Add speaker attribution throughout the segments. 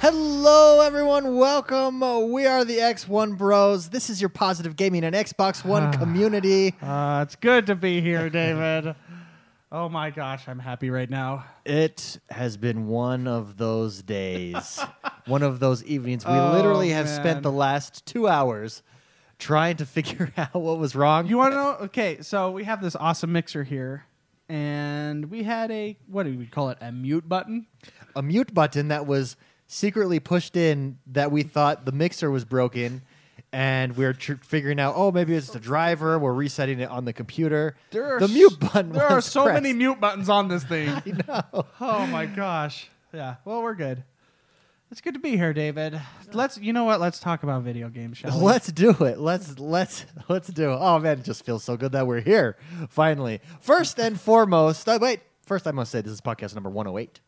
Speaker 1: Hello, everyone. Welcome. We are the X1 Bros. This is your positive gaming and Xbox One community.
Speaker 2: Uh, it's good to be here, David. oh my gosh, I'm happy right now.
Speaker 1: It has been one of those days, one of those evenings. We
Speaker 2: Oh,
Speaker 1: literally have spent
Speaker 2: man.
Speaker 1: the last two hours trying to figure out what was wrong.
Speaker 2: You want to know? Okay, so we have this awesome mixer here, and we had a what do we call it? A mute button.
Speaker 1: a mute button that was secretly pushed in that we thought the mixer was broken. And we are tr- figuring out, oh, maybe it's the driver. We're resetting it on the computer. the
Speaker 2: s-
Speaker 1: mute button.
Speaker 2: There are
Speaker 1: was
Speaker 2: so
Speaker 1: pressed.
Speaker 2: many mute buttons on this thing. I know. Oh my gosh. Yeah. Well, we're good. It's good to be here, David. Let's. You know what? Let's talk about video games, shall we?
Speaker 1: Let's do it. Let's let's let's do it. Oh man, it just feels so good that we're here finally. First and foremost, uh, wait. First, I must say this is podcast number one hundred eight.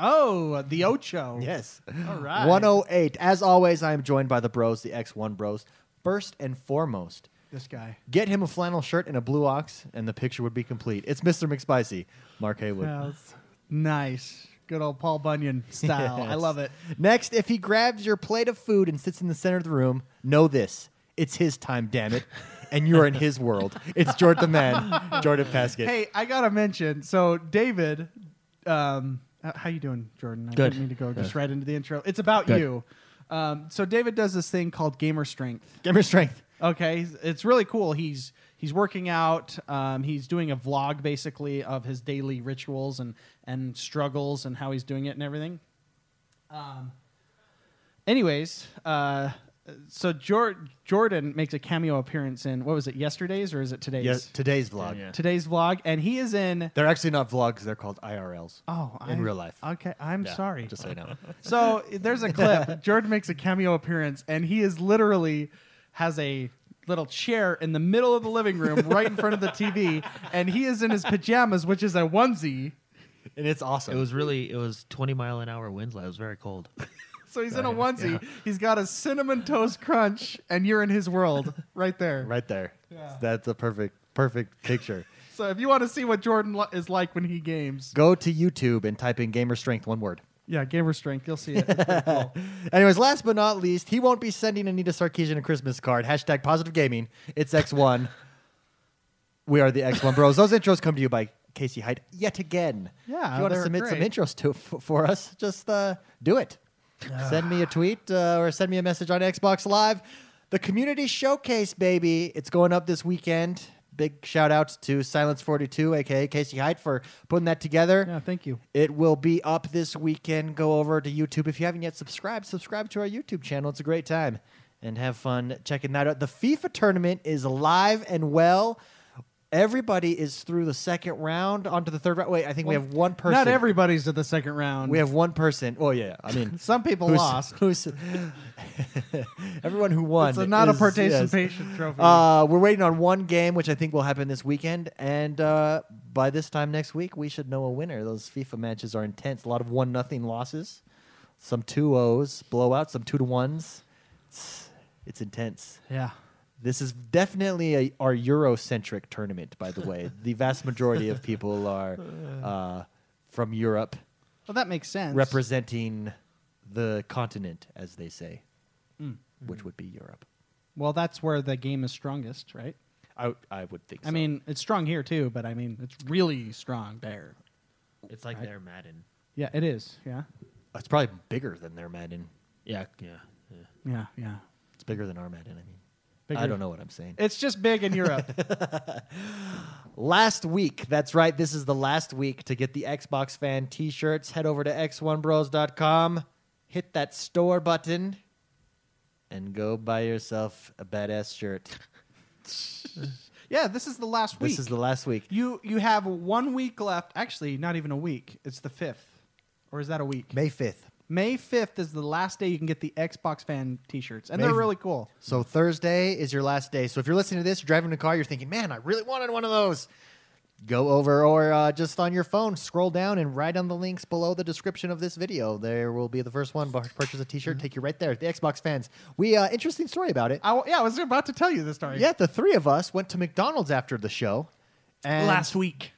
Speaker 2: Oh, the Ocho.
Speaker 1: Yes,
Speaker 2: All right.
Speaker 1: one oh hundred eight. As always, I am joined by the Bros, the X One Bros. First and foremost,
Speaker 2: This guy.
Speaker 1: get him a flannel shirt and a blue ox, and the picture would be complete. It's Mister McSpicy, Mark Haywood.
Speaker 2: Yes. Nice. Good old Paul Bunyan style. I
Speaker 1: Yes.
Speaker 2: love it.
Speaker 1: Next, if he grabs your plate of food and sits in the center of the room, know this: it's his time. Damn it. And you're in his world. It's Jordan the man, Jordan Paskett.
Speaker 2: Hey, I gotta mention. So David, um, h- how you doing, Jordan? I
Speaker 1: Good.
Speaker 2: didn't mean to go just right into the intro. It's about
Speaker 1: Good.
Speaker 2: you. Um, so David does this thing called gamer strength.
Speaker 1: Gamer strength.
Speaker 2: Okay, He's- it's really cool. He's he's working out. Um, he's doing a vlog basically of his daily rituals and and struggles and how he's doing it and everything. Um, anyways, uh, so Jor- Jordan makes a cameo appearance in what was it yesterday's or is it today's?
Speaker 1: Yes, today's vlog.
Speaker 2: Today's vlog, and he is in.
Speaker 1: They're actually not vlogs; they're called IRLs.
Speaker 2: Oh,
Speaker 1: in
Speaker 2: I-
Speaker 1: real life.
Speaker 2: Okay, I'm
Speaker 1: Yeah,
Speaker 2: sorry.
Speaker 1: Just so you know.
Speaker 2: So there's a clip. Jordan makes a cameo appearance, and he is literally has a little chair in the middle of the living room, right in front of the TV, and he is in his pajamas, which is a onesie.
Speaker 1: and it's awesome.
Speaker 3: It was really it was 20 mile an hour winds. It was very cold.
Speaker 2: So he's in a onesie. He's got a cinnamon toast crunch, and you're in his world right there.
Speaker 1: right there.
Speaker 2: Yeah.
Speaker 1: That's a perfect, perfect picture.
Speaker 2: So if you want to see what Jordan li- is like when he games,
Speaker 1: Go to YouTube and type in gamer strength, one word.
Speaker 2: yeah, gamer strength, you'll see it. It's pretty cool.
Speaker 1: Anyways, last but not least, he won't be sending Anita Sarkeesian a Christmas card. Hashtag positive gaming. It's X1. we are the X1 Bros. Those intros come to you by Casey Hyde yet again.
Speaker 2: Yeah,
Speaker 1: If you want to
Speaker 2: they're
Speaker 1: submit some
Speaker 2: great.
Speaker 1: intros to, f- for us, just uh, do it. send me a tweet uh, or send me a message on Xbox Live. The community showcase, baby. It's going up this weekend. Big shout out to Silence42, aka Casey Hyde, for putting that together.
Speaker 2: Yeah, thank you.
Speaker 1: It will be up this weekend. Go over to YouTube. If you haven't yet subscribed, subscribe to our YouTube channel. It's a great time and have fun checking that out. The FIFA tournament is live and well. Everybody is through the second round onto the third round. Wait, I think we have one person.
Speaker 2: Not everybody's to the second round.
Speaker 1: We have one person. Oh, yeah. I mean,
Speaker 2: some people
Speaker 1: who's-
Speaker 2: lost.
Speaker 1: Who's, everyone who won.
Speaker 2: It's a not a
Speaker 1: is- yes.
Speaker 2: participation trophy.
Speaker 1: Uh, we're waiting on one game, which I think will happen this weekend, and uh, by this time next week, we should know a winner. Those FIFA matches are intense. A lot of one nothing losses, some two O's blowouts, some two to ones. It's, it's intense.
Speaker 2: yeah.
Speaker 1: This is definitely a, our Eurocentric tournament, by the way. the vast majority of people are uh, from Europe,
Speaker 2: Well, that makes sense.
Speaker 1: representing the continent, as they say,
Speaker 2: Mm.
Speaker 1: which would be Europe.
Speaker 2: well, that's where the game is strongest, right?
Speaker 1: I, w- I would think.
Speaker 2: I
Speaker 1: so.
Speaker 2: mean, it's strong here too, but I mean, it's really strong there.
Speaker 3: It's like their Madden.
Speaker 2: Yeah, it is. Yeah.
Speaker 1: It's probably bigger than their Madden.
Speaker 3: Yeah, yeah, yeah.
Speaker 2: Yeah, yeah.
Speaker 1: It's bigger than our Madden. I mean,
Speaker 2: Bigger.
Speaker 1: I don't know what I'm saying.
Speaker 2: It's just big in Europe.
Speaker 1: Last week, that's right. This is the last week to get the Xbox fan T-shirts. Head over to x1bros.com, hit that store button, and go buy yourself a badass shirt.
Speaker 2: yeah, this is the last week.
Speaker 1: This is the last week.
Speaker 2: you you have one week left. Actually, not even a week. It's the 5th. Or is that a week?
Speaker 1: May 5th.
Speaker 2: May 5th is the last day you can get the Xbox fan t-shirts and
Speaker 1: May
Speaker 2: they're
Speaker 1: f-
Speaker 2: really cool.
Speaker 1: So Thursday is your last day. So if you're listening to this, you're driving in a car, you're thinking, man, I really wanted one of those. Go over or uh, just on your phone, scroll down and write on the links below the description of this video. There will be the first one. Bar- Purchase a
Speaker 2: Mm-hmm.
Speaker 1: T-shirt, take you right there. The Xbox fans. We uh, interesting story about it.
Speaker 2: I w- yeah, I was about to tell you this story.
Speaker 1: Yeah, the three of us went to McDonald's after the show, and
Speaker 2: Last week.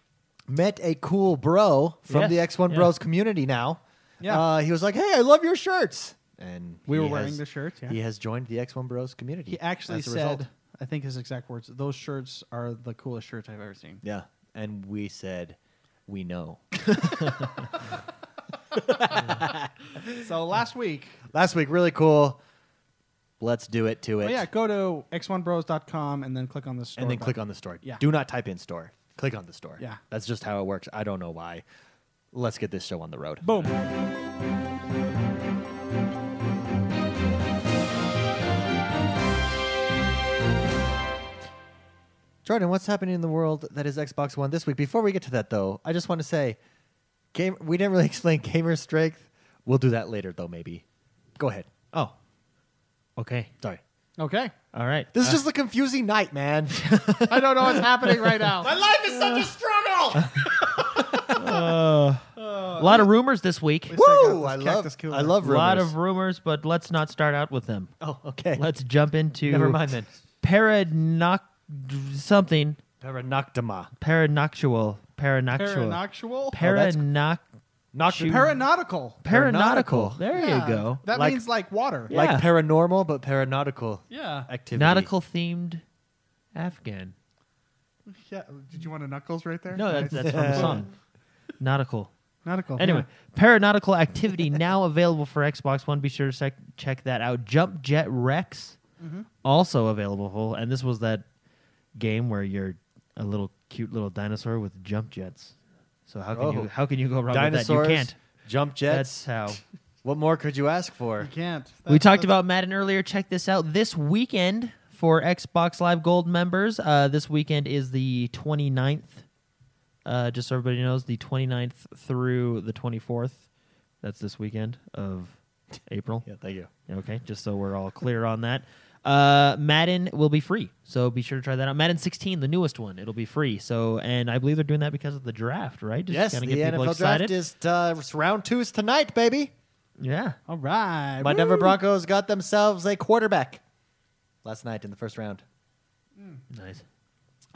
Speaker 1: met a cool bro from
Speaker 3: Yes,
Speaker 1: the X1
Speaker 3: yeah.
Speaker 1: Bros community now.
Speaker 2: Yeah.
Speaker 1: Uh, he was like, "Hey, I love your shirts," and
Speaker 2: We
Speaker 1: he
Speaker 2: were wearing
Speaker 1: has-
Speaker 2: the shirts, yeah.
Speaker 1: he has joined the X One Bros community.
Speaker 2: He actually
Speaker 1: as a result.
Speaker 2: said, I think his exact words, those shirts are the coolest shirts I've ever seen.
Speaker 1: "Yeah," and we said, "We know."
Speaker 2: So last week,
Speaker 1: Last week, really cool. Let's do it to it.
Speaker 2: oh yeah, go to x1bros.com and then click on the store.
Speaker 1: and then
Speaker 2: button.
Speaker 1: click on the store.
Speaker 2: Yeah.
Speaker 1: Do not type in store. Click on the store.
Speaker 2: Yeah.
Speaker 1: That's just how it works. I don't know why. Let's get this show on the road.
Speaker 2: Boom.
Speaker 1: Jordan, what's happening in the world that is Xbox One this week? Before we get to that, though, I just want to say, game. We didn't really explain gamer strength. We'll do that later, though. Maybe. Go ahead.
Speaker 3: Oh. Okay.
Speaker 1: Sorry.
Speaker 2: Okay.
Speaker 3: All right. Uh,
Speaker 1: This is just a confusing night, man.
Speaker 2: I don't know what's happening right now.
Speaker 1: life is such a struggle.
Speaker 3: a lot of rumors this week.
Speaker 2: Woo!
Speaker 1: Woo! I
Speaker 2: Cactus
Speaker 1: love.
Speaker 2: cooler.
Speaker 1: I love
Speaker 3: A
Speaker 1: rumors.
Speaker 3: lot of rumors, but let's not start out with them.
Speaker 1: Oh, okay.
Speaker 3: Let's jump into
Speaker 1: Never mind then.
Speaker 3: Paranoc something
Speaker 1: Paranoctoma.
Speaker 3: paranoxual
Speaker 2: Paranoctual?
Speaker 3: paranoxual
Speaker 1: that's-
Speaker 3: paranoc
Speaker 1: Noctu-
Speaker 2: Paranautical.
Speaker 3: paranautical. There
Speaker 2: Yeah.
Speaker 3: you go.
Speaker 2: That
Speaker 1: Like-
Speaker 2: means like water.
Speaker 3: Yeah.
Speaker 1: Like paranormal, but paranautical
Speaker 2: Yeah.
Speaker 1: activity.
Speaker 3: Nautical themed Afghan.
Speaker 2: Yeah. Did you want a knuckles right there?
Speaker 3: No, that's, that's from the song. Nautical.
Speaker 2: nautical.
Speaker 3: Anyway, paranautical activity now available for Xbox One. Be sure to sec- check that out. Jump Jet Rex
Speaker 1: Mm-hmm.
Speaker 3: also available, and this was that game where you're a little cute little dinosaur with jump jets. So how can
Speaker 1: Oh.
Speaker 3: you how can you go wrong
Speaker 1: Dinosaurs.
Speaker 3: with that? You can't.
Speaker 1: Jump jets.
Speaker 3: That's how.
Speaker 1: what more could you ask for?
Speaker 2: You can't.
Speaker 3: we
Speaker 2: That's-
Speaker 1: uh,
Speaker 3: talked
Speaker 2: that's-
Speaker 3: about Madden earlier. Check this out. This weekend for Xbox Live Gold members, uh, this weekend is the 29th. Uh, just so everybody knows, the 29th through the 24th. That's this weekend of April.
Speaker 1: Yeah, thank you.
Speaker 3: Okay, just so we're all clear on that. Uh, Madden will be free, so be sure to try that out. Madden 16, the newest one, it'll be free. So, and I believe they're doing that because of the draft, right? Just
Speaker 1: yes, the
Speaker 3: kinda get people
Speaker 1: NFL
Speaker 3: excited.
Speaker 1: draft is uh, it's round two is tonight, baby.
Speaker 3: yeah.
Speaker 2: All right.
Speaker 1: My Denver Broncos got themselves a quarterback last night in the first round.
Speaker 3: Nice.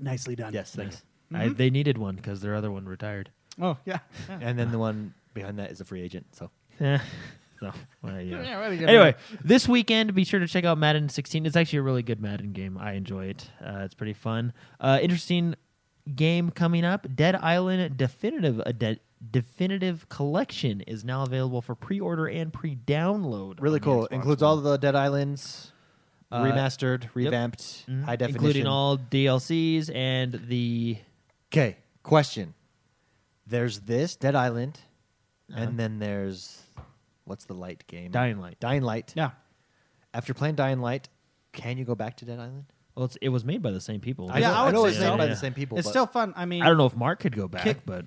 Speaker 2: Nicely done.
Speaker 1: Yes, thanks.
Speaker 3: I,
Speaker 1: Mm-hmm.
Speaker 3: they needed one because their other one retired.
Speaker 2: Oh, yeah. Yeah.
Speaker 1: And then the one behind that is a free agent. So
Speaker 3: Eh, so, well, yeah.
Speaker 2: Yeah, what are you gonna
Speaker 3: Anyway, this weekend, be sure to check out Madden 16. It's actually a really good Madden game. I enjoy it. Uh, it's pretty fun. Uh, interesting game coming up. Dead Island Definitive a de- Definitive Collection is now available for pre-order and pre-download.
Speaker 1: really cool. Includes all the Dead Islands,
Speaker 3: Uh, Mm-hmm.
Speaker 1: remastered, revamped, high definition.
Speaker 3: including all DLCs and the
Speaker 1: Okay, question. There's this Dead Island, and then there's what's the light game?
Speaker 3: Dying Light.
Speaker 1: Dying Light.
Speaker 2: Yeah.
Speaker 1: After playing Dying Light, can you go back to Dead Island?
Speaker 3: Well, it's, it was made by the same people.
Speaker 1: I
Speaker 2: Yeah,
Speaker 1: know,
Speaker 2: I
Speaker 1: I
Speaker 2: would
Speaker 1: know
Speaker 2: say
Speaker 1: it's made
Speaker 2: so.
Speaker 1: by
Speaker 3: Yeah.
Speaker 1: the same people.
Speaker 2: It's
Speaker 1: but
Speaker 2: still fun. I mean,
Speaker 3: I don't know if Mark could go back,
Speaker 2: Kick-
Speaker 3: but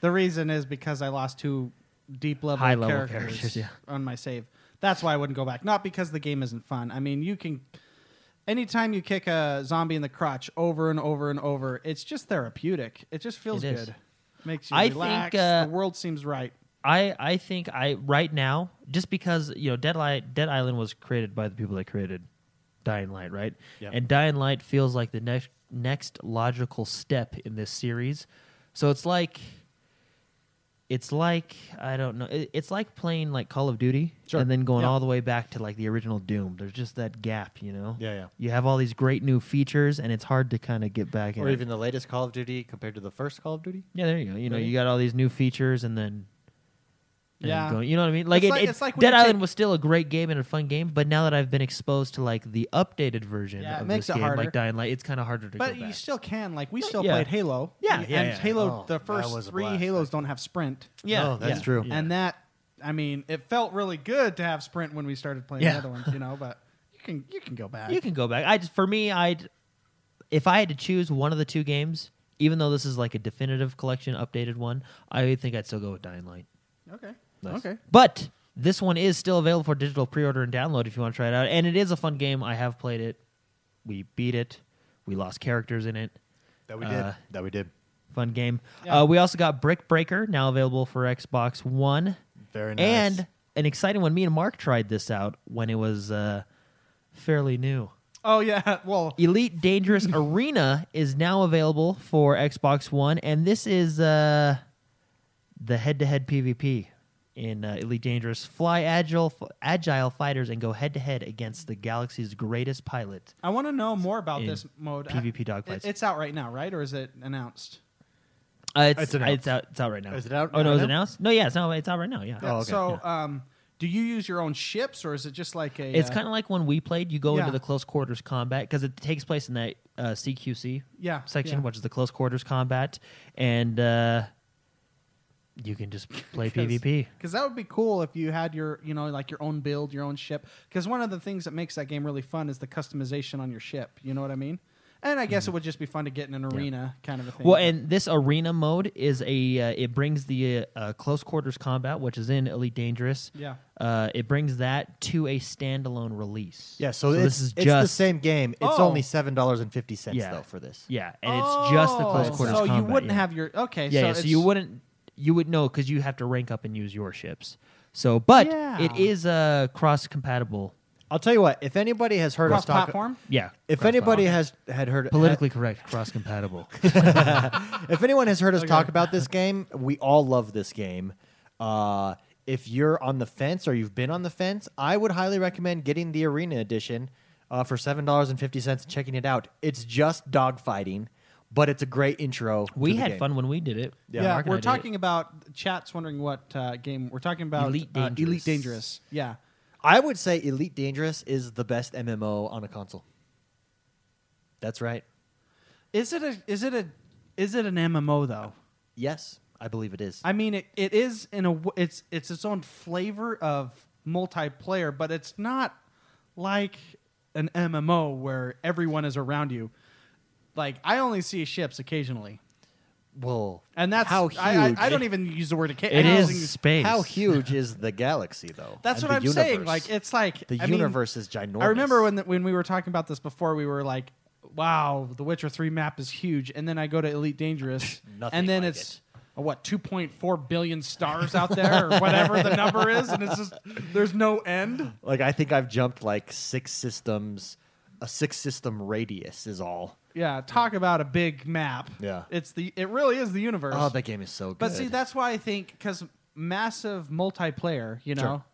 Speaker 2: the reason is because I lost two deep level
Speaker 3: High level
Speaker 2: characters,
Speaker 3: characters, yeah.
Speaker 2: on my save. That's why I wouldn't go back. Not because the game isn't fun. I mean, you can. Anytime you kick a zombie in the crotch over and over and over, it's just therapeutic. It just feels
Speaker 3: It is.
Speaker 2: good. Makes you
Speaker 3: I
Speaker 2: relax.
Speaker 3: think, uh,
Speaker 2: the world seems right.
Speaker 3: I I think I right now just because you know Dead Light, Dead Island was created by the people that created Dying Light, right?
Speaker 1: Yeah.
Speaker 3: And Dying Light feels like the next next logical step in this series. So it's like it's like I don't know. It, it's like playing like Call of Duty
Speaker 1: Sure.
Speaker 3: and then going
Speaker 2: Yeah.
Speaker 3: all the way back to like the original Doom. There's just that gap, you know.
Speaker 1: Yeah, yeah.
Speaker 3: You have all these great new features, and it's hard to kind of get back.
Speaker 1: or
Speaker 3: in it.
Speaker 1: even the latest Call of Duty compared to the first Call of Duty.
Speaker 3: Yeah, there you go. You know,
Speaker 1: Really?
Speaker 3: you got all these new features, and then and
Speaker 2: Yeah.
Speaker 3: going, you know what I mean. Like,
Speaker 2: It's
Speaker 3: it,
Speaker 2: like-
Speaker 3: it-
Speaker 2: it's like when
Speaker 3: Dead
Speaker 2: you
Speaker 3: Island
Speaker 2: take-
Speaker 3: was still a great game and a fun game, but now that I've been exposed to like the updated version
Speaker 2: Yeah, it
Speaker 3: of
Speaker 2: makes it
Speaker 3: this game,
Speaker 2: harder.
Speaker 3: like Dying Light, it's kind of harder to.
Speaker 2: But
Speaker 3: go
Speaker 2: you
Speaker 3: back.
Speaker 2: still can. Like we still
Speaker 3: Yeah.
Speaker 2: played Halo.
Speaker 3: Yeah,
Speaker 2: and
Speaker 3: yeah, yeah.
Speaker 2: Halo.
Speaker 1: Oh,
Speaker 2: the
Speaker 1: that was
Speaker 2: first
Speaker 1: a
Speaker 2: three
Speaker 1: blast.
Speaker 2: Halos don't have sprint.
Speaker 3: yeah,
Speaker 1: Oh, that's
Speaker 3: yeah,
Speaker 1: true.
Speaker 3: yeah.
Speaker 2: And that, I mean, it felt really good to have sprint when we started playing the
Speaker 3: Yeah.
Speaker 2: other ones, you know. But you can you can go back.
Speaker 3: you can go back. I just, for me, I'd if I had to choose one of the two games, even though this is like a definitive collection updated one, I think I'd still go with Dying Light.
Speaker 2: Okay.
Speaker 1: Nice.
Speaker 2: Okay.
Speaker 3: But this one is still available for digital pre-order and download if you want to try it out. And it is a fun game. I have played it. We beat it. We lost characters in it.
Speaker 1: That
Speaker 3: we did. Uh,
Speaker 1: that we did.
Speaker 3: Fun game.
Speaker 2: Yeah.
Speaker 3: Uh, we also got Brick Breaker now available for Xbox One.
Speaker 1: Very nice.
Speaker 3: And an exciting one. Me and Mark tried this out when it was uh, fairly new.
Speaker 2: Oh yeah. Well,
Speaker 3: Elite Dangerous Arena is now available for Xbox One, and this is uh, the head-to-head PvP in uh, Elite Dangerous. Fly agile, f- agile fighters and go head-to-head against the galaxy's greatest pilot.
Speaker 2: I want to know more about
Speaker 3: In
Speaker 2: this mode.
Speaker 3: PvP
Speaker 2: I-
Speaker 3: dogfights.
Speaker 2: it- It's out right now, right? Or is it announced?
Speaker 3: Uh, it's,
Speaker 1: It's
Speaker 3: uh,
Speaker 1: announced.
Speaker 3: it's out. It's out right now.
Speaker 1: Is it out
Speaker 3: Oh no,
Speaker 1: right
Speaker 3: is it
Speaker 1: now?
Speaker 3: announced? No, yeah, it's out. It's out right now. Yeah.
Speaker 1: Oh, okay,
Speaker 2: so, um, do you use your own ships, or is it just like a?
Speaker 3: It's
Speaker 2: uh,
Speaker 3: kind of like when we played. You go
Speaker 2: Yeah.
Speaker 3: into the close quarters combat because it takes place in that uh, CQC
Speaker 2: Yeah,
Speaker 3: section,
Speaker 2: yeah.
Speaker 3: which is the close quarters combat, and uh, you can just play PvP.
Speaker 2: Because that would be cool if you had your, you know, like your own build, your own ship. Because one of the things that makes that game really fun is the customization on your ship. You know what I mean? And I guess it would just be fun to get in an arena kind of a thing.
Speaker 3: Mm-hmm. Well, and this arena mode is a uh, it brings the uh, uh, close quarters combat, which is in Elite Dangerous.
Speaker 2: Yeah.
Speaker 3: uh, it brings that to a standalone release.
Speaker 1: Yeah, so, it's, it's the same game. It's
Speaker 2: Oh.
Speaker 1: only seven dollars and fifty cents
Speaker 3: Yeah.
Speaker 1: though for this.
Speaker 3: Yeah, and it's just the close
Speaker 2: Oh,
Speaker 3: quarters.
Speaker 2: So you
Speaker 3: combat,
Speaker 2: wouldn't
Speaker 3: yeah.
Speaker 2: have your okay.
Speaker 3: yeah,
Speaker 2: so
Speaker 3: yeah, so
Speaker 2: it's-
Speaker 3: you wouldn't you would know because you have to rank up and use your ships so but it
Speaker 2: Yeah.
Speaker 3: is uh cross compatible
Speaker 1: I'll tell you what. If anybody has heard us talk,
Speaker 2: cross-platform.
Speaker 3: yeah
Speaker 1: if
Speaker 3: cross
Speaker 1: anybody
Speaker 3: platform.
Speaker 1: has had heard
Speaker 3: politically correct cross compatible
Speaker 1: if anyone has heard us
Speaker 2: Okay.
Speaker 1: talk about this game, we all love this game. Uh, if you're on the fence or you've been on the fence, I would highly recommend getting the Arena Edition uh, for seven dollars and fifty cents and checking it out. It's just dogfighting, but it's a great intro. to
Speaker 3: we
Speaker 1: the
Speaker 3: had
Speaker 1: game.
Speaker 3: fun when we did it
Speaker 2: Yeah,
Speaker 3: Mark and I
Speaker 2: we're
Speaker 3: did
Speaker 2: talking
Speaker 3: it.
Speaker 2: about chat's wondering what uh, game we're talking about.
Speaker 3: Elite
Speaker 2: uh,
Speaker 3: Dangerous.
Speaker 2: Elite Dangerous. Yeah.
Speaker 1: I would say Elite Dangerous is the best MMO on a console. That's right.
Speaker 2: Is it a? Is it a? Is it an MMO though?
Speaker 1: Yes, I believe it is.
Speaker 2: I mean, it, it is in a w- it's it's its own flavor of multiplayer, but it's not like an MMO where everyone is around you. Like I only see ships occasionally,
Speaker 1: well,
Speaker 2: and that's
Speaker 1: how huge.
Speaker 2: I, I, I don't even use the word occasionally.
Speaker 3: it is space
Speaker 1: How huge is the galaxy, though?
Speaker 2: That's
Speaker 1: And
Speaker 2: what I'm
Speaker 1: the
Speaker 2: saying.
Speaker 1: universe.
Speaker 2: Like it's like
Speaker 1: the
Speaker 2: I mean,
Speaker 1: universe is ginormous.
Speaker 2: I remember when the, when we were talking about this before, we were like, "Wow, the Witcher Three map is huge." And then I go to Elite Dangerous,
Speaker 1: Nothing
Speaker 2: and then
Speaker 1: like
Speaker 2: it's uh, what 2.4 billion stars out there, or whatever the number is, and it's just there's no end.
Speaker 1: Like I think I've jumped like six systems. A six system radius is all.
Speaker 2: Yeah, talk about a big map.
Speaker 1: Yeah.
Speaker 2: it's the it really is the universe.
Speaker 1: Oh, that game is so good.
Speaker 2: but see, that's why I think because massive multiplayer, you know.
Speaker 1: Sure.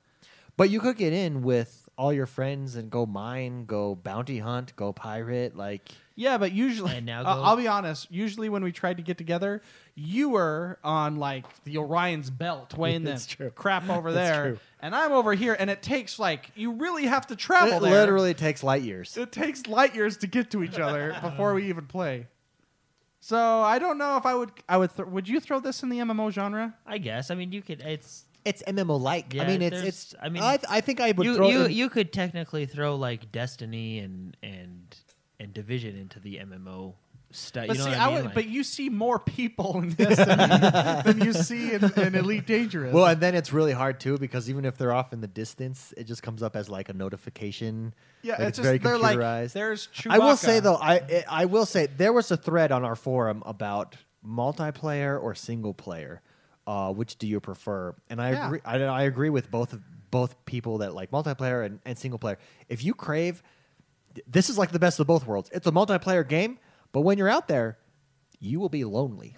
Speaker 1: But you could get in with all your friends and go mine, go bounty hunt, go pirate. Like
Speaker 2: Yeah, but usually,
Speaker 3: And now
Speaker 2: I-
Speaker 3: go-
Speaker 2: I'll be honest. Usually, when we tried to get together, you were on like the Orion's Belt, way in
Speaker 1: That's
Speaker 2: the
Speaker 1: true.
Speaker 2: crap over
Speaker 1: That's
Speaker 2: there,
Speaker 1: true.
Speaker 2: and I'm over here. And it takes like you really have to
Speaker 1: it
Speaker 2: travel. there.
Speaker 1: literally takes light years.
Speaker 2: it takes light years to get to each other before we even play. So I don't know if I would. I would. Th- would you throw this in the MMO genre?
Speaker 3: i guess i mean you could it's
Speaker 1: It's MMO like.
Speaker 3: Yeah,
Speaker 1: I mean, it's
Speaker 3: there's-
Speaker 1: it's.
Speaker 3: I mean,
Speaker 1: I, I think I would
Speaker 3: you
Speaker 1: throw
Speaker 3: you,
Speaker 1: it in-
Speaker 3: you could technically throw like destiny and and and division into the mmo stuff
Speaker 2: But
Speaker 3: you know
Speaker 2: see,
Speaker 3: what i mean
Speaker 2: would.
Speaker 3: Like-
Speaker 2: but you see more people in Destiny than you see in, in Elite Dangerous.
Speaker 1: Well, and then it's really hard too because even if they're off in the distance, it just comes up as like a notification.
Speaker 2: yeah,
Speaker 1: Like,
Speaker 2: it's, just they're like
Speaker 1: computerized.
Speaker 2: there's. Chewbacca.
Speaker 1: I will say though, I I- I will say there was a thread on our forum about multiplayer or single player. Uh, which do you prefer? And I
Speaker 2: Yeah.
Speaker 1: agree. I, I agree with both of both people that like multiplayer and, and single player. If you crave, th- this is like the best of both worlds. It's a multiplayer game, but when you're out there, you will be lonely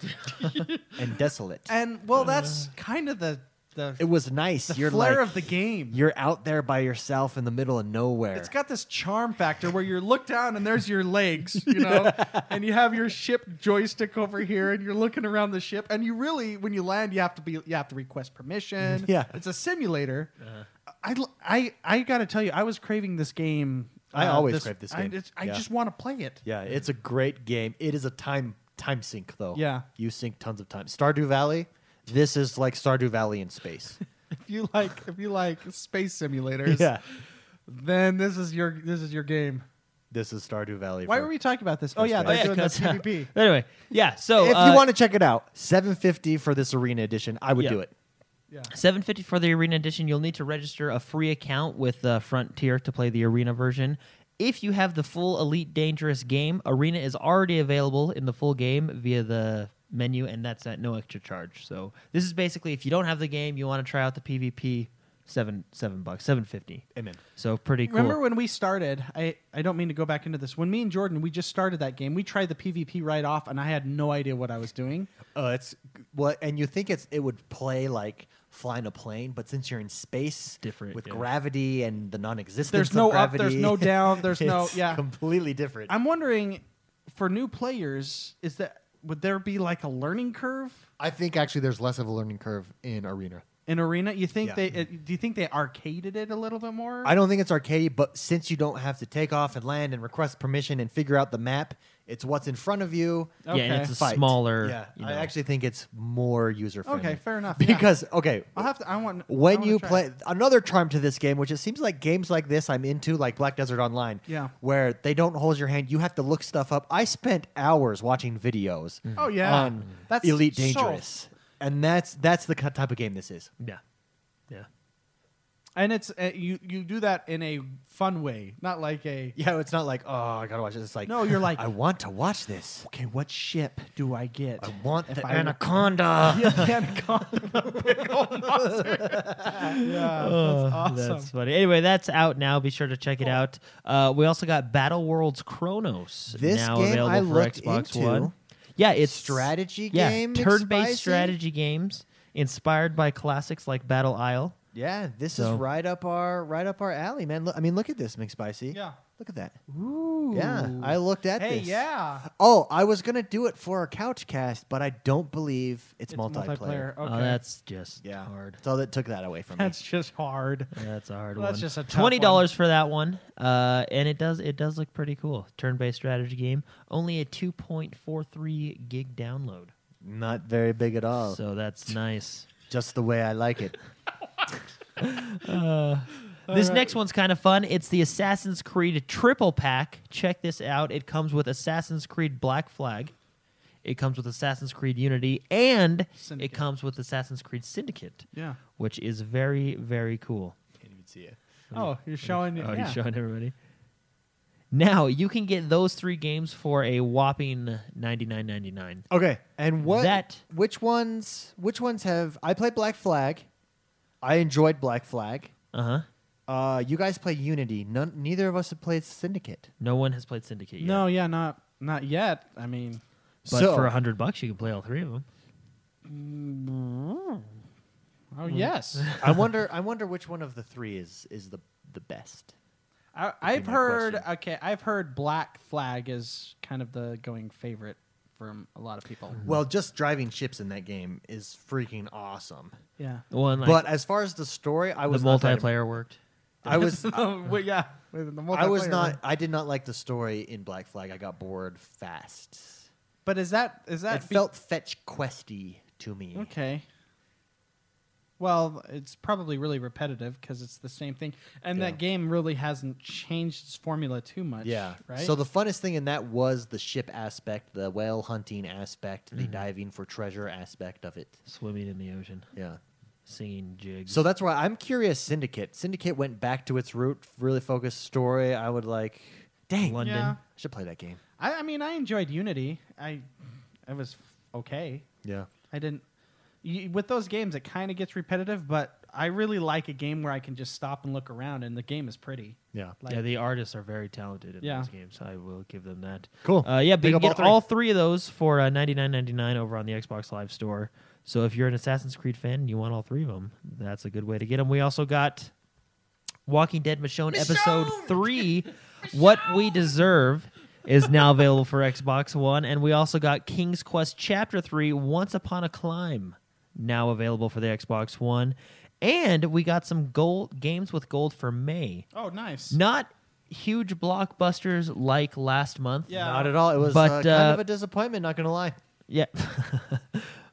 Speaker 1: and desolate.
Speaker 2: And well, that's kind of the the,
Speaker 1: Uh, it was nice.
Speaker 2: the
Speaker 1: you're like,
Speaker 2: flair of the game.
Speaker 1: You're out there by yourself in the middle of nowhere.
Speaker 2: it's got this charm factor where you look down and there's your legs, you know, and you have your ship joystick over here, and you're looking around the ship, and you really, when you land, you have to be, you have to request permission.
Speaker 1: Yeah. Uh-huh.
Speaker 2: it's a simulator. I, I, I gotta tell you, I was craving this game. uh,
Speaker 1: I always crave this
Speaker 2: I-
Speaker 1: game.
Speaker 2: it's- I,
Speaker 1: Yeah.
Speaker 2: just want to play it.
Speaker 1: Yeah, it's a great game. It is a time time sink though.
Speaker 2: Yeah.
Speaker 1: You sink tons of time. Stardew Valley, this is like Stardew Valley in space.
Speaker 2: If you like, if you like space simulators, then this is your this is your game.
Speaker 1: This is Stardew Valley.
Speaker 2: Why
Speaker 1: for-
Speaker 2: were we talking about this? Oh
Speaker 1: That's
Speaker 2: yeah,
Speaker 1: right.
Speaker 2: they're
Speaker 1: Oh, yeah,
Speaker 2: doing the
Speaker 3: 'cause,
Speaker 2: PvP.
Speaker 3: uh, anyway, yeah. So
Speaker 1: If
Speaker 3: uh,
Speaker 1: you want to check it out, 750 for this arena edition, I would
Speaker 3: Yeah.
Speaker 1: do it.
Speaker 2: Yeah.
Speaker 3: 750 for the arena edition you'll need to register a free account with uh, frontier to play the arena version if you have the full elite dangerous game arena is already available in the full game via the menu and that's at no extra charge so this is basically if you don't have the game you want to try out the pvp seven seven bucks, seven fifty.
Speaker 1: Amen.
Speaker 3: So pretty cool.
Speaker 2: Remember when we started? I, I don't mean to go back into this. When me and Jordan, we just started that game. We tried the PvP right off, and I had no idea what I was doing.
Speaker 1: Uh, it's well, and you think it's it would play like flying a plane, but since you're in space, it's
Speaker 3: different,
Speaker 1: with
Speaker 3: yeah.
Speaker 1: gravity and the non-existence.
Speaker 2: There's
Speaker 1: of
Speaker 2: no up,
Speaker 1: gravity,
Speaker 2: there's no down, there's no-
Speaker 1: it's
Speaker 2: yeah.
Speaker 1: completely different. i
Speaker 2: I'm wondering, for new players, is that would there be like a learning curve
Speaker 1: think actually there's less of a learning curve in arena.
Speaker 2: in Arena? You think
Speaker 1: Yeah.
Speaker 2: they? It, do you think they arcaded it a little bit more?
Speaker 1: I don't think it's arcade, but since you don't have to take off and land and request permission and figure out the map, it's what's in front of you.
Speaker 3: yeah,
Speaker 2: okay.
Speaker 3: and it's a
Speaker 1: Fight.
Speaker 3: smaller.
Speaker 1: Yeah,
Speaker 3: you
Speaker 1: I
Speaker 3: know.
Speaker 1: actually think it's more user friendly.
Speaker 2: okay, fair enough. yeah.
Speaker 1: Because okay,
Speaker 2: I'll have to. I want I
Speaker 1: when
Speaker 2: wanna
Speaker 1: you
Speaker 2: try
Speaker 1: play
Speaker 2: it.
Speaker 1: another charm to this game, which it seems like games like this I'm into, like Black Desert Online,
Speaker 2: Yeah.
Speaker 1: where they don't hold your hand. You have to look stuff up. I spent hours watching videos.
Speaker 2: Oh, yeah.
Speaker 1: on
Speaker 2: That's
Speaker 1: Elite
Speaker 2: so-
Speaker 1: Dangerous, and that's that's the ki- type of game this is.
Speaker 3: yeah, yeah.
Speaker 2: and it's uh, you you do that in a fun way, not like a
Speaker 1: Yeah, it's not like oh I gotta watch this. It's like
Speaker 2: No, you're like-
Speaker 1: I want to watch this.
Speaker 2: okay, what ship do I get?
Speaker 1: I want
Speaker 2: If
Speaker 1: the
Speaker 2: I-
Speaker 1: anaconda.
Speaker 2: Yeah, the anaconda, big old monster. yeah,
Speaker 3: Uh,
Speaker 2: that's awesome.
Speaker 3: That's funny. Anyway, that's out now. Be sure to check it
Speaker 2: Cool.
Speaker 3: out. Uh, we also got Battle Worlds Chronos
Speaker 1: This
Speaker 3: now
Speaker 1: game
Speaker 3: available
Speaker 1: I
Speaker 3: for
Speaker 1: looked
Speaker 3: Xbox
Speaker 1: into.
Speaker 3: One. Yeah, it's
Speaker 1: Strategy
Speaker 3: yeah,
Speaker 1: game.
Speaker 3: turn-based
Speaker 1: spicy?
Speaker 3: strategy games inspired by classics like Battle Isle.
Speaker 1: Yeah, this
Speaker 3: So-
Speaker 1: is right up our right up our alley, man. Look, I mean, look at this, McSpicy.
Speaker 2: Yeah.
Speaker 1: look at that.
Speaker 2: Ooh.
Speaker 1: Yeah, I looked at
Speaker 2: Hey,
Speaker 1: this.
Speaker 2: yeah.
Speaker 1: Oh, I was gonna do it for our couch cast, but I don't believe it's, multiplayer.
Speaker 2: Okay.
Speaker 3: Oh, that's just
Speaker 1: Yeah,
Speaker 3: hard.
Speaker 1: So that took that away from
Speaker 2: That's
Speaker 1: me.
Speaker 2: just hard.
Speaker 3: That's a hard
Speaker 2: Well,
Speaker 3: one.
Speaker 2: that's just a tough
Speaker 3: twenty dollars for that one, uh, and it does it does look pretty cool. Turn-based strategy game, only a two point four three gig download,
Speaker 1: Not very big at all.
Speaker 3: so that's nice.
Speaker 1: Just the way I like it.
Speaker 3: This next one's kind of fun. It's the Assassin's Creed triple pack. Check this out. It comes with Assassin's Creed Black Flag. It comes with Assassin's Creed Unity, and
Speaker 2: Syndicate.
Speaker 3: it comes with Assassin's Creed Syndicate,
Speaker 2: Yeah.
Speaker 3: which is very very cool.
Speaker 1: Can't even see it.
Speaker 2: Oh, you're showing.
Speaker 3: Oh,
Speaker 2: yeah.
Speaker 3: you showing everybody. Now you can get those three games for a whopping ninety nine ninety nine.
Speaker 1: Okay, and what?
Speaker 3: That-
Speaker 1: Which ones? Which ones have I played Black Flag? I enjoyed Black Flag.
Speaker 3: Uh huh.
Speaker 1: Uh, you guys play Unity. None, neither of us have played Syndicate.
Speaker 3: No one has played Syndicate yet.
Speaker 2: No, yeah, not not yet. I mean,
Speaker 3: but
Speaker 1: so
Speaker 3: for a hundred bucks you can play all three of them. Hmm.
Speaker 2: oh yes.
Speaker 1: I wonder. I wonder which one of the three is is the the best.
Speaker 2: I, I've
Speaker 1: my
Speaker 2: heard.
Speaker 1: question.
Speaker 2: Okay, I've heard Black Flag is kind of the going favorite from a lot of people.
Speaker 1: Well, just driving ships in that game is freaking awesome.
Speaker 2: Yeah.
Speaker 3: One, like,
Speaker 1: but as far as the story, I
Speaker 3: the
Speaker 1: was not that-
Speaker 3: multiplayer worked.
Speaker 1: I was
Speaker 2: Well, yeah. with the
Speaker 1: I was
Speaker 2: multiplayer
Speaker 1: not.
Speaker 2: one.
Speaker 1: I did not like the story in Black Flag. I got bored fast.
Speaker 2: But is that is that
Speaker 1: it
Speaker 2: be-
Speaker 1: felt fetch questy to me.
Speaker 2: Okay. Well, it's probably really repetitive because it's the same thing, and
Speaker 1: Yeah.
Speaker 2: that game really hasn't changed its formula too much.
Speaker 1: Yeah.
Speaker 2: Right.
Speaker 1: So the funnest thing in that was the ship aspect, the whale hunting aspect,
Speaker 3: Mm-hmm.
Speaker 1: the diving for treasure aspect of it.
Speaker 3: Swimming in the ocean,
Speaker 1: Yeah.
Speaker 3: singing jigs.
Speaker 1: So that's why I'm curious. Syndicate. Syndicate went back to its root, really focused story. I would like. Dang,
Speaker 3: London.
Speaker 2: Yeah.
Speaker 1: I should play that game.
Speaker 2: I, I mean, I enjoyed Unity. I, it was okay.
Speaker 1: Yeah.
Speaker 2: I didn't. You, with those games, it kind of gets repetitive, but I really like a game where I can just stop and look around, and the game is pretty.
Speaker 1: Yeah.
Speaker 2: Like,
Speaker 3: yeah, the artists are very talented in
Speaker 2: Yeah.
Speaker 3: those games. I will give them that.
Speaker 1: Cool.
Speaker 3: Uh, yeah, but
Speaker 1: Pick
Speaker 3: you can
Speaker 1: up
Speaker 3: get all
Speaker 1: all
Speaker 3: three.
Speaker 1: three.
Speaker 3: of those for uh, ninety nine ninety nine over on the Xbox Live Store. So if you're an Assassin's Creed fan and you want all three of them, that's a good way to get them. We also got Walking Dead Michonne, episode three. what we deserve is now available for Xbox One, and we also got King's Quest Chapter Three: Once Upon a Climb, now available for the Xbox One, and we got some gold games with gold for May.
Speaker 2: oh, nice.
Speaker 3: Not huge blockbusters like last month.
Speaker 2: Yeah.
Speaker 1: Not at all. It was
Speaker 3: But,
Speaker 1: uh, kind
Speaker 3: uh,
Speaker 1: of a disappointment. Not gonna lie.
Speaker 3: Yeah.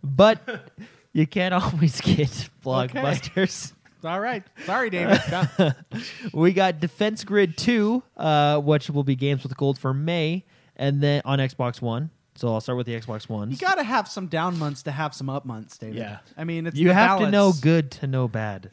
Speaker 3: but you can't always get blockbusters.
Speaker 2: All right. Sorry, David.
Speaker 3: we got Defense Grid 2, uh, which will be games with gold for May, and then on Xbox One. So I'll start with the Xbox One.
Speaker 2: you got to have some down months to have some up months, David.
Speaker 3: Yeah.
Speaker 2: I mean, it's
Speaker 3: You
Speaker 2: the
Speaker 3: have to know
Speaker 2: balance.
Speaker 3: good to know bad.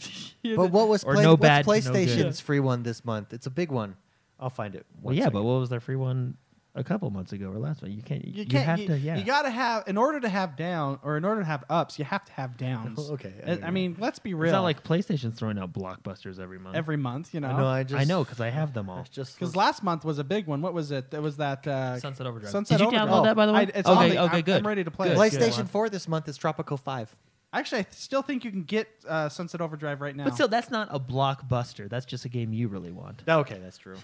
Speaker 1: But what was
Speaker 3: Or
Speaker 1: play-
Speaker 3: no
Speaker 1: what's
Speaker 3: bad, no good.
Speaker 1: PlayStation's free one this month? It's a big one. I'll find it.
Speaker 3: Well, yeah, but what was their free one a couple months ago or last month. You can't. You,
Speaker 2: You can't. You,
Speaker 3: have to. Yeah.
Speaker 2: you gotta have in order to have down or in order to have ups, you have to have downs.
Speaker 1: Oh, Okay, I
Speaker 2: I, I
Speaker 1: agree.
Speaker 2: mean, let's be real.
Speaker 3: it's not like PlayStation's throwing out blockbusters every month.
Speaker 2: every month, you know.
Speaker 1: No, I just
Speaker 3: I know because I have them all.
Speaker 1: it's just
Speaker 2: because last month was a big one. What was it? It was that uh,
Speaker 3: Sunset Overdrive.
Speaker 2: Sunset
Speaker 3: Did you
Speaker 2: Overdrive.
Speaker 3: download that, by the way?
Speaker 2: I, it's
Speaker 3: Okay,
Speaker 2: on the-
Speaker 3: okay,
Speaker 2: I'm- I'm,
Speaker 3: good.
Speaker 2: ready to play.
Speaker 3: Good.
Speaker 2: it.
Speaker 1: PlayStation Four this month is Tropical Five.
Speaker 2: Actually, I still think you can get uh, Sunset Overdrive right now.
Speaker 3: But still, that's not a blockbuster. That's just a game you really want.
Speaker 1: Oh, Okay, that's true.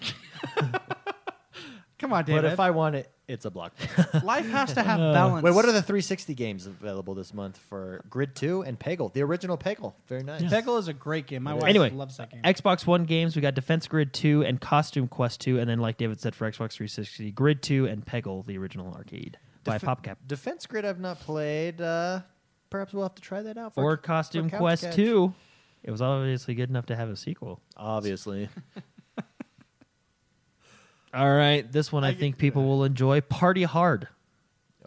Speaker 2: come on,
Speaker 1: but
Speaker 2: David.
Speaker 1: if I want it, it's a blockbuster.
Speaker 2: Life has to have balance.
Speaker 1: Wait, what are the 360 games available this month for Grid Two and Peggle? The original Peggle, very nice.
Speaker 2: Peggle is a great game. My wife
Speaker 3: Anyway,
Speaker 2: loves that game.
Speaker 3: Xbox One games, we got Defense Grid 2 and Costume Quest 2, and then, like David said, for Xbox 360, Grid 2 and Peggle, the original arcade by
Speaker 1: Defe-
Speaker 3: PopCap.
Speaker 1: Defense Grid, I've not played. Uh, perhaps we'll have to try that out. For
Speaker 3: Or Costume
Speaker 1: Couch
Speaker 3: Quest
Speaker 1: Catch.
Speaker 3: 2. It was obviously good enough to have a sequel.
Speaker 1: Obviously,
Speaker 3: All right, this one I,
Speaker 2: I get-
Speaker 3: think people will enjoy Party Hard.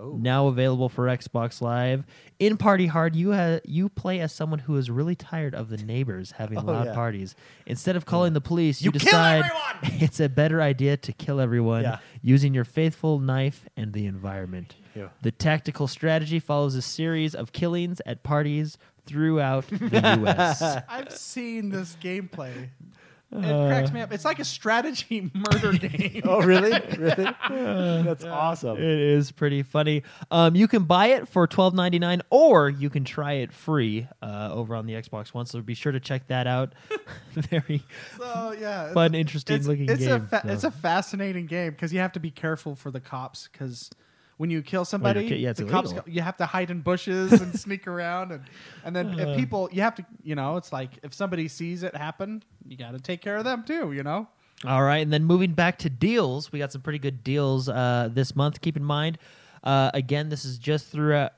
Speaker 1: Oh.
Speaker 3: Now available for Xbox Live. In Party Hard, you ha- you play as someone who is really tired of the neighbors having
Speaker 1: Oh,
Speaker 3: loud
Speaker 1: yeah.
Speaker 3: parties. Instead of calling the police, you,
Speaker 1: You kill
Speaker 3: decide
Speaker 1: everyone!
Speaker 3: it's a better idea to kill everyone
Speaker 1: Yeah.
Speaker 3: using your faithful knife and the environment.
Speaker 1: Yeah.
Speaker 3: The tactical strategy follows a series of killings at parties throughout the US.
Speaker 2: I've seen this gameplay. It cracks me up. It's like a strategy murder game.
Speaker 1: Uh, oh really? Really? That's awesome.
Speaker 3: It is pretty funny. Um, you can buy it for twelve ninety nine, or you can try it free uh, over on the Xbox One. So be sure to check that out. Very
Speaker 2: So yeah, it's-
Speaker 3: fun, interesting
Speaker 2: it's,
Speaker 3: looking
Speaker 2: it's
Speaker 3: game.
Speaker 2: A fa-
Speaker 3: so.
Speaker 2: It's a fascinating game because you have to be careful for the cops because when you kill somebody,
Speaker 3: Oh, ki- yeah, it's
Speaker 2: the cops
Speaker 3: illegal.
Speaker 2: co- you have to hide in bushes and sneak around, and and then
Speaker 3: Uh.
Speaker 2: if people you have to you know it's like if somebody sees it happen, you got to take care of them too, you know.
Speaker 3: All right, and then moving back to deals, we got some pretty good deals uh, this month. Keep in mind, uh, again, this is just through uh,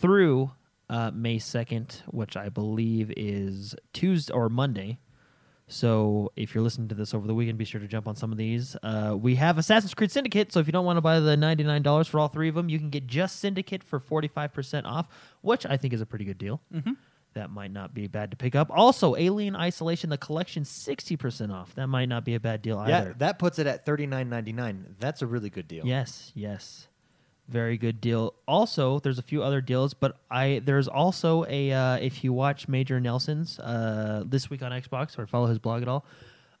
Speaker 3: through uh, May second, which I believe is Tuesday or Monday. So if you're listening to this over the weekend, be sure to jump on some of these. Uh, we have Assassin's Creed Syndicate, so if you don't want to buy the $99 for all three of them, you can get just Syndicate for 45% off, which I think is a pretty good deal. That might not be bad to pick up. Also, Alien Isolation, the collection, 60% off. That might not be a bad deal
Speaker 1: Yeah,
Speaker 3: either.
Speaker 1: that puts it at thirty nine ninety nine. That's a really good deal.
Speaker 3: Yes, yes. Very good deal. Also, there's a few other deals, but I there's also a uh, if you watch Major Nelson's uh, this week on Xbox or follow his blog at all.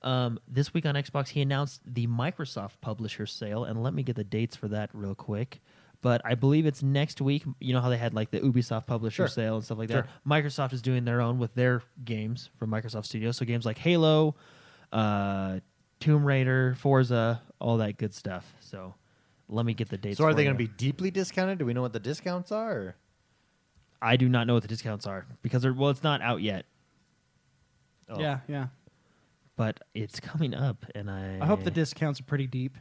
Speaker 3: Um, this week on Xbox, he announced the Microsoft publisher sale, and let me get the dates for that real quick. But I believe it's next week. You know how they had like the Ubisoft publisher
Speaker 1: Sure.
Speaker 3: sale and stuff like
Speaker 1: Sure.
Speaker 3: that. Microsoft is doing their own with their games from Microsoft Studios. So games like Halo, uh, Tomb Raider, Forza, all that good stuff. So let me get the dates.
Speaker 1: So are
Speaker 3: for
Speaker 1: they
Speaker 3: you.
Speaker 1: going to be deeply discounted? Do we know what the discounts are? or-
Speaker 3: I do not know what the discounts are because they're, well, it's not out yet,
Speaker 1: Oh.
Speaker 2: Yeah, yeah.
Speaker 3: but it's coming up, and I.
Speaker 2: I hope the discounts are pretty deep.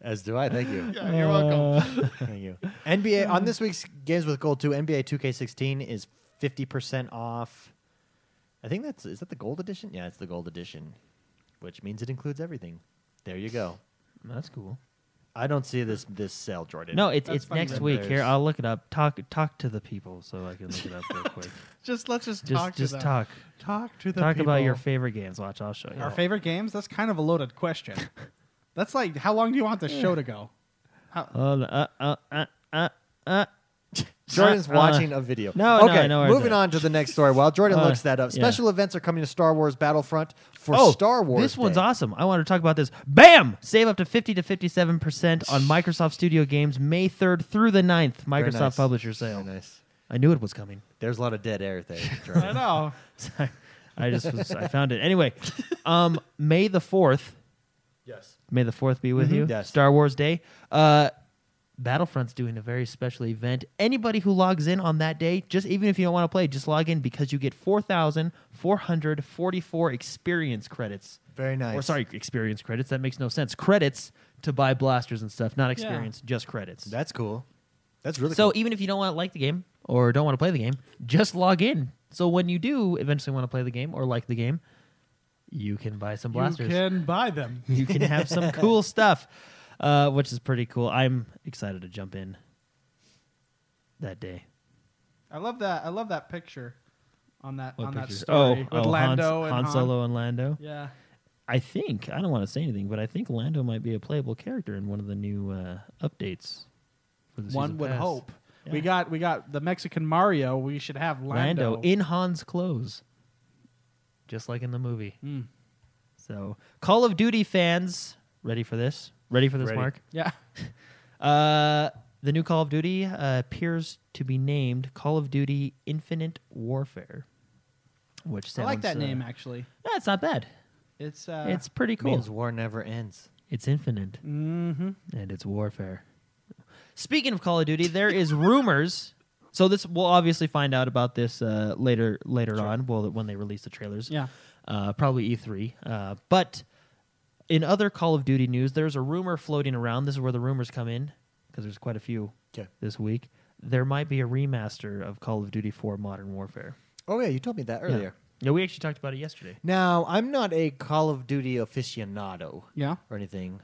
Speaker 1: As do I. Thank you.
Speaker 2: Yeah, you're welcome.
Speaker 1: Thank you. NBA on this week's games with gold too. NBA 2K16 is 50% off. I think that's is that the gold edition? Yeah, it's the gold edition, which means it includes everything. There you go.
Speaker 3: That's cool.
Speaker 1: I don't see this this sale, Jordan.
Speaker 3: No, it's
Speaker 2: That's
Speaker 3: it's
Speaker 2: fine,
Speaker 3: next
Speaker 2: then.
Speaker 3: week. Here,
Speaker 1: There's-
Speaker 3: I'll look it up. Talk talk to the people so I can look it up real quick.
Speaker 2: Just let's just,
Speaker 3: Just
Speaker 2: talk. to
Speaker 3: just
Speaker 2: them.
Speaker 3: talk.
Speaker 2: Talk to the
Speaker 3: Talk about your oh.
Speaker 2: people.
Speaker 3: favorite games. Watch, I'll show you.
Speaker 2: Our favorite games? That's kind of a loaded question. That's like, how long do you want the show to go? How,
Speaker 3: Hold on, uh, uh, uh, uh, uh.
Speaker 1: Jordan's
Speaker 3: Uh, uh,
Speaker 1: watching a video.
Speaker 3: no, no,
Speaker 1: okay.
Speaker 3: I know where it's
Speaker 1: moving
Speaker 3: at.
Speaker 1: on to the next story. While Jordan
Speaker 3: Uh,
Speaker 1: looks that up,
Speaker 3: yeah. Oh,
Speaker 1: special events are coming to Star Wars Battlefront for Star Wars.
Speaker 3: This one's
Speaker 1: Day.
Speaker 3: awesome. I want to talk about this. Bam! Save up to 50 to 57% on Microsoft Studio games May 3rd through the 9th.
Speaker 1: Very
Speaker 3: Microsoft
Speaker 1: nice.
Speaker 3: Publisher Sale.
Speaker 1: Very nice.
Speaker 3: I knew it was coming.
Speaker 1: There's a lot of dead air there, Jordan.
Speaker 2: I know.
Speaker 3: Sorry. I just was, I found it. Anyway, um, May the 4th.
Speaker 1: Yes.
Speaker 3: May the 4th be with you.
Speaker 1: Mm-hmm. Yes.
Speaker 3: Star Wars Day. Uh, Battlefront's doing a very special event. Anybody who logs in on that day, just even if you don't want to play, just log in because you get 4,444 experience credits.
Speaker 1: Very nice.
Speaker 3: Or sorry, experience credits. That makes no sense. Credits to buy blasters and stuff, not experience, just credits.
Speaker 1: That's cool. That's really
Speaker 3: so
Speaker 1: cool.
Speaker 3: even if you don't want to like the game or don't want to play the game, just log in. So when you do eventually want to play the game or like the game, you can buy some blasters.
Speaker 2: You can buy them.
Speaker 3: You can have some cool stuff, uh, which is pretty cool. I'm excited to jump in that day.
Speaker 2: I love that. I love that picture on that
Speaker 3: What
Speaker 2: on
Speaker 3: pictures?
Speaker 2: that story
Speaker 3: oh,
Speaker 2: with
Speaker 3: oh, Han-
Speaker 2: Lando
Speaker 3: Han,
Speaker 2: and Han.
Speaker 3: Solo and Lando.
Speaker 2: Yeah,
Speaker 3: I think I don't want to say anything, but I think Lando might be a playable character in one of the new uh, updates. For the
Speaker 2: One
Speaker 3: season
Speaker 2: would
Speaker 3: pass.
Speaker 2: hope. We
Speaker 3: Yeah.
Speaker 2: got we got the Mexican Mario. We should have Lando.
Speaker 3: Lando. in Han's clothes, just like in the movie.
Speaker 2: Mm.
Speaker 3: So, Call of Duty fans, ready for this? Ready for this,
Speaker 1: Ready.
Speaker 3: Mark?
Speaker 2: yeah.
Speaker 3: Uh, the new Call of Duty uh, appears to be named Call of Duty Infinite Warfare, which
Speaker 2: I
Speaker 3: sounds
Speaker 2: like that
Speaker 3: uh,
Speaker 2: name actually.
Speaker 3: Yeah, it's not bad.
Speaker 2: It's uh
Speaker 3: it's pretty cool.
Speaker 1: Means war never ends.
Speaker 3: it's infinite.
Speaker 2: mhm.
Speaker 3: and it's warfare. Speaking of Call of Duty, there is rumors. So this we'll obviously find out about this uh, later later on. Well, when they release the trailers,
Speaker 2: Yeah.
Speaker 3: uh, probably E3. Uh, but in other Call of Duty news, there's a rumor floating around. This is where the rumors come in because there's quite a few
Speaker 1: Okay.
Speaker 3: this week. There might be a remaster of Call of Duty 4 Modern Warfare.
Speaker 1: Oh yeah, you told me that
Speaker 3: Yeah.
Speaker 1: earlier.
Speaker 3: Yeah, we actually talked about it yesterday.
Speaker 1: Now I'm not a Call of Duty aficionado
Speaker 2: Yeah.
Speaker 1: or anything.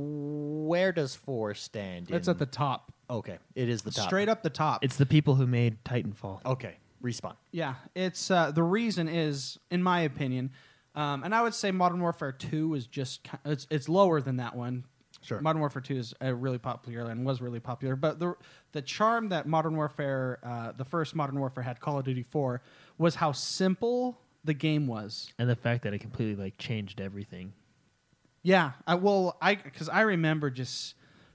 Speaker 1: Where does four stand?
Speaker 2: It's
Speaker 1: in-
Speaker 2: at the top.
Speaker 1: okay. It is the top.
Speaker 2: Straight up the top.
Speaker 3: It's the people who made Titanfall.
Speaker 2: Oh.
Speaker 1: Okay. Respawn.
Speaker 2: Yeah, it's uh, the reason is, in my opinion, um, and I would say Modern Warfare Two is just ki- it's it's lower than that one.
Speaker 1: Sure.
Speaker 2: Modern Warfare Two is uh, really popular and was really popular, but the the charm that Modern Warfare, uh, the first Modern Warfare had, Call of Duty Four, was how simple the game was.
Speaker 3: And the fact that it completely like changed everything.
Speaker 2: Yeah, I well, I because I remember just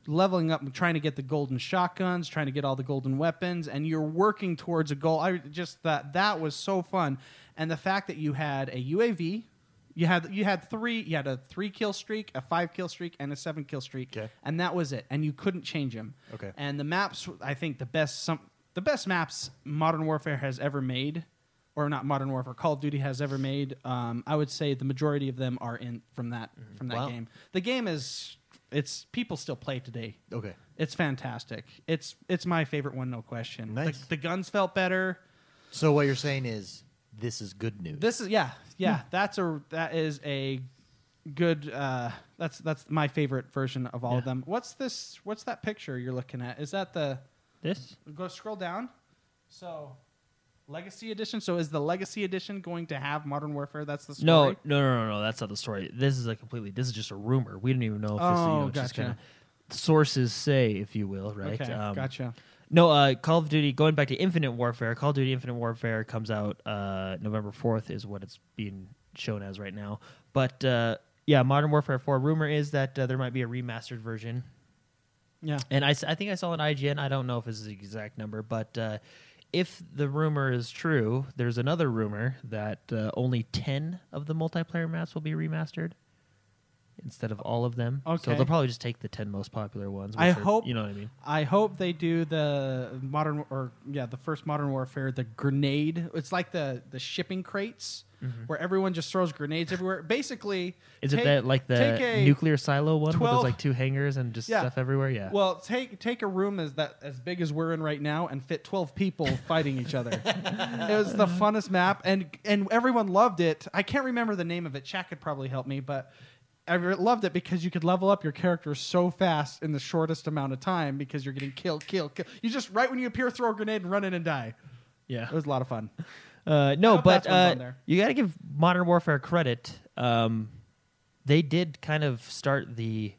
Speaker 2: leveling up and trying to get the golden shotguns, trying to get all the golden weapons, and you're working towards a goal. I just that that was so fun, and the fact that you had a UAV, you had you had three, you had a three kill streak, a five kill streak, and a seven kill streak,
Speaker 1: Okay.
Speaker 2: and that was it, and you couldn't change them.
Speaker 1: Okay.
Speaker 2: and the maps, I think the best some the best maps Modern Warfare has ever made. Or not Modern Warfare, Call of Duty has ever made. Um, I would say the majority of them are in from that from that
Speaker 1: Mm-hmm. Wow.
Speaker 2: game. The game is it's people still play it today.
Speaker 1: Okay.
Speaker 2: It's fantastic. It's it's my favorite one, no question. The-
Speaker 1: Nice.
Speaker 2: The, guns felt better.
Speaker 1: So what you're saying is this is good news.
Speaker 2: This is yeah yeah.
Speaker 1: Hmm.
Speaker 2: That's a that is a good. Uh, that's that's my favorite version of all of
Speaker 3: Yeah.
Speaker 2: them. What's this? What's that picture you're looking at? Is that the
Speaker 3: This?
Speaker 2: go scroll down? So. Legacy edition. So is the Legacy edition going to have Modern Warfare? That's the story.
Speaker 3: No, no, no, no, no. That's not the story. This is a completely. This is just a rumor. We don't even know if this. You know,
Speaker 2: Oh,
Speaker 3: it's just
Speaker 2: gotcha.
Speaker 3: kinda, sources say, if you will, right?
Speaker 2: Okay,
Speaker 3: Um,
Speaker 2: gotcha.
Speaker 3: No, uh, Call of Duty. Going back to Infinite Warfare, Call of Duty Infinite Warfare comes out uh, November fourth, is what it's being shown as right now. But uh, yeah, Modern Warfare Four. Rumor is that uh, there might be a remastered version,
Speaker 2: Yeah.
Speaker 3: and I, s- I think I saw an IGN. I don't know if this is the exact number, but uh, if the rumor is true, there's another rumor that uh, only ten of the multiplayer maps will be remastered instead of all of them. So
Speaker 2: Okay.
Speaker 3: they'll probably just take the ten most popular ones.
Speaker 2: I
Speaker 3: which are-
Speaker 2: hope-
Speaker 3: you know what I mean.
Speaker 2: I hope they do the modern or yeah, the first modern warfare, the grenade. It's like the the shipping crates where everyone just throws grenades everywhere. Basically,
Speaker 3: Mm-hmm. Is it
Speaker 2: take-
Speaker 3: that like the
Speaker 2: take a-
Speaker 3: nuclear silo one where
Speaker 2: 12
Speaker 3: there's like two hangars and just
Speaker 2: Yeah.
Speaker 3: stuff everywhere? Yeah.
Speaker 2: Well, take take a room as that as big as we're in right now and fit 12 people fighting each other. it was the funnest map and and everyone loved it. I can't remember the name of it. Chat could probably help me, but I re- loved it because you could level up your character so fast in the shortest amount of time because you're getting killed, killed, killed. You just right when you appear throw a grenade and run in and die.
Speaker 3: yeah.
Speaker 2: It was a lot of fun.
Speaker 3: Uh, no,
Speaker 2: hope
Speaker 3: but
Speaker 2: that's one's
Speaker 3: uh,
Speaker 2: on there.
Speaker 3: you got to give Modern Warfare credit. Um, they did kind of start the,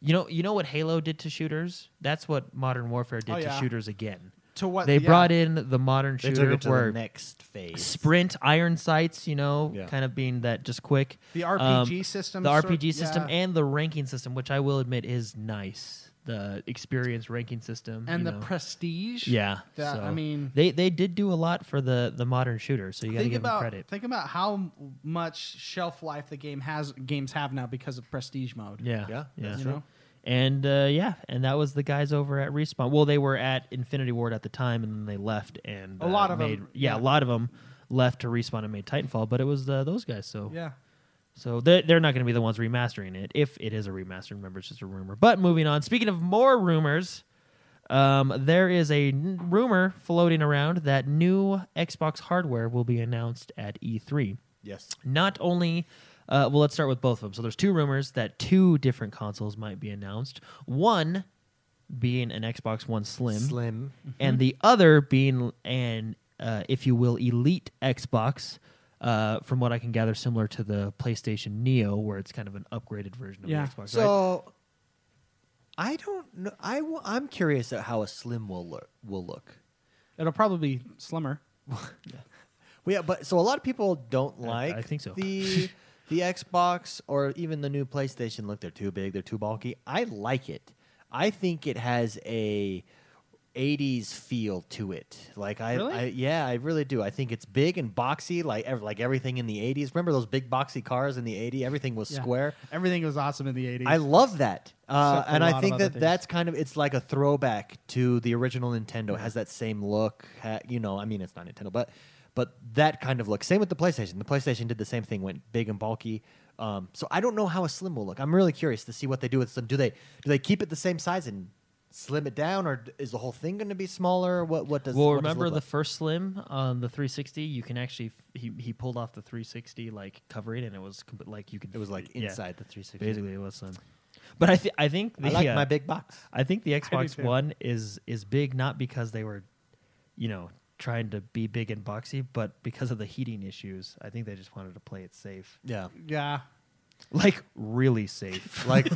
Speaker 3: you know, you know what Halo did to shooters. That's what Modern Warfare did
Speaker 2: Oh,
Speaker 3: to
Speaker 2: yeah.
Speaker 3: shooters again.
Speaker 2: To what
Speaker 3: They brought in the modern
Speaker 1: they
Speaker 3: shooter
Speaker 1: took it to
Speaker 3: where
Speaker 1: the next phase.
Speaker 3: sprint iron sights, you know,
Speaker 1: Yeah.
Speaker 3: kind of being that just quick.
Speaker 2: The
Speaker 3: Um,
Speaker 2: RPG system
Speaker 3: the
Speaker 2: sort-
Speaker 3: RPG system,
Speaker 2: yeah.
Speaker 3: and the ranking system, which I will admit is nice. The experience ranking system
Speaker 2: and
Speaker 3: you
Speaker 2: the
Speaker 3: know.
Speaker 2: prestige.
Speaker 3: Yeah.
Speaker 2: That-
Speaker 3: so
Speaker 2: I mean-
Speaker 3: they they did do a lot for the the modern shooter, so you got to
Speaker 2: think
Speaker 3: give
Speaker 2: about
Speaker 3: them credit.
Speaker 2: think about how m- much shelf life the game has games have now because of prestige mode.
Speaker 3: yeah.
Speaker 1: Yeah,
Speaker 3: Yeah.
Speaker 1: that's
Speaker 2: You know?
Speaker 3: And uh, yeah, and that was the guys over at Respawn. Well, they were at Infinity Ward at the time, and then they left. And
Speaker 2: A
Speaker 3: uh,
Speaker 2: lot of 'em,
Speaker 3: made, Yeah,
Speaker 2: yeah.
Speaker 3: a lot of them left to Respawn and made Titanfall, but it was uh, those guys. So
Speaker 2: Yeah.
Speaker 3: So they're, they're not going to be the ones remastering it. If it is a remaster, remember it's just a rumor. But moving on, speaking of more rumors, um, there is a n- rumor floating around that new Xbox hardware will be announced at E3.
Speaker 1: Yes.
Speaker 3: Not only, uh, well, let's start with both of them. So there's two rumors that two different consoles might be announced. One being an Xbox One Slim,
Speaker 1: Slim.
Speaker 3: and the other being an, uh, if you will, elite Xbox. uh, from what I can gather, similar to the PlayStation Neo, where it's kind of an upgraded version of
Speaker 2: Yeah.
Speaker 3: the Xbox. right?
Speaker 1: So I don't know. I w- I'm curious at how a slim will look. Will look.
Speaker 2: It'll probably be slimmer.
Speaker 1: Well, yeah, but so a lot of people don't
Speaker 3: I
Speaker 1: like.
Speaker 3: think so.
Speaker 1: The the Xbox or even the new PlayStation look. They're too big. They're too bulky. I like it. I think it has a 80s feel to it. Like I,
Speaker 2: Really?
Speaker 1: I yeah, I really do. I think it's big and boxy, like ev- like everything in the 80s. Remember those big boxy cars in the 80s? Everything was
Speaker 2: Yeah.
Speaker 1: square.
Speaker 2: Everything was awesome in the 80s.
Speaker 1: I love that, uh,
Speaker 2: Except for
Speaker 1: and
Speaker 2: a
Speaker 1: I
Speaker 2: lot
Speaker 1: think
Speaker 2: of other
Speaker 1: that
Speaker 2: things.
Speaker 1: that's kind of it's like a throwback to the original Nintendo. It Has that same look, ha- you know? I mean, it's not Nintendo, but but that kind of look. Same with the PlayStation. The PlayStation did the same thing, went big and bulky. Um, so I don't know how a slim will look. I'm really curious to see what they do with slim. Do they do they keep it the same size and slim it down, or d- is the whole thing going to be smaller? What what does
Speaker 3: well,
Speaker 1: what does it
Speaker 3: remember
Speaker 1: look
Speaker 3: the
Speaker 1: like?
Speaker 3: first Slim on the 360? You can actually f- he he pulled off the 360 like covering, and it was com- like you could
Speaker 1: it was like
Speaker 3: yeah,
Speaker 1: inside the 360.
Speaker 3: basically it was Slim. But I th- I think the
Speaker 1: I like
Speaker 3: uh,
Speaker 1: my big box.
Speaker 3: I think the
Speaker 2: do
Speaker 3: Xbox
Speaker 2: too.
Speaker 3: One is is big not because they were, you know, trying to be big and boxy, but because of the heating issues. I think they just wanted to play it safe,
Speaker 1: Yeah,
Speaker 2: yeah.
Speaker 3: like really safe.
Speaker 1: like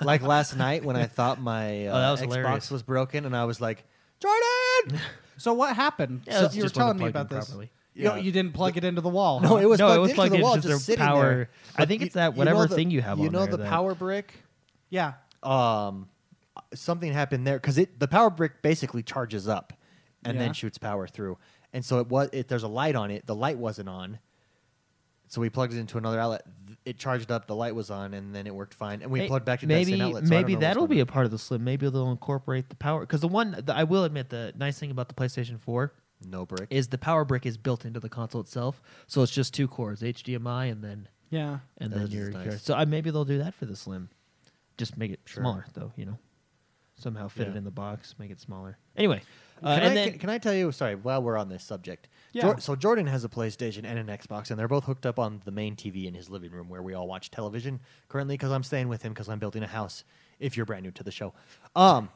Speaker 1: like last night when I thought my
Speaker 3: Oh, that
Speaker 1: uh,
Speaker 3: was
Speaker 1: Xbox
Speaker 3: hilarious.
Speaker 1: was broken, and I was like, Jordan.
Speaker 2: So what happened?
Speaker 3: Yeah, it
Speaker 2: so
Speaker 3: was
Speaker 2: you were
Speaker 3: just wasn't
Speaker 2: telling me
Speaker 3: plugged in
Speaker 2: about this.
Speaker 3: properly.
Speaker 2: You, know,
Speaker 1: Yeah.
Speaker 2: you didn't plug it into the wall.
Speaker 1: No,
Speaker 2: huh?
Speaker 1: it was
Speaker 3: No, it
Speaker 1: plugged
Speaker 3: was
Speaker 1: into
Speaker 3: plugged
Speaker 1: the
Speaker 3: in,
Speaker 1: wall,
Speaker 3: just
Speaker 1: just
Speaker 3: their
Speaker 1: sitting
Speaker 3: power-
Speaker 1: there.
Speaker 3: I think it's that whatever thing you have
Speaker 1: You
Speaker 3: on
Speaker 1: know
Speaker 3: there
Speaker 1: the
Speaker 3: that-
Speaker 1: power brick.
Speaker 2: yeah.
Speaker 1: Um, something happened there because it the power brick basically charges up, and
Speaker 2: Yeah.
Speaker 1: then shoots power through, and so it was. It, there's a light on it. The light wasn't on. So we plugged it into another outlet. Th- It charged up. The light was on, and then it worked fine. And we
Speaker 3: May-
Speaker 1: plugged back into
Speaker 3: maybe
Speaker 1: that same outlet. so I don't
Speaker 3: maybe
Speaker 1: know what's
Speaker 3: that'll
Speaker 1: going
Speaker 3: be
Speaker 1: on.
Speaker 3: a part of the slim. Maybe they'll incorporate the power because the one the, I will admit the nice thing about the PlayStation Four
Speaker 1: no brick.
Speaker 3: is the power brick is built into the console itself, so it's just two cores, HDMI and then
Speaker 2: Yeah.
Speaker 3: and
Speaker 1: That
Speaker 3: then
Speaker 1: is
Speaker 3: your
Speaker 1: nice.
Speaker 3: your- so I, maybe they'll do that for the slim. Just make it
Speaker 1: Sure.
Speaker 3: smaller though, you know. Somehow fit it
Speaker 1: Yeah.
Speaker 3: in the box, make it smaller. Anyway, uh,
Speaker 1: can,
Speaker 3: and
Speaker 1: I,
Speaker 3: then
Speaker 1: can, can I tell you? Sorry, while we're on this subject,
Speaker 2: Yeah.
Speaker 1: Jor- so Jordan has a PlayStation and an Xbox, and they're both hooked up on the main TV in his living room where we all watch television currently. Because I'm staying with him because I'm building a house. If you're brand new to the show, um,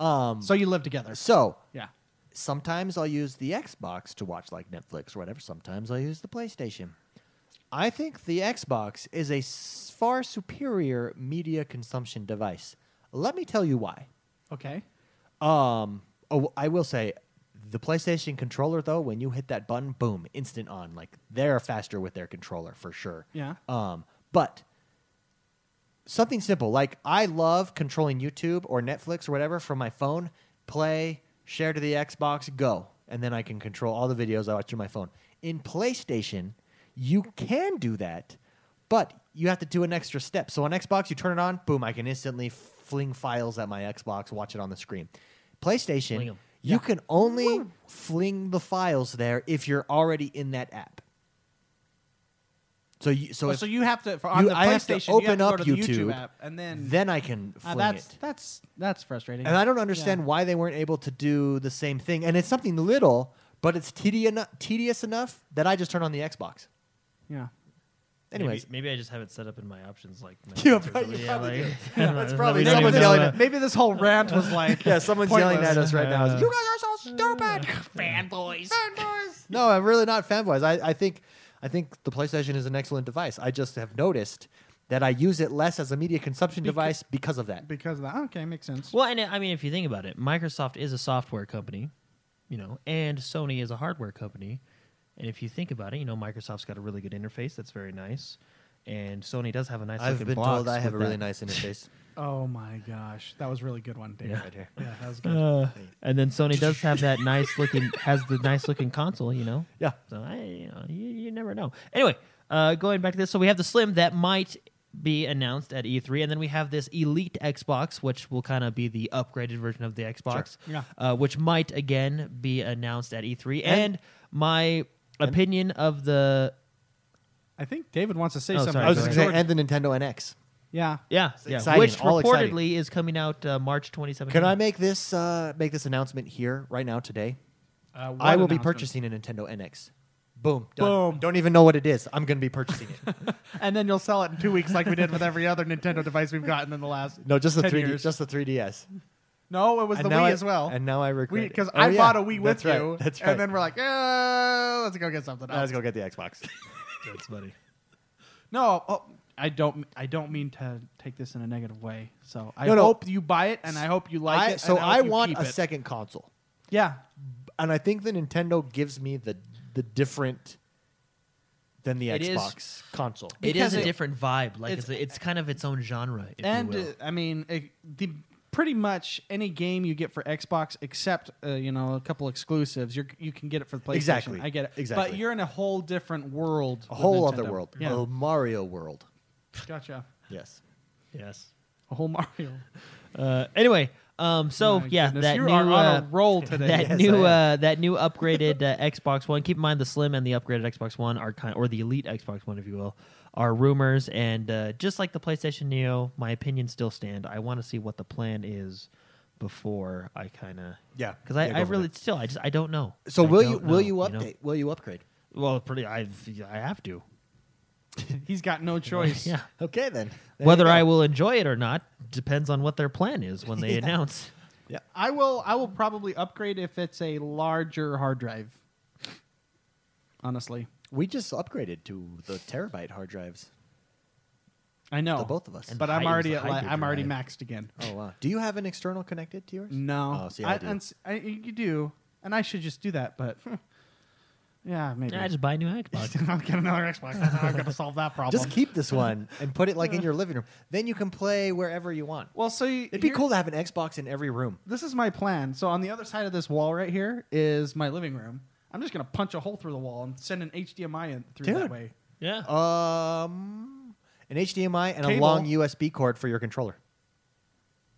Speaker 2: So you live together.
Speaker 1: so
Speaker 2: Yeah.
Speaker 1: sometimes I'll use the Xbox to watch like Netflix or whatever. Sometimes I'll use the PlayStation. I think the Xbox is a s- far superior media consumption device. Let me tell you why.
Speaker 2: Okay.
Speaker 1: Um, oh, I will say the PlayStation controller though, when you hit that button, boom, instant on. Like they're faster with their controller for sure.
Speaker 2: Yeah.
Speaker 1: Um, but something simple like I love controlling YouTube or Netflix or whatever from my phone. Play, share to the Xbox, go, and then I can control all the videos I watch through my phone. In PlayStation, you can do that, but you have to do an extra step. So on Xbox, you turn it on, boom, I can instantly fling files at my Xbox, watch it on the screen. PlayStation,
Speaker 3: Fling
Speaker 1: you
Speaker 3: 'em.
Speaker 1: can only fling the files there if you're already in that app. So you, so
Speaker 3: Oh,
Speaker 2: Oh, So,
Speaker 1: if,
Speaker 2: so you have to for, on
Speaker 1: you-
Speaker 2: the PlayStation.
Speaker 1: I have to
Speaker 2: you have
Speaker 1: open
Speaker 2: to
Speaker 1: up
Speaker 2: go to the
Speaker 1: YouTube,
Speaker 2: YouTube app, and then
Speaker 1: then I can
Speaker 2: Ah,
Speaker 1: fling
Speaker 2: that's
Speaker 1: it.
Speaker 2: that's that's frustrating.
Speaker 1: And I don't understand why they weren't able to do the same thing. And it's something little, but it's tedious, tedious enough that I just turn on the Xbox.
Speaker 2: Yeah.
Speaker 1: Anyways,
Speaker 3: maybe, maybe I just have it set up in my options like. my
Speaker 1: Yeah,
Speaker 3: notes or
Speaker 1: probably-
Speaker 3: something.
Speaker 1: you
Speaker 3: Yeah,
Speaker 1: probably do.
Speaker 3: like- I don't know.
Speaker 1: That's probably
Speaker 3: We don't
Speaker 1: someone
Speaker 3: even know
Speaker 1: yelling
Speaker 3: that-
Speaker 1: at-
Speaker 2: Maybe this whole rant was like
Speaker 1: yeah, someone's yelling
Speaker 2: pointless.
Speaker 1: at us right now.
Speaker 3: Uh,
Speaker 1: you guys are so stupid,
Speaker 2: fanboys.
Speaker 1: fanboys. No, I'm really not fanboys. I, I think I think the PlayStation is an excellent device. I just have noticed that I use it less as a media consumption device because of that.
Speaker 2: Because of that. Okay, makes sense.
Speaker 3: Well, and I mean, if you think about it, Microsoft is a software company, you know, and Sony is a hardware company. And if you think about it, you know, Microsoft's got a really good interface that's very nice, and Sony does have a nice.
Speaker 1: I've
Speaker 3: looking
Speaker 1: been
Speaker 3: box
Speaker 1: told I have a
Speaker 3: with
Speaker 1: really
Speaker 3: that.
Speaker 1: nice interface.
Speaker 2: Oh my gosh, that was a really good one, David.
Speaker 3: Yeah.
Speaker 1: Right here.
Speaker 2: Yeah, that was good.
Speaker 3: Uh, and then Sony does have that nice looking has the nice looking console, you know.
Speaker 1: Yeah.
Speaker 3: So I, you, know, you, you never know. Anyway, uh, going back to this, so we have the Slim that might be announced at E3, and then we have this Elite Xbox, which will kind of be the upgraded version of the Xbox,
Speaker 2: Yeah.
Speaker 3: uh, which might again be announced at E3. And, my opinion of the
Speaker 2: I think David wants to say
Speaker 3: Oh,
Speaker 2: something.
Speaker 3: sorry,
Speaker 1: I was
Speaker 3: go
Speaker 1: just
Speaker 3: ahead.
Speaker 1: gonna say, and the Nintendo NX.
Speaker 2: yeah.
Speaker 3: yeah, yeah
Speaker 1: exciting,
Speaker 3: which
Speaker 1: all
Speaker 3: reportedly
Speaker 1: exciting.
Speaker 3: is coming out uh, March 27th.
Speaker 1: Can I make this uh, make this announcement here right now today?
Speaker 2: Uh, what
Speaker 1: I will be
Speaker 2: announcement?
Speaker 1: purchasing a Nintendo NX. Boom. Done.
Speaker 2: Boom.
Speaker 1: Don't even know what it is. I'm going to be purchasing it.
Speaker 2: and then you'll sell it in two weeks, like we did with every other Nintendo device we've gotten in the last.
Speaker 1: No, just the
Speaker 2: 10
Speaker 1: 3D,
Speaker 2: years.
Speaker 1: just the 3DS.
Speaker 2: No, it was
Speaker 1: And
Speaker 2: the
Speaker 1: now
Speaker 2: Wii
Speaker 1: I-
Speaker 2: as well.
Speaker 1: And now I regret
Speaker 2: because
Speaker 1: it.
Speaker 2: I
Speaker 1: Oh, yeah.
Speaker 2: bought a Wii
Speaker 1: That's
Speaker 2: with
Speaker 1: right.
Speaker 2: you,
Speaker 1: That's right.
Speaker 2: and then we're like, eh, let's go get something
Speaker 1: Now
Speaker 2: else.
Speaker 1: let's go get the Xbox.
Speaker 3: That's funny.
Speaker 2: No, oh, I don't. I don't mean to take this in a negative way. So I
Speaker 1: No, no.
Speaker 2: hope you buy it, and I hope you like
Speaker 1: I,
Speaker 2: it.
Speaker 1: so
Speaker 2: and
Speaker 1: I
Speaker 2: hope you
Speaker 1: want
Speaker 2: keep
Speaker 1: a
Speaker 2: it.
Speaker 1: second console,
Speaker 2: Yeah,
Speaker 1: and I think the Nintendo gives me the the different than the
Speaker 3: It is-
Speaker 1: Xbox console.
Speaker 3: It is
Speaker 2: Because
Speaker 3: a
Speaker 2: it-
Speaker 3: different vibe. Like
Speaker 2: it's-
Speaker 3: it's, it's kind of its own genre. If
Speaker 2: and
Speaker 3: you
Speaker 2: uh,
Speaker 3: will.
Speaker 2: I mean, it, the pretty much any game you get for Xbox, except uh, you know a couple exclusives, you're, you can get it for the PlayStation.
Speaker 1: Exactly.
Speaker 2: I get it.
Speaker 1: Exactly.
Speaker 2: but you're in a whole different world.
Speaker 1: a
Speaker 2: with
Speaker 1: whole
Speaker 2: Nintendo.
Speaker 1: other world, Oh.
Speaker 2: Yeah,
Speaker 1: a Mario world.
Speaker 2: gotcha.
Speaker 1: Yes.
Speaker 3: yes.
Speaker 2: A whole Mario.
Speaker 3: Uh, anyway, um, so
Speaker 2: My
Speaker 3: yeah,
Speaker 2: goodness,
Speaker 3: that
Speaker 2: you
Speaker 3: new
Speaker 2: are
Speaker 3: uh,
Speaker 2: on a roll today.
Speaker 3: that
Speaker 1: Yes,
Speaker 3: new
Speaker 1: I
Speaker 3: uh, that new upgraded uh, Xbox One. Keep in mind the Slim and the upgraded Xbox One are kind or the Elite Xbox One, if you will, are rumors. And uh, just like the PlayStation Neo, my opinions still stand. I want to see what the plan is before I kind of
Speaker 1: Yeah,
Speaker 3: because I,
Speaker 1: yeah, go
Speaker 3: I
Speaker 1: for
Speaker 3: really
Speaker 1: that.
Speaker 3: still I just I don't know.
Speaker 1: So
Speaker 3: I
Speaker 1: will you
Speaker 3: don't
Speaker 1: will
Speaker 3: know,
Speaker 1: you update?
Speaker 3: know?
Speaker 1: Will you upgrade?
Speaker 3: Well, pretty I I have to
Speaker 2: He's got no choice.
Speaker 3: yeah.
Speaker 1: Okay then. There
Speaker 3: Whether
Speaker 1: you go.
Speaker 3: I will enjoy it or not depends on what their plan is when they announce.
Speaker 2: I will. I will probably upgrade if it's a larger hard drive. Honestly,
Speaker 1: we just upgraded to the terabyte hard drives.
Speaker 2: I know
Speaker 1: The both of us.
Speaker 2: but I'm
Speaker 3: Hy-
Speaker 2: already
Speaker 3: it
Speaker 2: at
Speaker 3: was a
Speaker 2: li-
Speaker 3: hybrid
Speaker 2: I'm already
Speaker 3: drive.
Speaker 2: maxed again.
Speaker 1: Oh wow. Do you have an external connected to yours?
Speaker 2: No,
Speaker 1: Oh, see, I do. Hmm.
Speaker 2: and s- I- you do, and I should just do that, but yeah, maybe.
Speaker 3: Yeah, I just buy a new Xbox.
Speaker 2: I'll get another Xbox. That's how I'm gonna solve that problem.
Speaker 1: Just keep this one and put it like in your living room. Then you can play wherever you want.
Speaker 2: well, so you,
Speaker 1: It'd be
Speaker 2: here-
Speaker 1: cool to have an Xbox in every room.
Speaker 2: This is my plan. So on the other side of this wall right here is my living room. I'm just gonna punch a hole through the wall and send an HDMI in through
Speaker 1: Dude.
Speaker 2: that way.
Speaker 3: yeah.
Speaker 1: Um, an HDMI and a
Speaker 2: Cable.
Speaker 1: long USB cord for your controller.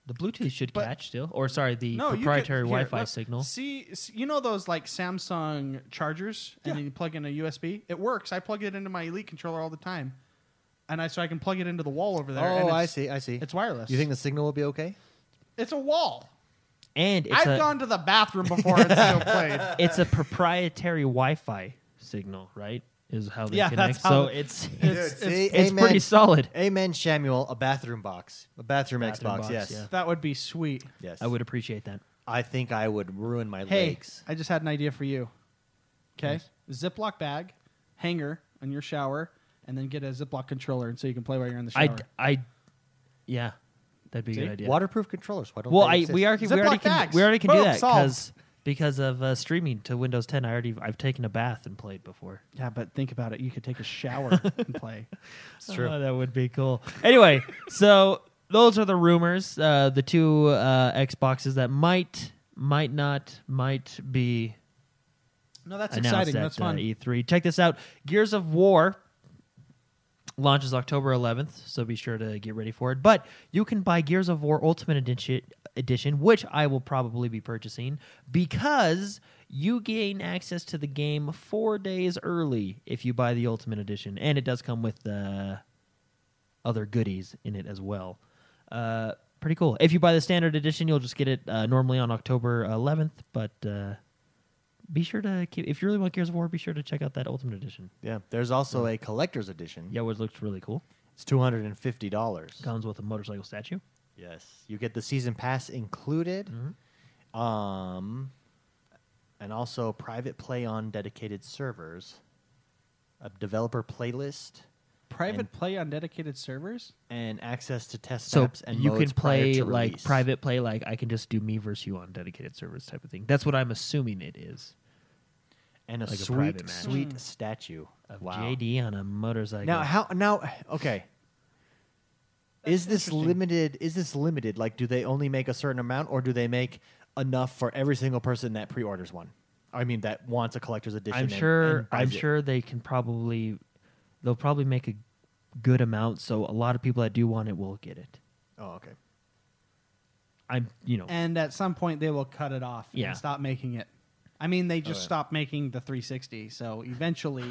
Speaker 3: The Bluetooth should
Speaker 2: But-
Speaker 3: catch still, or sorry, the
Speaker 2: you could-
Speaker 3: proprietary
Speaker 2: here,
Speaker 3: Wi-Fi
Speaker 2: look,
Speaker 3: signal.
Speaker 2: See, s- you know those like Samsung chargers,
Speaker 1: Yeah.
Speaker 2: and then you plug in a USB. It works. I plug it into my Elite controller all the time, and I so I can plug it into the wall over there. and
Speaker 1: oh,
Speaker 2: it's,
Speaker 1: I see. I see.
Speaker 2: It's wireless.
Speaker 1: You think the signal will be okay?
Speaker 2: it's a wall?
Speaker 3: And it's
Speaker 2: I've
Speaker 3: a
Speaker 2: gone uh, to the bathroom before it's still played.
Speaker 3: it's a proprietary Wi-Fi signal, right? Is how they
Speaker 2: Yeah,
Speaker 3: connect.
Speaker 2: that's how
Speaker 3: so
Speaker 2: the-
Speaker 3: it's
Speaker 2: It's-
Speaker 1: Dude,
Speaker 2: it's-
Speaker 1: see?
Speaker 3: it's pretty solid.
Speaker 1: Amen, Samuel. A bathroom box. A bathroom,
Speaker 3: Bathroom
Speaker 1: Xbox.
Speaker 3: box,
Speaker 1: yes.
Speaker 3: yeah.
Speaker 2: That would be sweet.
Speaker 1: Yes.
Speaker 3: I would appreciate that.
Speaker 1: I think I would ruin my
Speaker 2: Hey,
Speaker 1: legs.
Speaker 2: I just had an idea for you. Okay, Ziploc bag, hanger on your shower, and then get a Ziploc controller, and so you can play while you're in the shower.
Speaker 3: I I yeah, that'd be a
Speaker 2: See?
Speaker 3: good idea.
Speaker 1: Waterproof controllers. Why don't
Speaker 3: well,
Speaker 1: they
Speaker 3: I
Speaker 1: exist?
Speaker 3: we already we
Speaker 2: Ziploc
Speaker 3: already can
Speaker 2: bags.
Speaker 3: we already can do
Speaker 2: Boom,
Speaker 3: that
Speaker 2: solved.
Speaker 3: because because of uh, streaming to Windows 10. I already I've taken a bath and played before.
Speaker 2: yeah, but think about it. You could take a shower and play.
Speaker 1: It's true.
Speaker 3: Oh, that would be cool. Anyway, so those are the rumors. Uh, the two uh, Xboxes that might, might not, might be
Speaker 2: No, that's
Speaker 3: announced
Speaker 2: exciting.
Speaker 3: at
Speaker 2: That's
Speaker 3: uh,
Speaker 2: fun.
Speaker 3: E3. Check this out. Gears of War launches October 11th, so be sure to get ready for it. But you can buy Gears of War Ultimate Edition, edition which I will probably be purchasing because you gain access to the game four days early if you buy the Ultimate Edition, and it does come with the other goodies in it as well. Uh, pretty cool. If you buy the standard edition, you'll just get it uh, normally on October 11th. But uh, be sure to keep if you really want Gears of War, be sure to check out that Ultimate Edition.
Speaker 1: yeah. There's also a collector's edition.
Speaker 3: Yeah, which looks really cool.
Speaker 1: It's two hundred and fifty dollars.
Speaker 3: Comes with a motorcycle statue.
Speaker 1: Yes, you get the season pass included,
Speaker 3: Mm-hmm.
Speaker 1: um, and also private play on dedicated servers, a developer playlist,
Speaker 2: Private
Speaker 1: and-
Speaker 2: play on dedicated servers.
Speaker 1: and access to test
Speaker 3: So
Speaker 1: maps and
Speaker 3: you
Speaker 1: modes
Speaker 3: can
Speaker 1: prior
Speaker 3: play
Speaker 1: to
Speaker 3: like
Speaker 1: release.
Speaker 3: private play, like I can just do me versus you on dedicated servers type of thing. That's what I'm assuming it is.
Speaker 1: and a
Speaker 3: like a
Speaker 1: sweet,
Speaker 3: private match.
Speaker 1: sweet statue.
Speaker 3: Of JD on a motorcycle.
Speaker 1: Now how now okay. is this limited? Is this limited? Like, do they only make a certain amount, or do they make enough for every single person that pre-orders one? I mean, that wants a collector's edition.
Speaker 3: I'm
Speaker 1: and-
Speaker 3: sure.
Speaker 1: and buys
Speaker 3: I'm
Speaker 1: it.
Speaker 3: sure they can probably. They'll probably make a good amount, so a lot of people that do want it will get it.
Speaker 1: Oh, okay.
Speaker 3: I'm, you know,
Speaker 2: and at some point they will cut it off
Speaker 3: Yeah.
Speaker 2: and stop making it. I mean, they just
Speaker 1: yeah.
Speaker 2: stopped making the 360, so eventually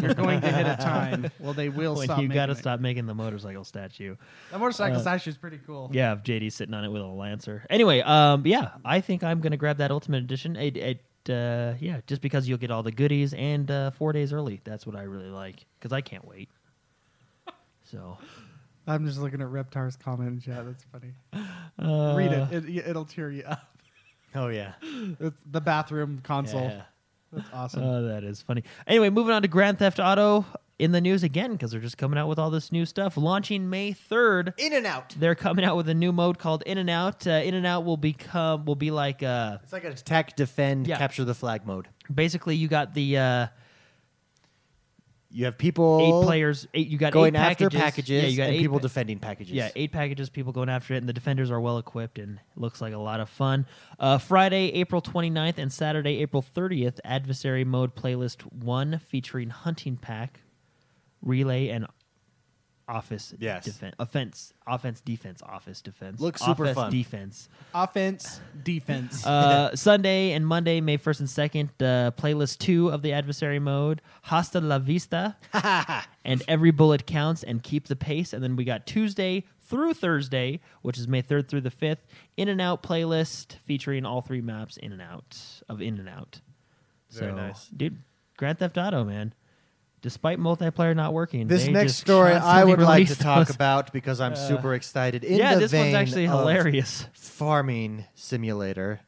Speaker 2: you're going to hit a time. Well, they will
Speaker 3: when
Speaker 2: stop.
Speaker 3: you
Speaker 2: got to
Speaker 3: stop making the motorcycle statue.
Speaker 2: The motorcycle statue is pretty cool.
Speaker 3: Uh, Yeah, of JD sitting on it with a lancer. Anyway, um, yeah, I think I'm gonna grab that Ultimate Edition. It, it, uh, yeah, just because you'll get all the goodies and uh, four days early. That's what I really like because I can't wait. So,
Speaker 2: I'm just looking at Reptar's comment in chat. That's funny.
Speaker 3: Uh,
Speaker 2: Read it. it. It'll tear you up.
Speaker 1: Oh yeah.
Speaker 2: It's the bathroom console.
Speaker 3: Yeah.
Speaker 2: That's awesome.
Speaker 3: Oh, that is funny. Anyway, moving on to Grand Theft Auto in the news again because they're just coming out with all this new stuff. Launching May third,
Speaker 1: In and out.
Speaker 3: they're coming out with a new mode called In and Out. Uh, in and Out will become will be like uh,
Speaker 1: It's like an attack, defend,
Speaker 3: Yeah.
Speaker 1: capture the flag mode.
Speaker 3: basically you got the uh,
Speaker 1: You have people
Speaker 3: eight players. Eight, you got
Speaker 1: going
Speaker 3: eight
Speaker 1: after
Speaker 3: packages.
Speaker 1: packages
Speaker 3: Yeah, you got
Speaker 1: and
Speaker 3: eight
Speaker 1: people
Speaker 3: pa-
Speaker 1: defending packages.
Speaker 3: Yeah, eight packages, people going after it, and the defenders are well equipped and it looks like a lot of fun. Uh, Friday, April 29th and Saturday, April 30th, Adversary Mode Playlist 1 featuring Hunting Pack, Relay, and Office
Speaker 1: Yes.
Speaker 3: defen- offense, offense, defense, office defense.
Speaker 1: Looks super
Speaker 3: offense,
Speaker 1: fun.
Speaker 3: Defense.
Speaker 2: Offense, defense.
Speaker 3: Uh, Sunday and Monday, May 1st and 2nd, uh, playlist 2 of the adversary mode, Hasta la Vista, and Every Bullet Counts and Keep the Pace. And then we got Tuesday through Thursday, which is May 3rd through the 5th, In and Out playlist featuring all three maps In and Out of In and Out.
Speaker 1: Very
Speaker 3: so,
Speaker 1: nice.
Speaker 3: dude, Grand Theft Auto, man. Despite multiplayer not working,
Speaker 1: This
Speaker 3: they
Speaker 1: next
Speaker 3: just
Speaker 1: story I
Speaker 3: constantly
Speaker 1: would like to
Speaker 3: release
Speaker 1: talk
Speaker 3: those. Uh,
Speaker 1: about because I'm super excited. In
Speaker 3: yeah,
Speaker 1: the
Speaker 3: this
Speaker 1: vein
Speaker 3: one's actually
Speaker 1: of
Speaker 3: hilarious.
Speaker 1: Farming simulator.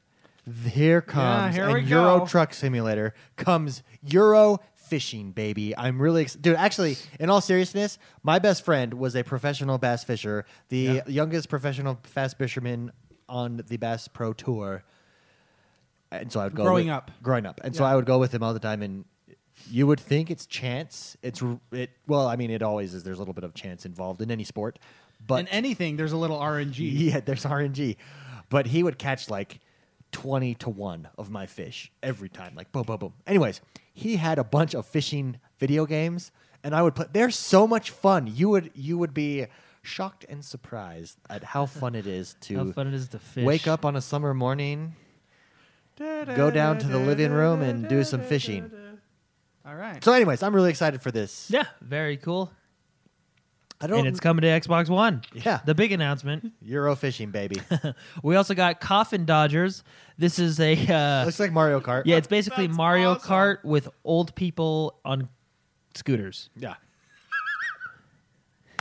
Speaker 1: Th- Here comes
Speaker 2: here
Speaker 1: and
Speaker 2: we
Speaker 1: Euro
Speaker 2: go.
Speaker 1: Truck Simulator comes Euro fishing, baby. I'm really ex- dude. Actually, in all seriousness, my best friend was a professional bass fisher, the youngest professional bass fisherman on the Bass Pro Tour. And so I'd go
Speaker 2: Growing
Speaker 1: with-
Speaker 2: up.
Speaker 1: growing up, and so
Speaker 2: Yeah.
Speaker 1: I would go with him all the time. And you would think it's chance. It's r- it. Well, I mean, it always is. There's a little bit of chance involved in any sport, but
Speaker 2: In anything, there's a little RNG.
Speaker 1: yeah, there's RNG. But he would catch like 20 to 1 of my fish every time. Like, boom, boom, boom. Anyways, he had a bunch of fishing video games, and I would play. They're so much fun. You would you would be shocked and surprised at how fun it is to
Speaker 3: How fun it is to fish.
Speaker 1: wake up on a summer morning, go down to the living room, and do some fishing.
Speaker 2: All right.
Speaker 1: So, anyways, I'm really excited for this.
Speaker 3: Yeah, very cool.
Speaker 1: I don't.
Speaker 3: And it's coming to Xbox One.
Speaker 1: Yeah.
Speaker 3: The big announcement.
Speaker 1: Euro fishing, baby.
Speaker 3: We also got Coffin Dodgers. This is a uh,
Speaker 1: Looks like Mario Kart.
Speaker 3: yeah, it's basically
Speaker 2: That's
Speaker 3: Mario
Speaker 2: awesome.
Speaker 3: Kart with old people on scooters
Speaker 1: yeah.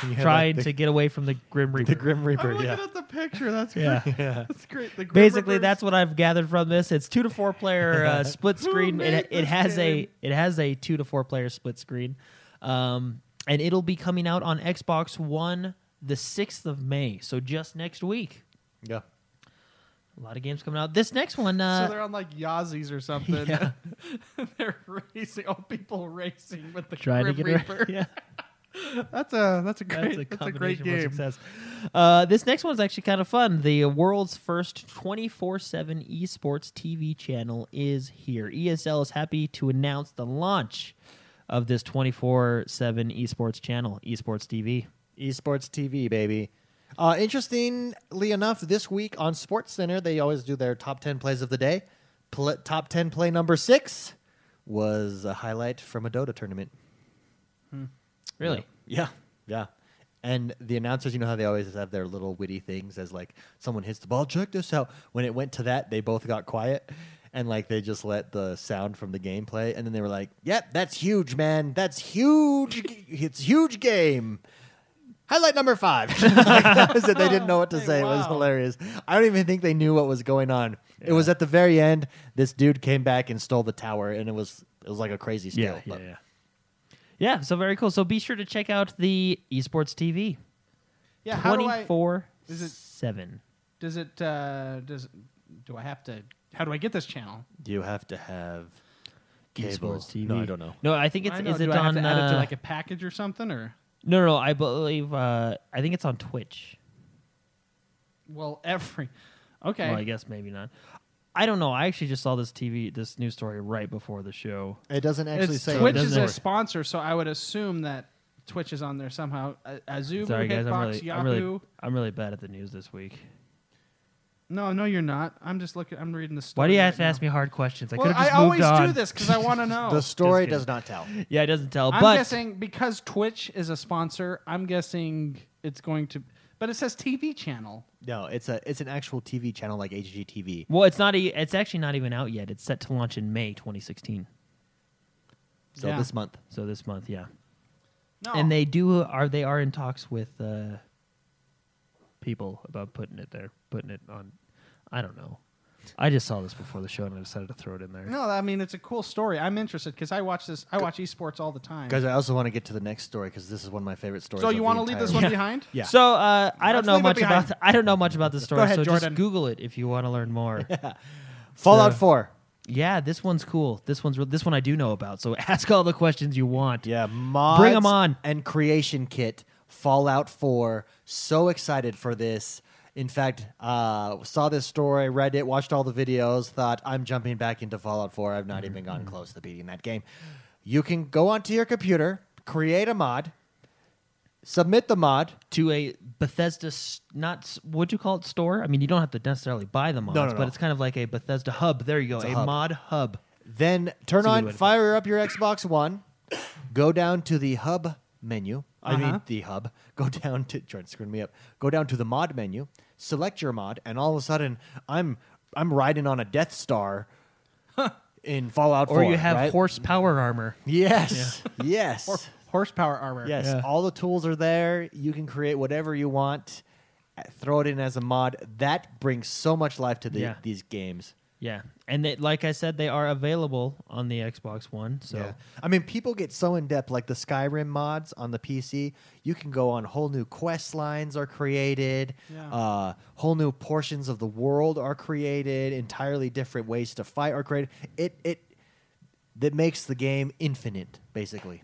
Speaker 1: And you have, like,
Speaker 3: trying
Speaker 1: the-
Speaker 3: to get away from the Grim Reaper.
Speaker 1: The Grim
Speaker 2: I'm
Speaker 1: Reaper,
Speaker 2: looking
Speaker 1: yeah.
Speaker 2: at the picture. That's great.
Speaker 3: Yeah.
Speaker 2: That's great. The
Speaker 3: Basically,
Speaker 2: Grimmer's-
Speaker 3: that's what I've gathered from this. It's two to four player uh, split
Speaker 2: Who
Speaker 3: screen.
Speaker 2: made
Speaker 3: It, it
Speaker 2: this
Speaker 3: has
Speaker 2: game?
Speaker 3: a it has a two to four player split screen, um, and it'll be coming out on Xbox One the sixth of May. So just next week.
Speaker 1: Yeah.
Speaker 3: A lot of games coming out. This next one, uh,
Speaker 2: so they're on like Yazzies or something.
Speaker 3: yeah.
Speaker 2: they're racing. All people racing with the
Speaker 3: trying to
Speaker 2: Grim
Speaker 3: get
Speaker 2: Reaper.
Speaker 3: around- Yeah.
Speaker 2: That's a that's a
Speaker 3: That's
Speaker 2: great
Speaker 3: a
Speaker 2: that's a,
Speaker 3: combination
Speaker 2: great
Speaker 3: for
Speaker 2: game.
Speaker 3: success. Uh, this next one's actually kind of fun. The world's first 24/7 esports TV channel is here. ESL is happy to announce the launch of this 24/7 esports channel, Esports TV.
Speaker 1: Esports TV, baby. Uh, interestingly enough, this week on Sports Center, they always do their top 10 plays of the day. Pl- top 10 play number six was a highlight from a Dota tournament.
Speaker 3: Really?
Speaker 1: Yeah. Yeah. And the announcers, you know how they always have their little witty things as like someone hits the ball, check this out. When it went to that, they both got quiet and like they just let the sound from the game play. And then they were like, yep, that's huge, man. That's huge. It's huge game. Highlight number five. like, that was it. They didn't know what to
Speaker 2: Hey,
Speaker 1: say. It was
Speaker 2: wow.
Speaker 1: hilarious. I don't even think they knew what was going on. It was at the very end. This dude came back and stole the tower, and it was it was like a crazy steal. but-
Speaker 3: yeah. Yeah, so very cool. So be sure to check out the Esports TV.
Speaker 2: Yeah. How do I?
Speaker 3: 24
Speaker 2: is it-
Speaker 3: 7.
Speaker 2: Does it? Uh, does do I have to? How do I get this channel?
Speaker 1: You have to have cable.
Speaker 3: Esports TV.
Speaker 1: No, I don't know.
Speaker 3: No, I think it's
Speaker 2: I know.
Speaker 3: is
Speaker 2: do
Speaker 3: it
Speaker 2: I have
Speaker 3: on
Speaker 2: to add it to
Speaker 3: uh,
Speaker 2: like a package or something or?
Speaker 3: No, no, no, I believe uh, I think it's on Twitch.
Speaker 2: Well, every. Okay.
Speaker 3: Well, I guess maybe not. I don't know. I actually just saw this TV, this news story right before the show.
Speaker 1: It doesn't actually
Speaker 2: it's
Speaker 1: say.
Speaker 2: Twitch
Speaker 3: doesn't
Speaker 2: is
Speaker 3: it?
Speaker 2: a sponsor, so I would assume that Twitch is on there somehow. Uh, Azubu,
Speaker 3: Sorry, guys.
Speaker 2: Hitbox,
Speaker 3: I'm really,
Speaker 2: Yahoo.
Speaker 3: I'm really, I'm really bad at the news this week.
Speaker 2: No, no, you're not. I'm just looking. I'm reading the story.
Speaker 3: Why do you
Speaker 2: right
Speaker 3: have to
Speaker 2: now.
Speaker 3: ask me hard questions? I
Speaker 2: Well,
Speaker 3: could have
Speaker 2: I
Speaker 3: just moved
Speaker 2: always
Speaker 3: on.
Speaker 2: do this because I want to know.
Speaker 1: the story
Speaker 3: Just kidding.
Speaker 1: does not tell.
Speaker 3: Yeah, it doesn't tell.
Speaker 2: I'm
Speaker 3: but
Speaker 2: guessing because Twitch is a sponsor. I'm guessing it's going to. But it says TV channel.
Speaker 1: No, it's a it's an actual TV channel like HGTV.
Speaker 3: well, it's not. E- it's actually not even out yet. It's set to launch in May 2016.
Speaker 1: So
Speaker 2: Yeah.
Speaker 1: this month,
Speaker 3: So this month, yeah.
Speaker 2: No.
Speaker 3: And they do are they are in talks with uh, people about putting it there, putting it on. I don't know. I just saw this before the show and I decided to throw it in there.
Speaker 2: No, I mean it's a cool story. I'm interested because I watch this. I watch esports all the time.
Speaker 1: Guys, I also want to get to the next story because this is one of my favorite stories.
Speaker 2: so you
Speaker 1: want to
Speaker 2: leave this one
Speaker 3: Yeah.
Speaker 2: behind?
Speaker 1: Yeah.
Speaker 3: So uh, I
Speaker 2: Let's
Speaker 3: don't know
Speaker 2: leave it
Speaker 3: much
Speaker 2: behind.
Speaker 3: about th- I don't know much about this story.
Speaker 2: ahead,
Speaker 3: so
Speaker 2: Jordan.
Speaker 3: just Google it if you want to learn more.
Speaker 1: Fallout
Speaker 3: So-
Speaker 1: Four.
Speaker 3: yeah, this one's cool. This one's re- this one I do know about. So ask all the questions you want.
Speaker 1: Yeah, mods
Speaker 3: 'em on.
Speaker 1: And creation kit Fallout 4. So excited for this. In fact, uh, saw this story, read it, watched all the videos, thought I'm jumping back into Fallout 4. I've not even
Speaker 3: Mm-hmm.
Speaker 1: gotten close to beating that game. You can go onto your computer, create a mod, submit the mod.
Speaker 3: to a Bethesda, s- not s- would you call it store? I mean, you don't have to necessarily buy the mods,
Speaker 1: No, no, no.
Speaker 3: but it's kind of like a Bethesda hub. There you go,
Speaker 1: a
Speaker 3: a,
Speaker 1: hub.
Speaker 3: mod hub.
Speaker 1: Then turn
Speaker 3: That's a good way
Speaker 1: on,
Speaker 3: to put it.
Speaker 1: fire up your Xbox One. Go down to the hub menu. I
Speaker 2: Uh-huh.
Speaker 1: mean the hub. Go down to Jordan, screwing me up. Go down to the mod menu. Select your mod, and all of a sudden, I'm I'm riding on a Death Star in Fallout 4.
Speaker 3: Or you have
Speaker 1: right?
Speaker 3: horsepower armor.
Speaker 1: Yes, yes,
Speaker 2: Hor- horsepower armor.
Speaker 1: yes.
Speaker 3: Yeah.
Speaker 1: All the tools are there. You can create whatever you want. Uh, Throw it in as a mod. That brings so much life to the,
Speaker 3: Yeah.
Speaker 1: these games.
Speaker 3: Yeah, and they, like I said, they are available on the Xbox One. So
Speaker 1: Yeah. I mean, people get so in depth, like the Skyrim mods on the PC. You can go on whole new quest lines are created,
Speaker 2: Yeah.
Speaker 1: uh, whole new portions of the world are created, entirely different ways to fight are created. It it that makes the game infinite, basically.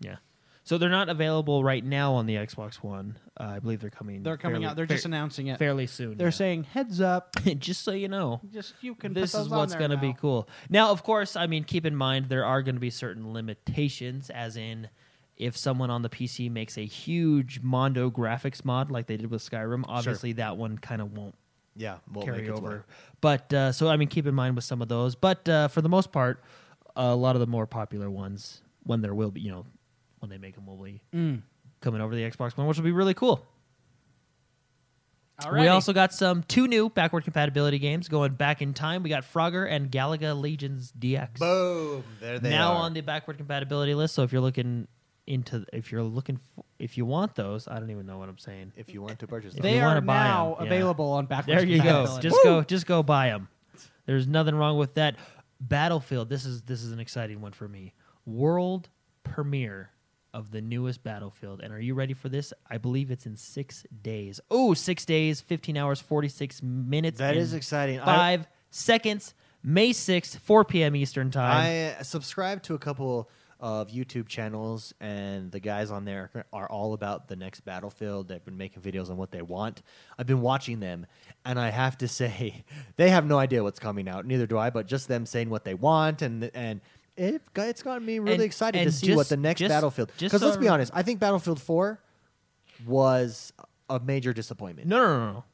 Speaker 3: yeah. So they're not available right now on the Xbox One. Uh, I believe they're coming.
Speaker 2: They're coming
Speaker 3: fairly-
Speaker 2: out. They're
Speaker 3: fair-
Speaker 2: just announcing it.
Speaker 3: fairly soon.
Speaker 2: They're
Speaker 3: yeah.
Speaker 2: saying heads up.
Speaker 3: just so you know.
Speaker 2: Just you can.
Speaker 3: this
Speaker 2: put those
Speaker 3: is what's
Speaker 2: going to
Speaker 3: be cool. Now, of course, I mean, keep in mind there are going to be certain limitations, as in if someone on the PC makes a huge Mondo graphics mod like they did with Skyrim, obviously that one kind of won't
Speaker 1: Yeah, won't make
Speaker 3: carry
Speaker 1: its way.
Speaker 3: over. But uh, so, I mean, keep in mind with some of those. But uh, for the most part, a lot of the more popular ones, when there will be, you know, when they make them, will be coming over to the Xbox One, which will be really cool. We also got some two new backward compatibility games going back in time. We got Frogger and Galaga Legions DX
Speaker 1: Boom! There they
Speaker 3: now
Speaker 1: are.
Speaker 3: on the backward compatibility list. So if you're looking into, if you're looking, f if you want those, I don't even know what I'm saying.
Speaker 1: if you want to purchase them.
Speaker 2: They
Speaker 3: wanna
Speaker 2: are
Speaker 3: buy 'em,
Speaker 2: now
Speaker 3: yeah.
Speaker 2: available on backwards.
Speaker 3: There you go.
Speaker 2: compatibility.
Speaker 3: Just go, just go buy them. There's nothing wrong with that. Battlefield. This is this is an exciting one for me. World premiere of the newest Battlefield. And are you ready for this? I believe it's in six days. Oh, six days, 15 hours, 46 minutes.
Speaker 1: That
Speaker 3: and
Speaker 1: is exciting. I-
Speaker 3: Five seconds. May 6th, 4 p.m. Eastern Time.
Speaker 1: I uh, subscribe to a couple of YouTube channels, and the guys on there are all about the next Battlefield. They've been making videos on what they want. I've been watching them, and I have to say, they have no idea what's coming out. Neither do I. But just them saying what they want, and and it got- it's gotten me really
Speaker 3: And-
Speaker 1: excited to
Speaker 3: and
Speaker 1: see
Speaker 3: just-
Speaker 1: what the next
Speaker 3: just-
Speaker 1: Battlefield.
Speaker 3: just
Speaker 1: Because let's
Speaker 3: so
Speaker 1: be
Speaker 3: everyone-
Speaker 1: honest, I think Battlefield Four was a major disappointment.
Speaker 3: No, no, no, no.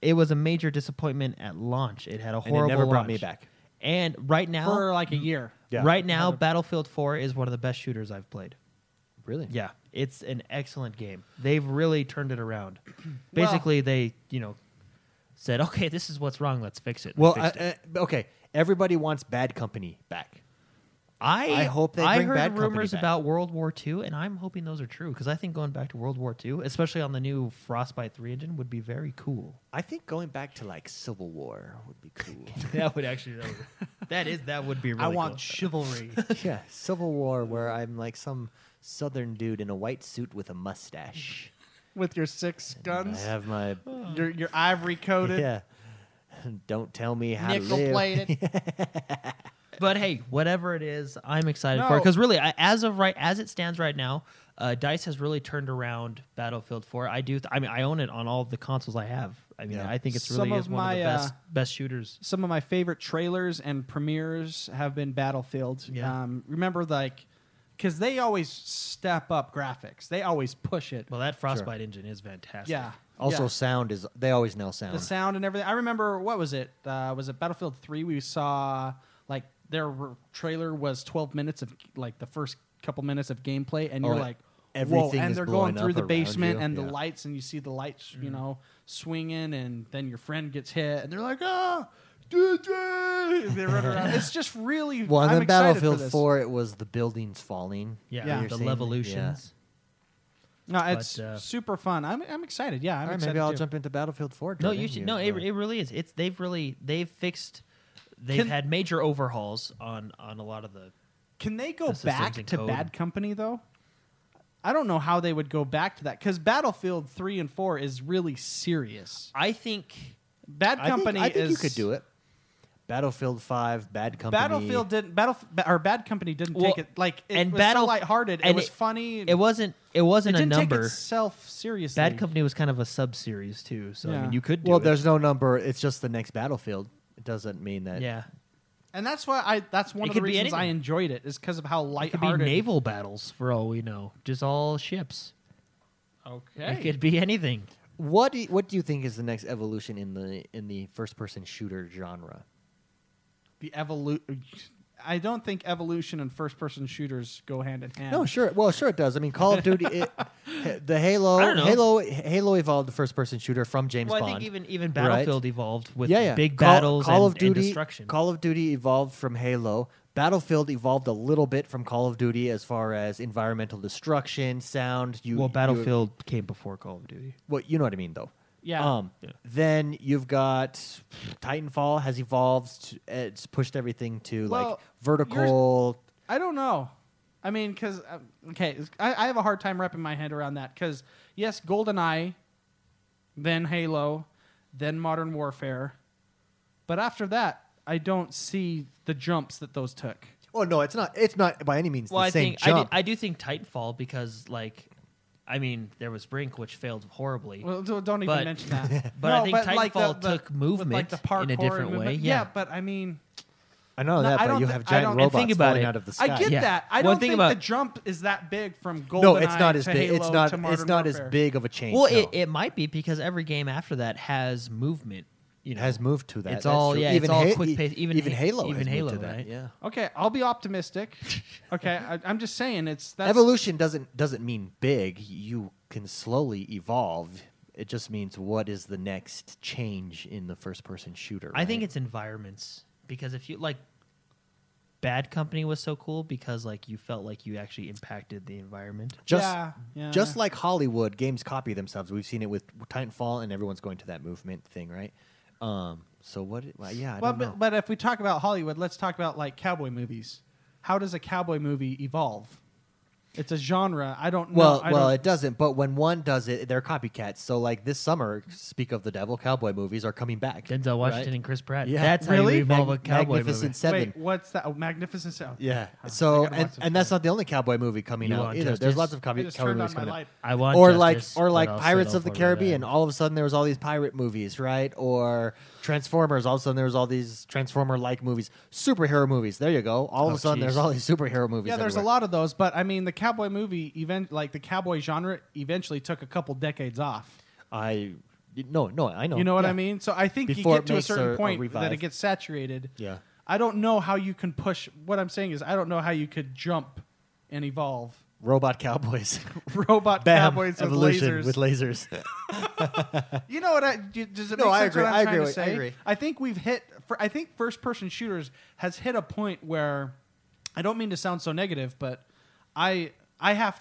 Speaker 3: It was a major disappointment at launch. It had a
Speaker 1: it
Speaker 3: horrible.
Speaker 1: never brought me
Speaker 3: launch.
Speaker 1: back.
Speaker 3: And right now,
Speaker 2: for like a year.
Speaker 1: Yeah.
Speaker 3: right now, Battlefield Four is one of the best shooters I've played.
Speaker 1: Really?
Speaker 3: Yeah, it's an excellent game. They've really turned it around. Basically, they you know said, okay, this is what's wrong. Let's fix it. and
Speaker 1: Well,
Speaker 3: fixed it.
Speaker 1: I, I, okay. Everybody wants Bad Company back.
Speaker 3: I
Speaker 1: I hope they
Speaker 3: I
Speaker 1: bring
Speaker 3: heard
Speaker 1: Bad Company
Speaker 3: rumors
Speaker 1: back.
Speaker 3: about World War II, and I'm hoping those are true because I think going back to World War II, especially on the new Frostbite three engine, would be very cool.
Speaker 1: I think going back to like Civil War would be cool.
Speaker 3: that would actually that, would, that is that would be. Really
Speaker 2: I want
Speaker 3: cool.
Speaker 2: chivalry.
Speaker 1: yeah, Civil War where I'm like some southern dude in a white suit with a mustache.
Speaker 2: with your six
Speaker 1: And
Speaker 2: guns,
Speaker 1: I have my
Speaker 2: your your ivory coated.
Speaker 1: yeah. Don't tell me how to
Speaker 2: Nickel
Speaker 1: live.
Speaker 2: plated.
Speaker 3: But hey, whatever it is, I'm excited
Speaker 2: No.
Speaker 3: for it because really, I, as of right as it stands right now, uh, Dice has really turned around Battlefield 4. I do. Th- I mean, I own it on all the consoles I have. I mean,
Speaker 1: Yeah.
Speaker 3: I think it's
Speaker 2: Some
Speaker 3: really
Speaker 2: of
Speaker 3: is one
Speaker 2: my,
Speaker 3: of the best
Speaker 2: uh,
Speaker 3: best shooters.
Speaker 2: Some of my favorite trailers and premieres have been Battlefield.
Speaker 3: Yeah.
Speaker 2: Um, remember, like, because they always step up graphics. They always push it.
Speaker 3: Well, that Frostbite engine is fantastic.
Speaker 2: yeah.
Speaker 1: Also,
Speaker 2: yeah.
Speaker 1: sound is they always nail sound.
Speaker 2: the sound and everything. I remember what was it? Uh, was it Battlefield Three? We saw like their r- trailer was twelve minutes of like the first couple minutes of gameplay, and
Speaker 1: Oh,
Speaker 2: you're
Speaker 1: and
Speaker 2: like, whoa!
Speaker 1: everything
Speaker 2: And
Speaker 1: is
Speaker 2: they're
Speaker 1: blowing
Speaker 2: going through
Speaker 1: up
Speaker 2: the
Speaker 1: around
Speaker 2: basement
Speaker 1: you,
Speaker 2: and
Speaker 1: yeah.
Speaker 2: the lights, and you see the lights,
Speaker 1: Mm.
Speaker 2: you know, swinging, and then your friend gets hit, and they're like, ah. dude, dude," They run around. It's just really.
Speaker 1: well, and
Speaker 2: I'm
Speaker 1: then
Speaker 2: excited for
Speaker 1: Battlefield
Speaker 2: this.
Speaker 1: 4, it was the buildings falling.
Speaker 3: yeah.
Speaker 2: Yeah.
Speaker 1: You're
Speaker 3: The
Speaker 1: saying that-
Speaker 3: Levolutions.
Speaker 2: No, it's
Speaker 3: But, uh,
Speaker 2: super fun. I'm, I'm excited. Yeah, I'm
Speaker 1: All right,
Speaker 2: excited.
Speaker 1: maybe I'll
Speaker 2: too.
Speaker 1: jump into Battlefield 4.
Speaker 3: No,
Speaker 1: Jordan.
Speaker 3: you should. No, it,
Speaker 1: uh,
Speaker 3: it really is. It's they've really they've fixed. They've
Speaker 2: Can-
Speaker 3: had major overhauls on on a lot of the.
Speaker 2: Can they go
Speaker 3: The systems
Speaker 2: back
Speaker 3: and
Speaker 2: to
Speaker 3: code.
Speaker 2: Bad Company though? I don't know how they would go back to that because Battlefield three and four is really serious.
Speaker 3: I think
Speaker 2: Bad
Speaker 1: I think-
Speaker 2: Company
Speaker 1: I think
Speaker 2: is
Speaker 1: you could do it. Battlefield 5, Bad Company.
Speaker 2: Battlefield didn't Battle or Bad Company didn't
Speaker 3: Well,
Speaker 2: take it like it
Speaker 3: and
Speaker 2: was
Speaker 3: Battle-
Speaker 2: so lighthearted. it
Speaker 3: and
Speaker 2: was
Speaker 3: it-
Speaker 2: funny.
Speaker 3: it wasn't. It wasn't a
Speaker 2: didn't take
Speaker 3: number.
Speaker 2: itself seriously.
Speaker 3: Bad Company was kind of a sub series too, so I
Speaker 2: Yeah.
Speaker 3: mean you could do
Speaker 1: Well,
Speaker 3: it.
Speaker 1: there's no number. It's just the next Battlefield. It doesn't mean that.
Speaker 3: yeah.
Speaker 2: and that's why I that's one
Speaker 3: It
Speaker 2: of the
Speaker 3: could be
Speaker 2: reasons I
Speaker 3: anything.
Speaker 2: enjoyed it is because of how
Speaker 3: It could be
Speaker 2: lighthearted.
Speaker 3: naval battles for all we know. Just all ships.
Speaker 2: Okay,
Speaker 3: It could be anything.
Speaker 1: What do you, what do you think is the next evolution in the in the first person shooter genre?
Speaker 2: the evolution. I don't think evolution and first person shooters go hand in hand.
Speaker 1: No, sure. Well, sure it does. I mean, Call of Duty, it, h- the Halo,
Speaker 3: I don't know.
Speaker 1: Halo, Halo evolved the first person shooter from James
Speaker 3: well,
Speaker 1: Bond.
Speaker 3: I think even even
Speaker 1: right?
Speaker 3: Battlefield evolved with
Speaker 1: yeah, yeah.
Speaker 3: big
Speaker 1: Call-
Speaker 3: battles
Speaker 1: Call of
Speaker 3: and,
Speaker 1: Duty,
Speaker 3: and destruction.
Speaker 1: Call of Duty evolved from Halo. Battlefield evolved a little bit from Call of Duty as far as environmental destruction, sound. You
Speaker 3: well,
Speaker 1: you-
Speaker 3: Battlefield came before Call of Duty.
Speaker 1: well, you know what I mean, though.
Speaker 2: Yeah.
Speaker 1: Um, Then you've got Titanfall has evolved. to- It's pushed everything to like
Speaker 2: Well,
Speaker 1: vertical.
Speaker 2: I don't know. I mean, because okay, it's- I, I have a hard time wrapping my head around that. Because yes, GoldenEye, then Halo, then Modern Warfare, but after that, I don't see the jumps that those took.
Speaker 1: Oh no, it's not. It's not by any means
Speaker 3: Well,
Speaker 1: the
Speaker 3: I
Speaker 1: same
Speaker 3: think I,
Speaker 1: jump.
Speaker 3: do, I do think Titanfall because like, I mean, there was Brink, which failed horribly.
Speaker 2: Well, don't don't even
Speaker 3: But-
Speaker 2: mention that.
Speaker 3: but I think Titanfall took
Speaker 2: with,
Speaker 3: movement in a
Speaker 2: parkour and
Speaker 3: different way,
Speaker 2: movement.
Speaker 3: yeah.
Speaker 2: but I mean,
Speaker 1: I know
Speaker 2: No,
Speaker 1: that,
Speaker 2: I
Speaker 1: but
Speaker 2: don't
Speaker 1: you
Speaker 2: thi-
Speaker 1: have
Speaker 2: I
Speaker 1: giant
Speaker 2: don't-
Speaker 1: robots
Speaker 3: and think about
Speaker 1: falling
Speaker 3: it.
Speaker 1: out of the sky.
Speaker 2: I get
Speaker 3: Yeah.
Speaker 2: that. I
Speaker 3: One
Speaker 2: don't
Speaker 3: thing
Speaker 2: think the
Speaker 3: about-
Speaker 2: jump is that big from GoldenEye
Speaker 1: no, it's not as
Speaker 2: to
Speaker 1: big. it's
Speaker 2: Halo
Speaker 1: not.
Speaker 2: to
Speaker 1: It's
Speaker 2: Modern
Speaker 1: not
Speaker 2: Warfare.
Speaker 1: as big of a change.
Speaker 3: well,
Speaker 1: no.
Speaker 3: it, it might be because every game after that has movement. You know,
Speaker 1: has moved to that.
Speaker 3: It's
Speaker 1: That's
Speaker 3: all-
Speaker 1: true.
Speaker 3: yeah, it's
Speaker 1: Even
Speaker 3: all
Speaker 1: Ha-
Speaker 3: quick pace.
Speaker 1: e-
Speaker 3: Even
Speaker 1: even
Speaker 3: Ha-
Speaker 1: Halo. has
Speaker 3: even
Speaker 1: moved
Speaker 3: Halo,
Speaker 1: to that.
Speaker 3: right?
Speaker 1: Yeah.
Speaker 2: Okay, I'll be optimistic. okay, I, I'm just saying it's that's
Speaker 1: Evolution doesn't doesn't mean big. You can slowly evolve. It just means what is the next change in the first person shooter.
Speaker 3: I think
Speaker 1: right?
Speaker 3: it's environments because if you like, Bad Company was so cool because like you felt like you actually impacted the environment.
Speaker 1: just
Speaker 2: Yeah, yeah.
Speaker 1: just like Hollywood, games copy themselves. We've seen it with Titanfall, and everyone's going to that movement thing, right? Um. So what? It, well, yeah, I
Speaker 2: well,
Speaker 1: don't know.
Speaker 2: but, but if we talk about Hollywood, let's talk about like cowboy movies. How does a cowboy movie evolve? It's a genre. I don't know.
Speaker 1: Well,
Speaker 2: I
Speaker 1: well,
Speaker 2: don't-
Speaker 1: it doesn't. But when one does it, they're copycats. So, like this summer, speak of the devil, cowboy movies are coming back.
Speaker 3: Denzel Washington
Speaker 1: right?
Speaker 3: and Chris Pratt.
Speaker 1: Yeah.
Speaker 3: That's how
Speaker 2: Really?
Speaker 3: you evolve
Speaker 1: Mag-
Speaker 3: a cowboy
Speaker 1: Magnificent
Speaker 3: movie.
Speaker 1: Seven.
Speaker 2: wait, what's that? Oh, Magnificent Sound.
Speaker 1: Yeah.
Speaker 2: Huh, I
Speaker 1: So,
Speaker 2: gotta
Speaker 1: and,
Speaker 2: watch it.
Speaker 1: and that's not the only cowboy movie coming
Speaker 3: You
Speaker 1: out
Speaker 3: want
Speaker 1: either.
Speaker 3: justice?
Speaker 1: There's lots of
Speaker 2: I
Speaker 1: cowboy,
Speaker 2: just
Speaker 1: cowboy
Speaker 2: turned on
Speaker 1: movies
Speaker 2: my
Speaker 1: coming out.
Speaker 2: light.
Speaker 3: I want
Speaker 1: or
Speaker 3: justice,
Speaker 1: like, or
Speaker 3: but
Speaker 1: like
Speaker 3: I'll settle
Speaker 1: Pirates of the
Speaker 3: for whatever.
Speaker 1: Caribbean. All of a sudden, there was all these pirate movies, right? Or Transformers. All of a sudden, there was all these Transformer-like movies, superhero movies. There you go. All of
Speaker 3: Oh,
Speaker 1: a sudden,
Speaker 3: jeez.
Speaker 1: there's all these superhero movies.
Speaker 2: Yeah, there's a
Speaker 1: everywhere.
Speaker 2: lot of those, but I mean, the cowboy movie event, like the cowboy genre, eventually took a couple decades off.
Speaker 1: I no, no, I know.
Speaker 2: You know what
Speaker 1: Yeah.
Speaker 2: I mean? So I think
Speaker 1: Before
Speaker 2: you
Speaker 1: it
Speaker 2: get to a
Speaker 1: makes a-
Speaker 2: certain
Speaker 1: a
Speaker 2: point that
Speaker 1: revive.
Speaker 2: it gets saturated.
Speaker 1: Yeah.
Speaker 2: I don't know how you can push. What I'm saying is, I don't know how you could jump and evolve
Speaker 1: Robot cowboys,
Speaker 2: robot
Speaker 1: Bam,
Speaker 2: cowboys with
Speaker 1: evolution
Speaker 2: lasers.
Speaker 1: with lasers.
Speaker 2: you know what? I, do- does it
Speaker 1: No,
Speaker 2: make
Speaker 1: I
Speaker 2: sense
Speaker 1: agree.
Speaker 2: what I'm
Speaker 1: I
Speaker 2: trying
Speaker 1: agree
Speaker 2: to
Speaker 1: with- I
Speaker 2: say?
Speaker 1: agree.
Speaker 2: think we've hit. For, I think first-person shooters has hit a point where I don't mean to sound so negative, but I I have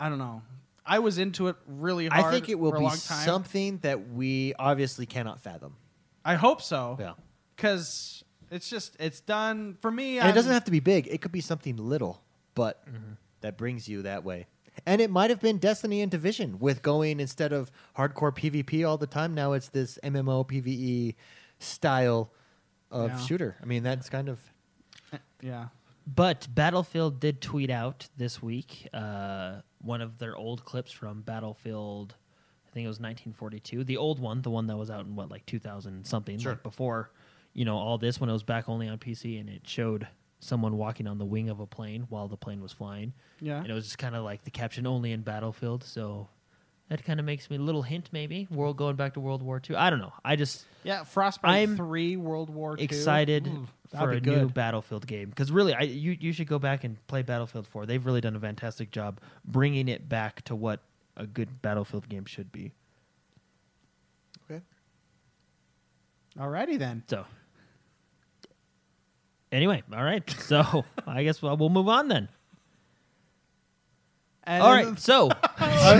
Speaker 2: I don't know. I was into it really hard.
Speaker 1: I think it will
Speaker 2: for a
Speaker 1: be
Speaker 2: long time.
Speaker 1: something that we obviously cannot fathom.
Speaker 2: I hope so.
Speaker 1: Yeah.
Speaker 2: Because it's just it's done for me.
Speaker 1: And
Speaker 2: I'm-
Speaker 1: it doesn't have to be big. It could be something little, but
Speaker 2: Mm-hmm.
Speaker 1: that brings you that way. And it might have been Destiny and Division with going instead of hardcore PvP all the time. Now it's this MMO PvE E style of
Speaker 2: Yeah.
Speaker 1: shooter. I mean, that's kind of
Speaker 2: Yeah.
Speaker 3: But Battlefield did tweet out this week uh, one of their old clips from Battlefield. I think it was 1942, the old one, the one that was out in what like 2000 something,
Speaker 1: Sure.
Speaker 3: like before, you know, all this when it was back only on PC, and it showed someone walking on the wing of a plane while the plane was flying.
Speaker 2: Yeah.
Speaker 3: and it was just kind of like the caption only in Battlefield. So that kind of makes me a little hint, maybe world going back to World War II. I don't know. I just
Speaker 2: Yeah, Frostbite
Speaker 3: I'm
Speaker 2: Three, World War II.
Speaker 3: excited
Speaker 2: Ooh, that'd
Speaker 3: for
Speaker 2: be
Speaker 3: a
Speaker 2: good.
Speaker 3: new Battlefield game because really, I you you should go back and play Battlefield Four. They've really done a fantastic job bringing it back to what a good Battlefield game should be.
Speaker 1: okay.
Speaker 2: Alrighty then.
Speaker 3: So, anyway, all right. So I guess we'll, we'll move on then.
Speaker 2: And
Speaker 3: All right. So
Speaker 1: I'm,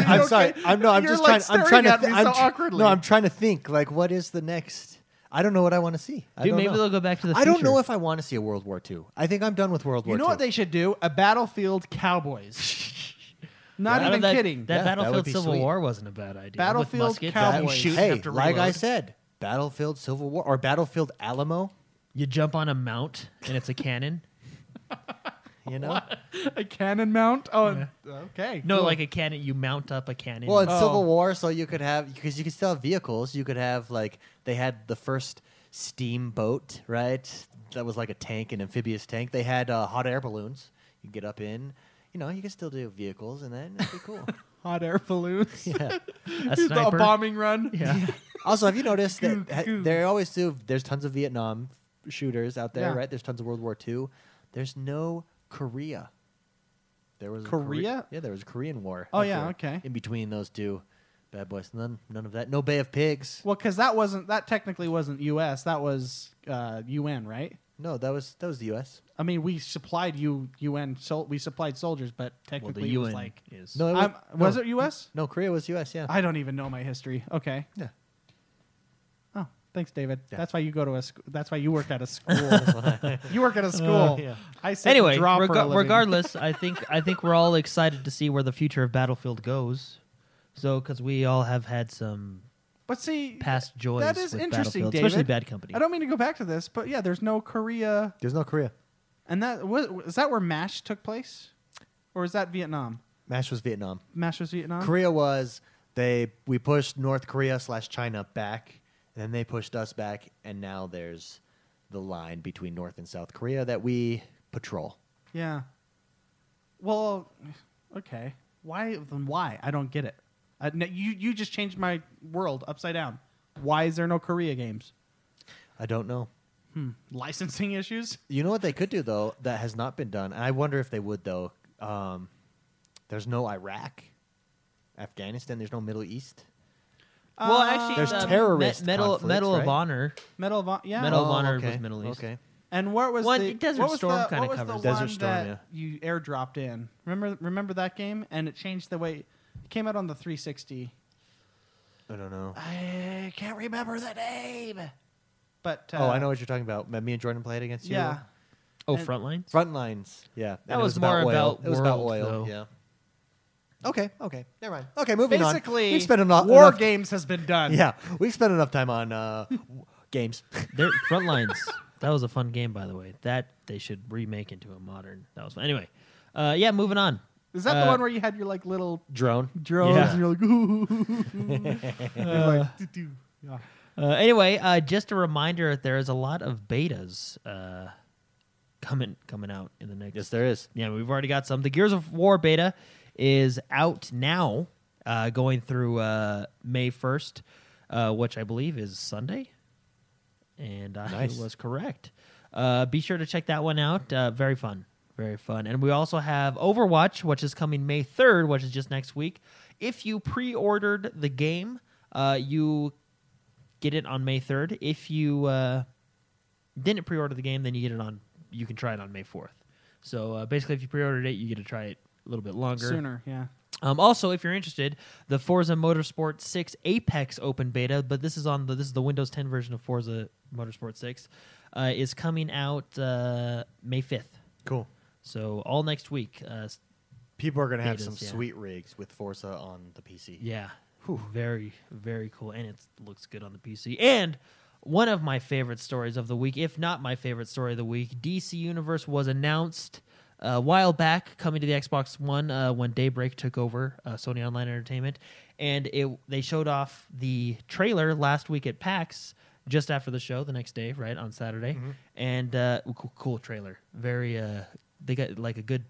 Speaker 1: I'm
Speaker 2: Okay.
Speaker 1: sorry. I'm no. I'm
Speaker 2: You're,
Speaker 1: just
Speaker 2: like,
Speaker 1: trying. I'm trying
Speaker 2: staring
Speaker 1: to.
Speaker 2: at
Speaker 1: thi-
Speaker 2: me
Speaker 1: I'm
Speaker 2: so
Speaker 1: tr-
Speaker 2: awkwardly.
Speaker 1: No, I'm trying to think. Like, what is the next? I don't know what I want to see. I
Speaker 3: Dude,
Speaker 1: don't
Speaker 3: maybe
Speaker 1: know.
Speaker 3: they'll go back to the
Speaker 1: I don't know
Speaker 3: future.
Speaker 1: if I want to see a World War II. I think I'm done with World War
Speaker 2: You know
Speaker 1: II.
Speaker 2: what they should do? A battlefield cowboys. Not
Speaker 3: Battle-
Speaker 2: even
Speaker 3: that,
Speaker 2: kidding.
Speaker 3: That
Speaker 1: Yeah, that would
Speaker 3: Battlefield
Speaker 1: be
Speaker 3: Civil
Speaker 1: sweet.
Speaker 3: War wasn't a bad idea. With
Speaker 2: Battlefield
Speaker 3: muskets,
Speaker 1: That-
Speaker 3: You,
Speaker 2: Cowboys.
Speaker 3: shoot
Speaker 1: hey,
Speaker 3: after
Speaker 1: like I
Speaker 3: reload.
Speaker 1: said, Battlefield Civil War or Battlefield Alamo.
Speaker 3: you jump on a mount and it's a cannon.
Speaker 1: You know.
Speaker 2: a cannon mount? Oh, okay.
Speaker 3: No,
Speaker 2: cool.
Speaker 3: like a cannon. You mount up a cannon.
Speaker 1: Well, in
Speaker 2: Oh.
Speaker 1: Civil War, so you could have because you could still have vehicles. You could have like they had the first steamboat, right? That was like a tank, an amphibious tank. They had uh, hot air balloons. You get up in. You know, you could still do vehicles, and then that'd be cool.
Speaker 2: hot air balloons.
Speaker 1: yeah.
Speaker 3: a
Speaker 2: The
Speaker 3: sniper.
Speaker 2: bombing run.
Speaker 3: Yeah.
Speaker 1: Also, have you noticed
Speaker 2: Goo,
Speaker 1: that ha-
Speaker 2: goo.
Speaker 1: they always do? There's tons of Vietnam shooters out there,
Speaker 2: Yeah.
Speaker 1: right? There's tons of World War II. There's no Korea. There was a
Speaker 2: Korea?
Speaker 1: yeah, there was a Korean War.
Speaker 2: Oh,
Speaker 1: out
Speaker 2: yeah,
Speaker 1: there
Speaker 2: okay.
Speaker 1: In between those two bad boys, none none of that. No Bay of Pigs.
Speaker 2: Well, because that wasn't that technically wasn't U.S. That was uh, UN, right?
Speaker 1: No, that was that was the U.S.
Speaker 2: I mean, we supplied you UN. Sol- we supplied soldiers, but
Speaker 3: Well,
Speaker 2: technically
Speaker 3: the
Speaker 2: it was
Speaker 3: UN
Speaker 2: like.
Speaker 3: is.
Speaker 1: No, it
Speaker 2: I'm-
Speaker 1: was, oh.
Speaker 2: was
Speaker 1: no,
Speaker 2: it U.S.?
Speaker 1: No, Korea was U.S. Yeah.
Speaker 2: I don't even know my history. Okay.
Speaker 1: yeah.
Speaker 2: Oh, thanks, David.
Speaker 1: Yeah.
Speaker 2: That's why you go to a. Sc- that's why you work at a school. you work at a school.
Speaker 1: Uh, yeah.
Speaker 2: I said
Speaker 3: Anyway,
Speaker 2: drop for a
Speaker 3: rega-
Speaker 2: living.
Speaker 3: regardless, I think I think we're all excited to see where the future of Battlefield goes. So, because we all have had some
Speaker 2: But see,
Speaker 3: past joys
Speaker 2: that is
Speaker 3: with
Speaker 2: interesting,
Speaker 3: Battlefield,
Speaker 2: David.
Speaker 3: especially Bad Company.
Speaker 2: I don't mean to go back to this, but yeah, there's no Korea,
Speaker 1: There's no Korea.
Speaker 2: and that was is that where Mash took place, or is that Vietnam?
Speaker 1: Mash was Vietnam.
Speaker 2: Mash was Vietnam.
Speaker 1: Korea was they we pushed North Korea slash China back, and then they pushed us back, and now there's the line between North and South Korea that we patrol.
Speaker 2: Yeah. Well, okay. Why then? Why I don't get it. Uh, no, you you just changed my world upside down. Why is there no Korea games?
Speaker 1: I don't know.
Speaker 2: Licensing issues.
Speaker 1: You know what they could do though that has not been done. I wonder if they would though. Um, there's no Iraq, Afghanistan. There's no Middle East.
Speaker 3: well,
Speaker 2: Uh,
Speaker 3: actually, um,
Speaker 1: There's
Speaker 3: the Me-
Speaker 1: terrorist
Speaker 3: Medal
Speaker 1: conflicts,
Speaker 3: Medal
Speaker 1: right?
Speaker 3: of Honor.
Speaker 2: Medal of Hon- yeah.
Speaker 3: Medal of
Speaker 1: Oh,
Speaker 3: Honor
Speaker 1: okay.
Speaker 3: was Middle East.
Speaker 1: Okay.
Speaker 2: And what was
Speaker 3: Well,
Speaker 2: the
Speaker 3: Desert
Speaker 2: what was
Speaker 3: Storm
Speaker 2: the-
Speaker 3: kinda
Speaker 2: what was the
Speaker 3: covers it.
Speaker 2: one
Speaker 1: Desert Storm,
Speaker 2: that
Speaker 1: yeah.
Speaker 2: You airdropped in. Remember remember that game? And it changed the way it came out on the 360.
Speaker 1: I don't know.
Speaker 2: I can't remember the name. But uh,
Speaker 1: oh, I know what you're talking about. Me and Jordan played against you.
Speaker 2: Yeah.
Speaker 3: Oh,
Speaker 2: And-
Speaker 3: Frontlines.
Speaker 1: Front lines. Yeah.
Speaker 3: That was more
Speaker 1: oil.
Speaker 3: about
Speaker 1: it was about
Speaker 3: world,
Speaker 1: oil.
Speaker 3: though.
Speaker 1: Yeah. Okay. Okay. Never mind. Okay. Moving on.
Speaker 2: Basically,
Speaker 1: we've spent enough.
Speaker 2: War
Speaker 1: enough-
Speaker 2: Games has been done.
Speaker 1: Yeah, we've spent enough time on uh, w- games.
Speaker 3: They're, Frontlines. That was a fun game, by the way. That they should remake into a modern. That was fun. Anyway, uh, yeah. Moving on.
Speaker 2: Is that the
Speaker 3: Uh,
Speaker 2: one where you had your like little
Speaker 1: Drone.
Speaker 2: drones
Speaker 3: Yeah.
Speaker 2: and you're like, ooh, You're like, "Doo-doo." Yeah.
Speaker 3: Uh, anyway, uh, just a reminder: there is a lot of betas uh, coming coming out in the next.
Speaker 1: Yes, there is.
Speaker 3: Yeah, we've already got some. The Gears of War beta is out now, uh, going through uh, May first, uh, which I believe is Sunday, and I
Speaker 1: Nice.
Speaker 3: was correct. Uh, be sure to check that one out. Uh, very fun, very fun. And we also have Overwatch, which is coming May third, which is just next week. If you pre-ordered the game, uh, you get it on May third. If you uh, didn't pre-order the game, then you get it on. You can try it on May fourth. So uh, basically, if you pre-ordered it, you get to try it a little bit longer.
Speaker 2: sooner, yeah.
Speaker 3: Um, also, if you're interested, the Forza Motorsport 6 Apex open beta, but this is on the this is the Windows 10 version of Forza Motorsport 6, uh, is coming out uh, May 5th.
Speaker 1: Cool.
Speaker 3: So all next week. Uh, s-
Speaker 1: People are gonna have some
Speaker 3: Betas, yeah.
Speaker 1: sweet rigs with Forza on the PC.
Speaker 3: yeah, very very cool, and it looks good on the PC. And one of my favorite stories of the week, if not my favorite story of the week, DC Universe was announced. A while back, coming to the Xbox One uh, when Daybreak took over uh, Sony Online Entertainment, and it they showed off the trailer last week at PAX, just after the show, the next day, right on Saturday, and uh, cool, cool trailer. Very, uh, they got like a good.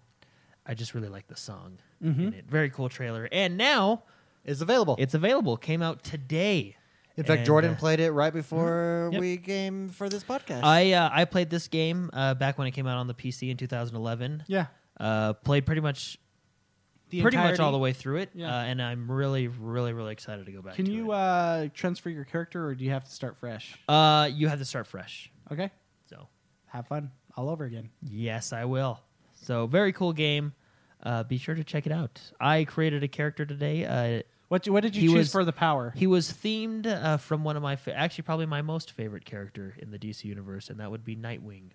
Speaker 3: I just really like the song in it. Very cool trailer, and now
Speaker 1: It's available.
Speaker 3: it's available. Came out today.
Speaker 1: In fact,
Speaker 3: And,
Speaker 1: Jordan
Speaker 3: uh,
Speaker 1: played it right before
Speaker 3: Yep.
Speaker 1: we came for this podcast.
Speaker 3: I uh, I played this game uh, back when it came out on the PC in 2011.
Speaker 2: Yeah.
Speaker 3: Uh, played pretty much
Speaker 2: The
Speaker 3: pretty much
Speaker 2: entirety.
Speaker 3: all the way through it,
Speaker 2: Yeah.
Speaker 3: uh, and I'm really really really excited to go back.
Speaker 2: Can
Speaker 3: to
Speaker 2: you
Speaker 3: It.
Speaker 2: uh, transfer your character or do you have to start fresh?
Speaker 3: Uh, you have to start fresh.
Speaker 2: Okay.
Speaker 3: So
Speaker 2: Have fun all over again.
Speaker 3: yes, I will. So very cool game. Uh, be sure to check it out. I created a character today. Uh,
Speaker 2: What, what did you
Speaker 3: He
Speaker 2: choose
Speaker 3: was-
Speaker 2: for the power?
Speaker 3: he was themed uh, from one of my, fa- actually, probably my most favorite character in the DC universe, and that would be Nightwing.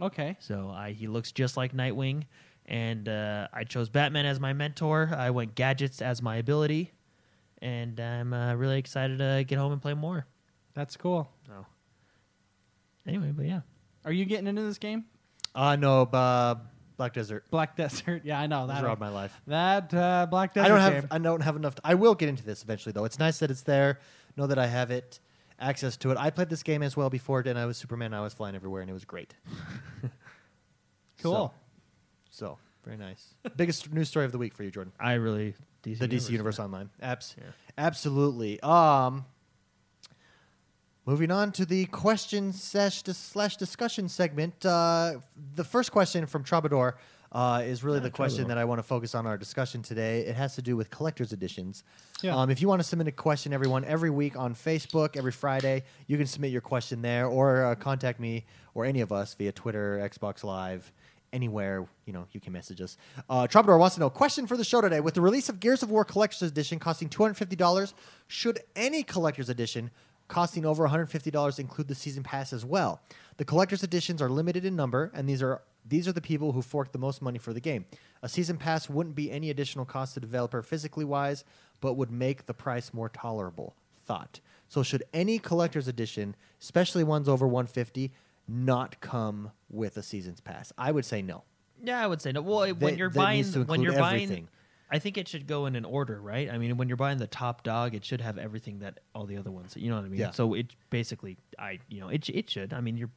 Speaker 2: Okay.
Speaker 3: So I, he looks just like Nightwing, and uh, I chose Batman as my mentor. I went gadgets as my ability, and I'm uh, really excited to get home and play more.
Speaker 2: That's cool.
Speaker 1: Oh.
Speaker 3: So anyway, but yeah,
Speaker 2: Are you getting into this game?
Speaker 1: Uh, no, uh, Black Desert.
Speaker 2: Black Desert. Yeah, I know
Speaker 1: That's
Speaker 2: that.
Speaker 1: robbed my life.
Speaker 2: That uh, Black Desert.
Speaker 1: I don't have
Speaker 2: game.
Speaker 1: I don't have enough. I will get into this eventually, though. It's nice that it's there. Know that I have it, access to it. I played this game as well before, and I was Superman. I was flying everywhere, and it was great.
Speaker 2: cool.
Speaker 1: So very nice. Biggest news story of the week for you, Jordan.
Speaker 3: I really DC
Speaker 1: the DC Universe Online. Abs-
Speaker 3: Yeah.
Speaker 1: Absolutely. Um, moving on to the question slash, dis- slash discussion segment. Uh, the first question from Troubadour uh, is really
Speaker 3: Ah,
Speaker 1: the question
Speaker 3: Troubadour.
Speaker 1: that I want to focus on our discussion today. It has to do with collector's editions.
Speaker 2: Yeah.
Speaker 1: Um, if you want to submit a question, everyone, every week on Facebook, every Friday, you can submit your question there or uh, contact me or any of us via Twitter, Xbox Live, anywhere, you know, you can message us. Uh, Troubadour wants to know, question for the show today. With the release of Gears of War Collector's Edition costing $250, should any collector's edition costing over $150 include the season pass as well? The collector's editions are limited in number, and these are these are the people who fork the most money for the game. A season pass wouldn't be any additional cost to developer physically wise, but would make the price more tolerable. Thought. So should any collector's edition, especially ones over 150, not come with a season's pass? I would say no.
Speaker 3: Yeah, I would say no. Well, it- when
Speaker 1: That-
Speaker 3: you're
Speaker 1: that
Speaker 3: buying,
Speaker 1: needs to
Speaker 3: when you're
Speaker 1: include
Speaker 3: buying,
Speaker 1: everything.
Speaker 3: I think it should go in an order, right? I mean, when you're buying the top dog, it should have everything that all the other ones. You know what I mean?
Speaker 1: Yeah.
Speaker 3: So it basically, I you know, it sh- it should. I mean, you're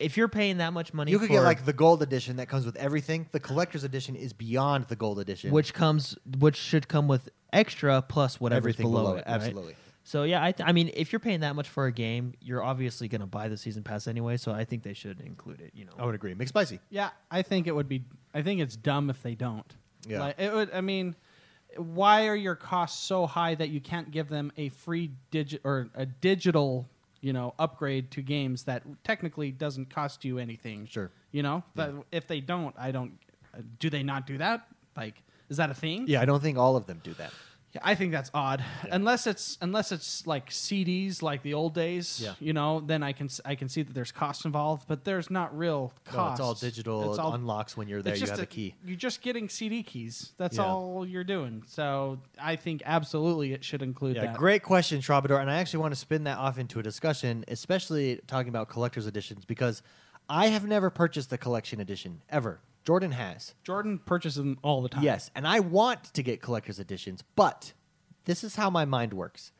Speaker 3: if you're paying that much money,
Speaker 1: You could
Speaker 3: for,
Speaker 1: get like the gold edition that comes with everything. The collector's edition is beyond the gold edition.
Speaker 3: which comes which should come with extra plus whatever's
Speaker 1: Everything
Speaker 3: below,
Speaker 1: below
Speaker 3: it,
Speaker 1: it,
Speaker 3: right?
Speaker 1: absolutely.
Speaker 3: So yeah, I, th- I mean, if you're paying that much for a game, you're obviously going to buy the season pass anyway. So I think they should include it. You know,
Speaker 1: I would agree. McSpicy.
Speaker 2: Yeah, I think it would be. I think it's dumb if they don't.
Speaker 1: Yeah.
Speaker 2: Like, it would. I mean, why are your costs so high that you can't give them a free digit or a digital, you know, upgrade to games that technically doesn't cost you anything?
Speaker 1: Sure.
Speaker 2: You know, But if they don't, I don't. uh, Do they not do that? Like, is that a thing?
Speaker 1: Yeah, I don't think all of them do that.
Speaker 2: Yeah, I think that's odd. Unless it's unless it's like CDs, like the old days.
Speaker 1: Yeah.
Speaker 2: You know, then I can s- I can see that there's costs involved, but there's not real costs.
Speaker 1: No, it's all digital.
Speaker 2: It's
Speaker 1: it
Speaker 2: all
Speaker 1: unlocks when you're there.
Speaker 2: it's
Speaker 1: You
Speaker 2: just
Speaker 1: have a key.
Speaker 2: You're just getting CD keys. That's
Speaker 1: Yeah.
Speaker 2: all you're doing. So I think absolutely it should include
Speaker 1: Yeah,
Speaker 2: that.
Speaker 1: great question, Troubadour. And I actually want to spin that off into a discussion, especially talking about collector's editions, because I have never purchased the collection edition ever. Jordan has.
Speaker 2: Jordan purchases them all the time.
Speaker 1: Yes, and I want to get collector's editions, but this is how my mind works.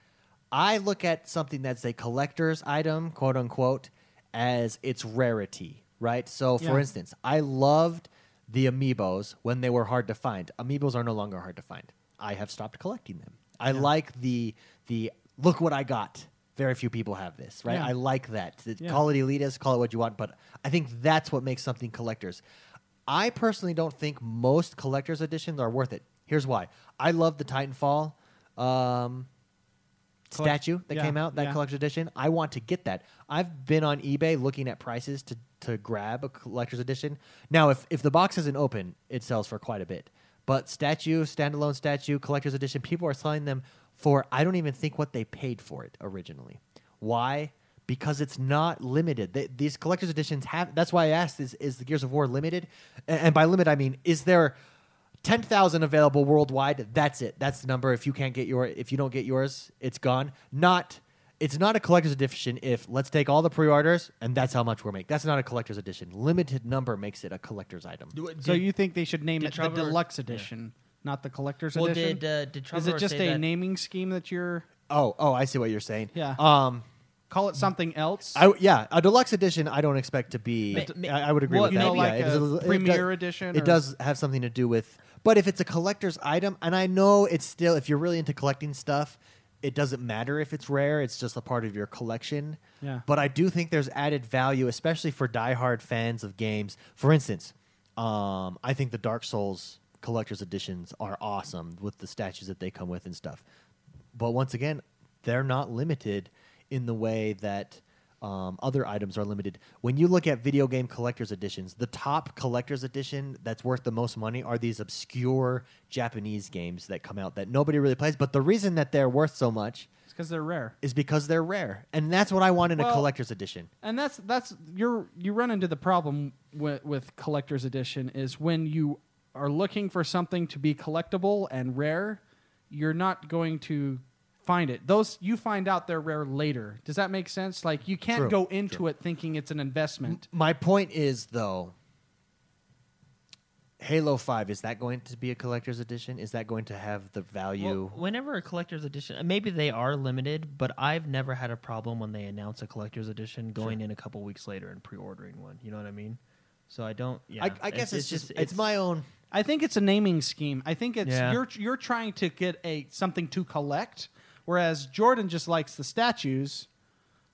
Speaker 1: I look at something that's a collector's item, quote unquote, as its rarity, right? So, for
Speaker 2: Yeah.
Speaker 1: instance, I loved the amiibos when they were hard to find. Amiibos are no longer hard to find. I have stopped collecting them. I like the the look what I got. Very few people have this, right?
Speaker 2: Yeah.
Speaker 1: I like that. Th-
Speaker 2: Yeah.
Speaker 1: Call it elitist, call it what you want, but I think that's what makes something collectors. I personally don't think most collectors editions are worth it. Here's why: I love the Titanfall um,
Speaker 2: Collect-
Speaker 1: statue that
Speaker 2: yeah,
Speaker 1: came out, that
Speaker 2: yeah.
Speaker 1: collector's edition. I want to get that. I've been on eBay looking at prices to to grab a collector's edition. Now, if if the box isn't open, it sells for quite a bit. But statue, standalone statue, collector's edition, people are selling them for I don't even think what they paid for it originally. Why? Because it's not limited. They, these collector's editions have. That's why I asked: Is is the Gears of War limited? A- and by limit, I mean is there 10,000 available worldwide. That's it. That's the number. If you can't get your if you don't get yours, it's gone. Not it's not a collector's edition if let's take all the pre-orders and that's how much we're make. That's not a collector's edition. Limited number makes it a collector's item.
Speaker 2: So you think they should name
Speaker 3: did
Speaker 2: it the
Speaker 3: Troubadour-
Speaker 2: deluxe edition, not the collector's
Speaker 3: well,
Speaker 2: edition?
Speaker 3: did uh, did
Speaker 2: Is
Speaker 3: Trevor
Speaker 2: it just
Speaker 3: say
Speaker 2: a
Speaker 3: that-
Speaker 2: naming scheme that you're
Speaker 1: Oh, oh, I see what you're saying.
Speaker 2: Yeah.
Speaker 1: Um
Speaker 2: call it something else?
Speaker 1: I yeah, a deluxe edition I don't expect to be
Speaker 3: Ma- ma-
Speaker 1: I, I would agree
Speaker 2: Well,
Speaker 1: with
Speaker 2: you
Speaker 1: that.
Speaker 2: know, like
Speaker 1: yeah, it is
Speaker 2: a
Speaker 1: it does-
Speaker 2: premiere edition
Speaker 1: It
Speaker 2: or-
Speaker 1: does have something to do with but if it's a collector's item and I know it's still if you're really into collecting stuff, it doesn't matter if it's rare, it's just a part of your collection.
Speaker 2: Yeah.
Speaker 1: But I do think there's added value, especially for diehard fans of games. For instance, um, I think the Dark Souls collector's editions are awesome with the statues that they come with and stuff. But once again, they're not limited in the way that Um, other items are limited. When you look at video game collector's editions, the top collector's edition that's worth the most money are these obscure Japanese games that come out that nobody really plays. But the reason that they're worth so much
Speaker 2: It's because they're rare.
Speaker 1: is because they're rare. And that's what I want in a
Speaker 2: Well-
Speaker 1: collector's edition.
Speaker 2: and that's that's you're you run into the problem with, with collector's edition is when you are looking for something to be collectible and rare you're not going to find it those you find out they're rare later does that make sense like you can't
Speaker 1: True,
Speaker 2: go into it thinking it's an investment
Speaker 1: My point is though, Halo Five is that going to be a collector's edition? Is that going to have the value?
Speaker 3: Well, whenever a collector's edition, uh, maybe they are limited, but I've never had a problem when they announce a collector's edition going in a couple weeks later and pre-ordering one. You know what I mean? So I don't. Yeah,
Speaker 1: I, I guess it's, just it's, my own.
Speaker 2: i think it's a naming scheme i think it's
Speaker 3: Yeah.
Speaker 2: you're you're trying to get a something to collect whereas jordan just likes the statues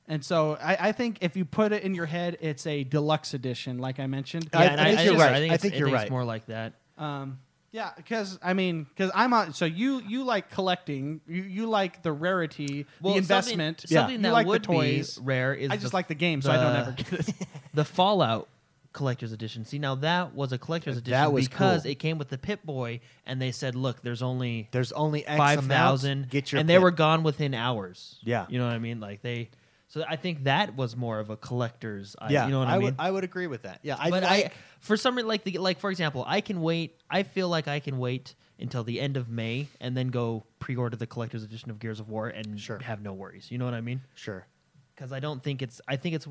Speaker 2: and so I, I think if you put it in your head it's a deluxe edition like i mentioned
Speaker 3: Yeah,
Speaker 1: I-
Speaker 3: and
Speaker 1: I
Speaker 3: I,
Speaker 1: think
Speaker 3: I
Speaker 1: you're
Speaker 3: just-
Speaker 1: right.
Speaker 3: I think,
Speaker 1: I
Speaker 3: it's-
Speaker 1: think
Speaker 3: I
Speaker 1: you're
Speaker 3: it's
Speaker 1: right.
Speaker 3: more like that.
Speaker 2: Um, yeah, because I mean, because I'm on. So you you like collecting. You you like the rarity, the investment.
Speaker 3: Something, something
Speaker 2: you
Speaker 3: that
Speaker 2: like
Speaker 3: would
Speaker 2: the toys.
Speaker 3: be rare is
Speaker 2: I just like the game, so I don't ever get
Speaker 3: it. the Fallout collector's edition. See, now that was a collector's
Speaker 1: That
Speaker 3: edition
Speaker 1: was
Speaker 3: because
Speaker 1: cool.
Speaker 3: it came with the Pip Boy, and they said, "Look, there's only
Speaker 1: There's only X
Speaker 3: five
Speaker 1: amount,
Speaker 3: thousand.
Speaker 1: Get your
Speaker 3: and they
Speaker 1: pick.
Speaker 3: were gone within hours.
Speaker 1: Yeah.
Speaker 3: you know what I mean. Like they, so I think that was more of a collector's. i-
Speaker 1: yeah.
Speaker 3: you know what I,
Speaker 1: I,
Speaker 3: mean.
Speaker 1: would I would agree with that. Yeah, I,
Speaker 3: but
Speaker 1: like-
Speaker 3: I, for some reason, like the like for example, I can wait. I feel like I can wait until the end of May and then go pre-order the collector's edition of Gears of War and
Speaker 1: Sure.
Speaker 3: have no worries. You know what I mean?
Speaker 1: sure.
Speaker 3: Because I don't think it's. I think it's.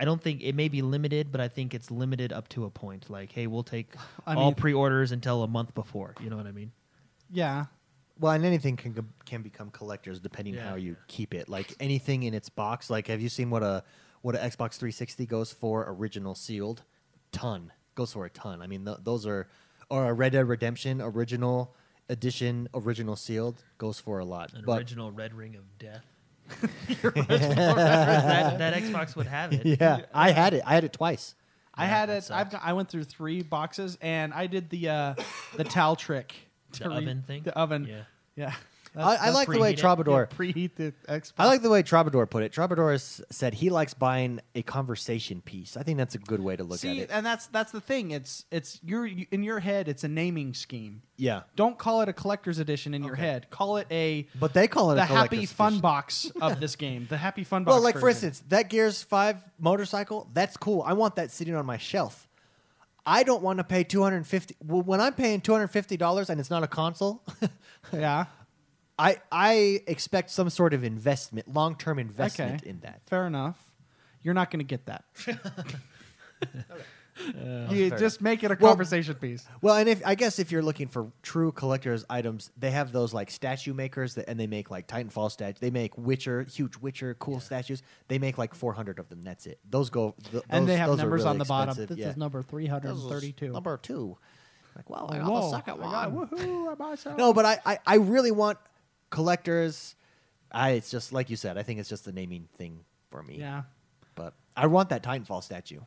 Speaker 3: I don't think it may be limited, but I think it's limited up to a point. Like, hey, we'll take
Speaker 2: I
Speaker 3: all
Speaker 2: mean-
Speaker 3: pre-orders until a month before. You know what I mean?
Speaker 2: Yeah,
Speaker 1: Well, and anything can com- can become collectors depending
Speaker 3: Yeah.
Speaker 1: how you keep it. Like anything in its box. Like have you seen what a what a Xbox 360 goes for original sealed? Ton goes for a ton. I mean th- those are or a Red Dead Redemption original edition original sealed goes for a lot.
Speaker 3: An
Speaker 1: but
Speaker 3: original Red Ring of Death. that, that Xbox would have it.
Speaker 1: yeah, I had it. I had it twice.
Speaker 2: I
Speaker 3: Yeah,
Speaker 2: had
Speaker 3: that
Speaker 2: it. I've
Speaker 3: sucks.
Speaker 2: got, I went through three boxes, and I did the uh, the towel trick. to
Speaker 3: The oven thing?
Speaker 2: The oven.
Speaker 3: Yeah.
Speaker 2: Yeah.
Speaker 1: I, I like the way
Speaker 3: preheated.
Speaker 1: Troubadour.
Speaker 2: Yeah, preheat the Xbox.
Speaker 1: I like the way Troubadour put it. Troubadour s- said he likes buying a conversation piece. I think that's a good way to look
Speaker 2: See,
Speaker 1: at it.
Speaker 2: and that's that's the thing. It's it's your in your head. It's a naming scheme.
Speaker 1: Yeah,
Speaker 2: Don't call it a collector's edition in your
Speaker 1: Okay.
Speaker 2: head. Call it a
Speaker 1: but they call it
Speaker 2: the
Speaker 1: a
Speaker 2: happy
Speaker 1: collector's
Speaker 2: fun
Speaker 1: edition.
Speaker 2: box of this game. The happy fun box.
Speaker 1: Well, like for
Speaker 2: version.
Speaker 1: instance, that Gears Five motorcycle, that's cool. I want that sitting on my shelf. I don't want to pay two hundred fifty. Well, when I'm paying two hundred fifty dollars and it's not a console,
Speaker 2: yeah,
Speaker 1: I I expect some sort of investment, long term investment
Speaker 2: Okay.
Speaker 1: in that.
Speaker 2: fair enough. You're not going to get that.
Speaker 1: fair
Speaker 2: you
Speaker 1: enough.
Speaker 2: just make it a
Speaker 1: Well-
Speaker 2: conversation piece.
Speaker 1: Well, and if I guess if you're looking for true collectors items, they have those like statue makers that, and they make like Titanfall statues. They make Witcher, huge Witcher, cool statues. They make like 400 of them. That's it. Those go. Th- those,
Speaker 2: and they have
Speaker 1: those are
Speaker 2: numbers
Speaker 1: really
Speaker 2: on the bottom.
Speaker 1: expensive.
Speaker 2: This
Speaker 1: yeah.
Speaker 2: is number
Speaker 1: Those is
Speaker 2: 332.
Speaker 1: Number two. Like wow, I
Speaker 2: Oh,
Speaker 1: got
Speaker 2: whoa.
Speaker 1: the second
Speaker 2: I got-
Speaker 1: one.
Speaker 2: woohoo, I bought some.
Speaker 1: No, but I, I I really want collectors. I it's just like you said. I think it's just the naming thing for me.
Speaker 2: Yeah.
Speaker 1: But I want that Titanfall statue.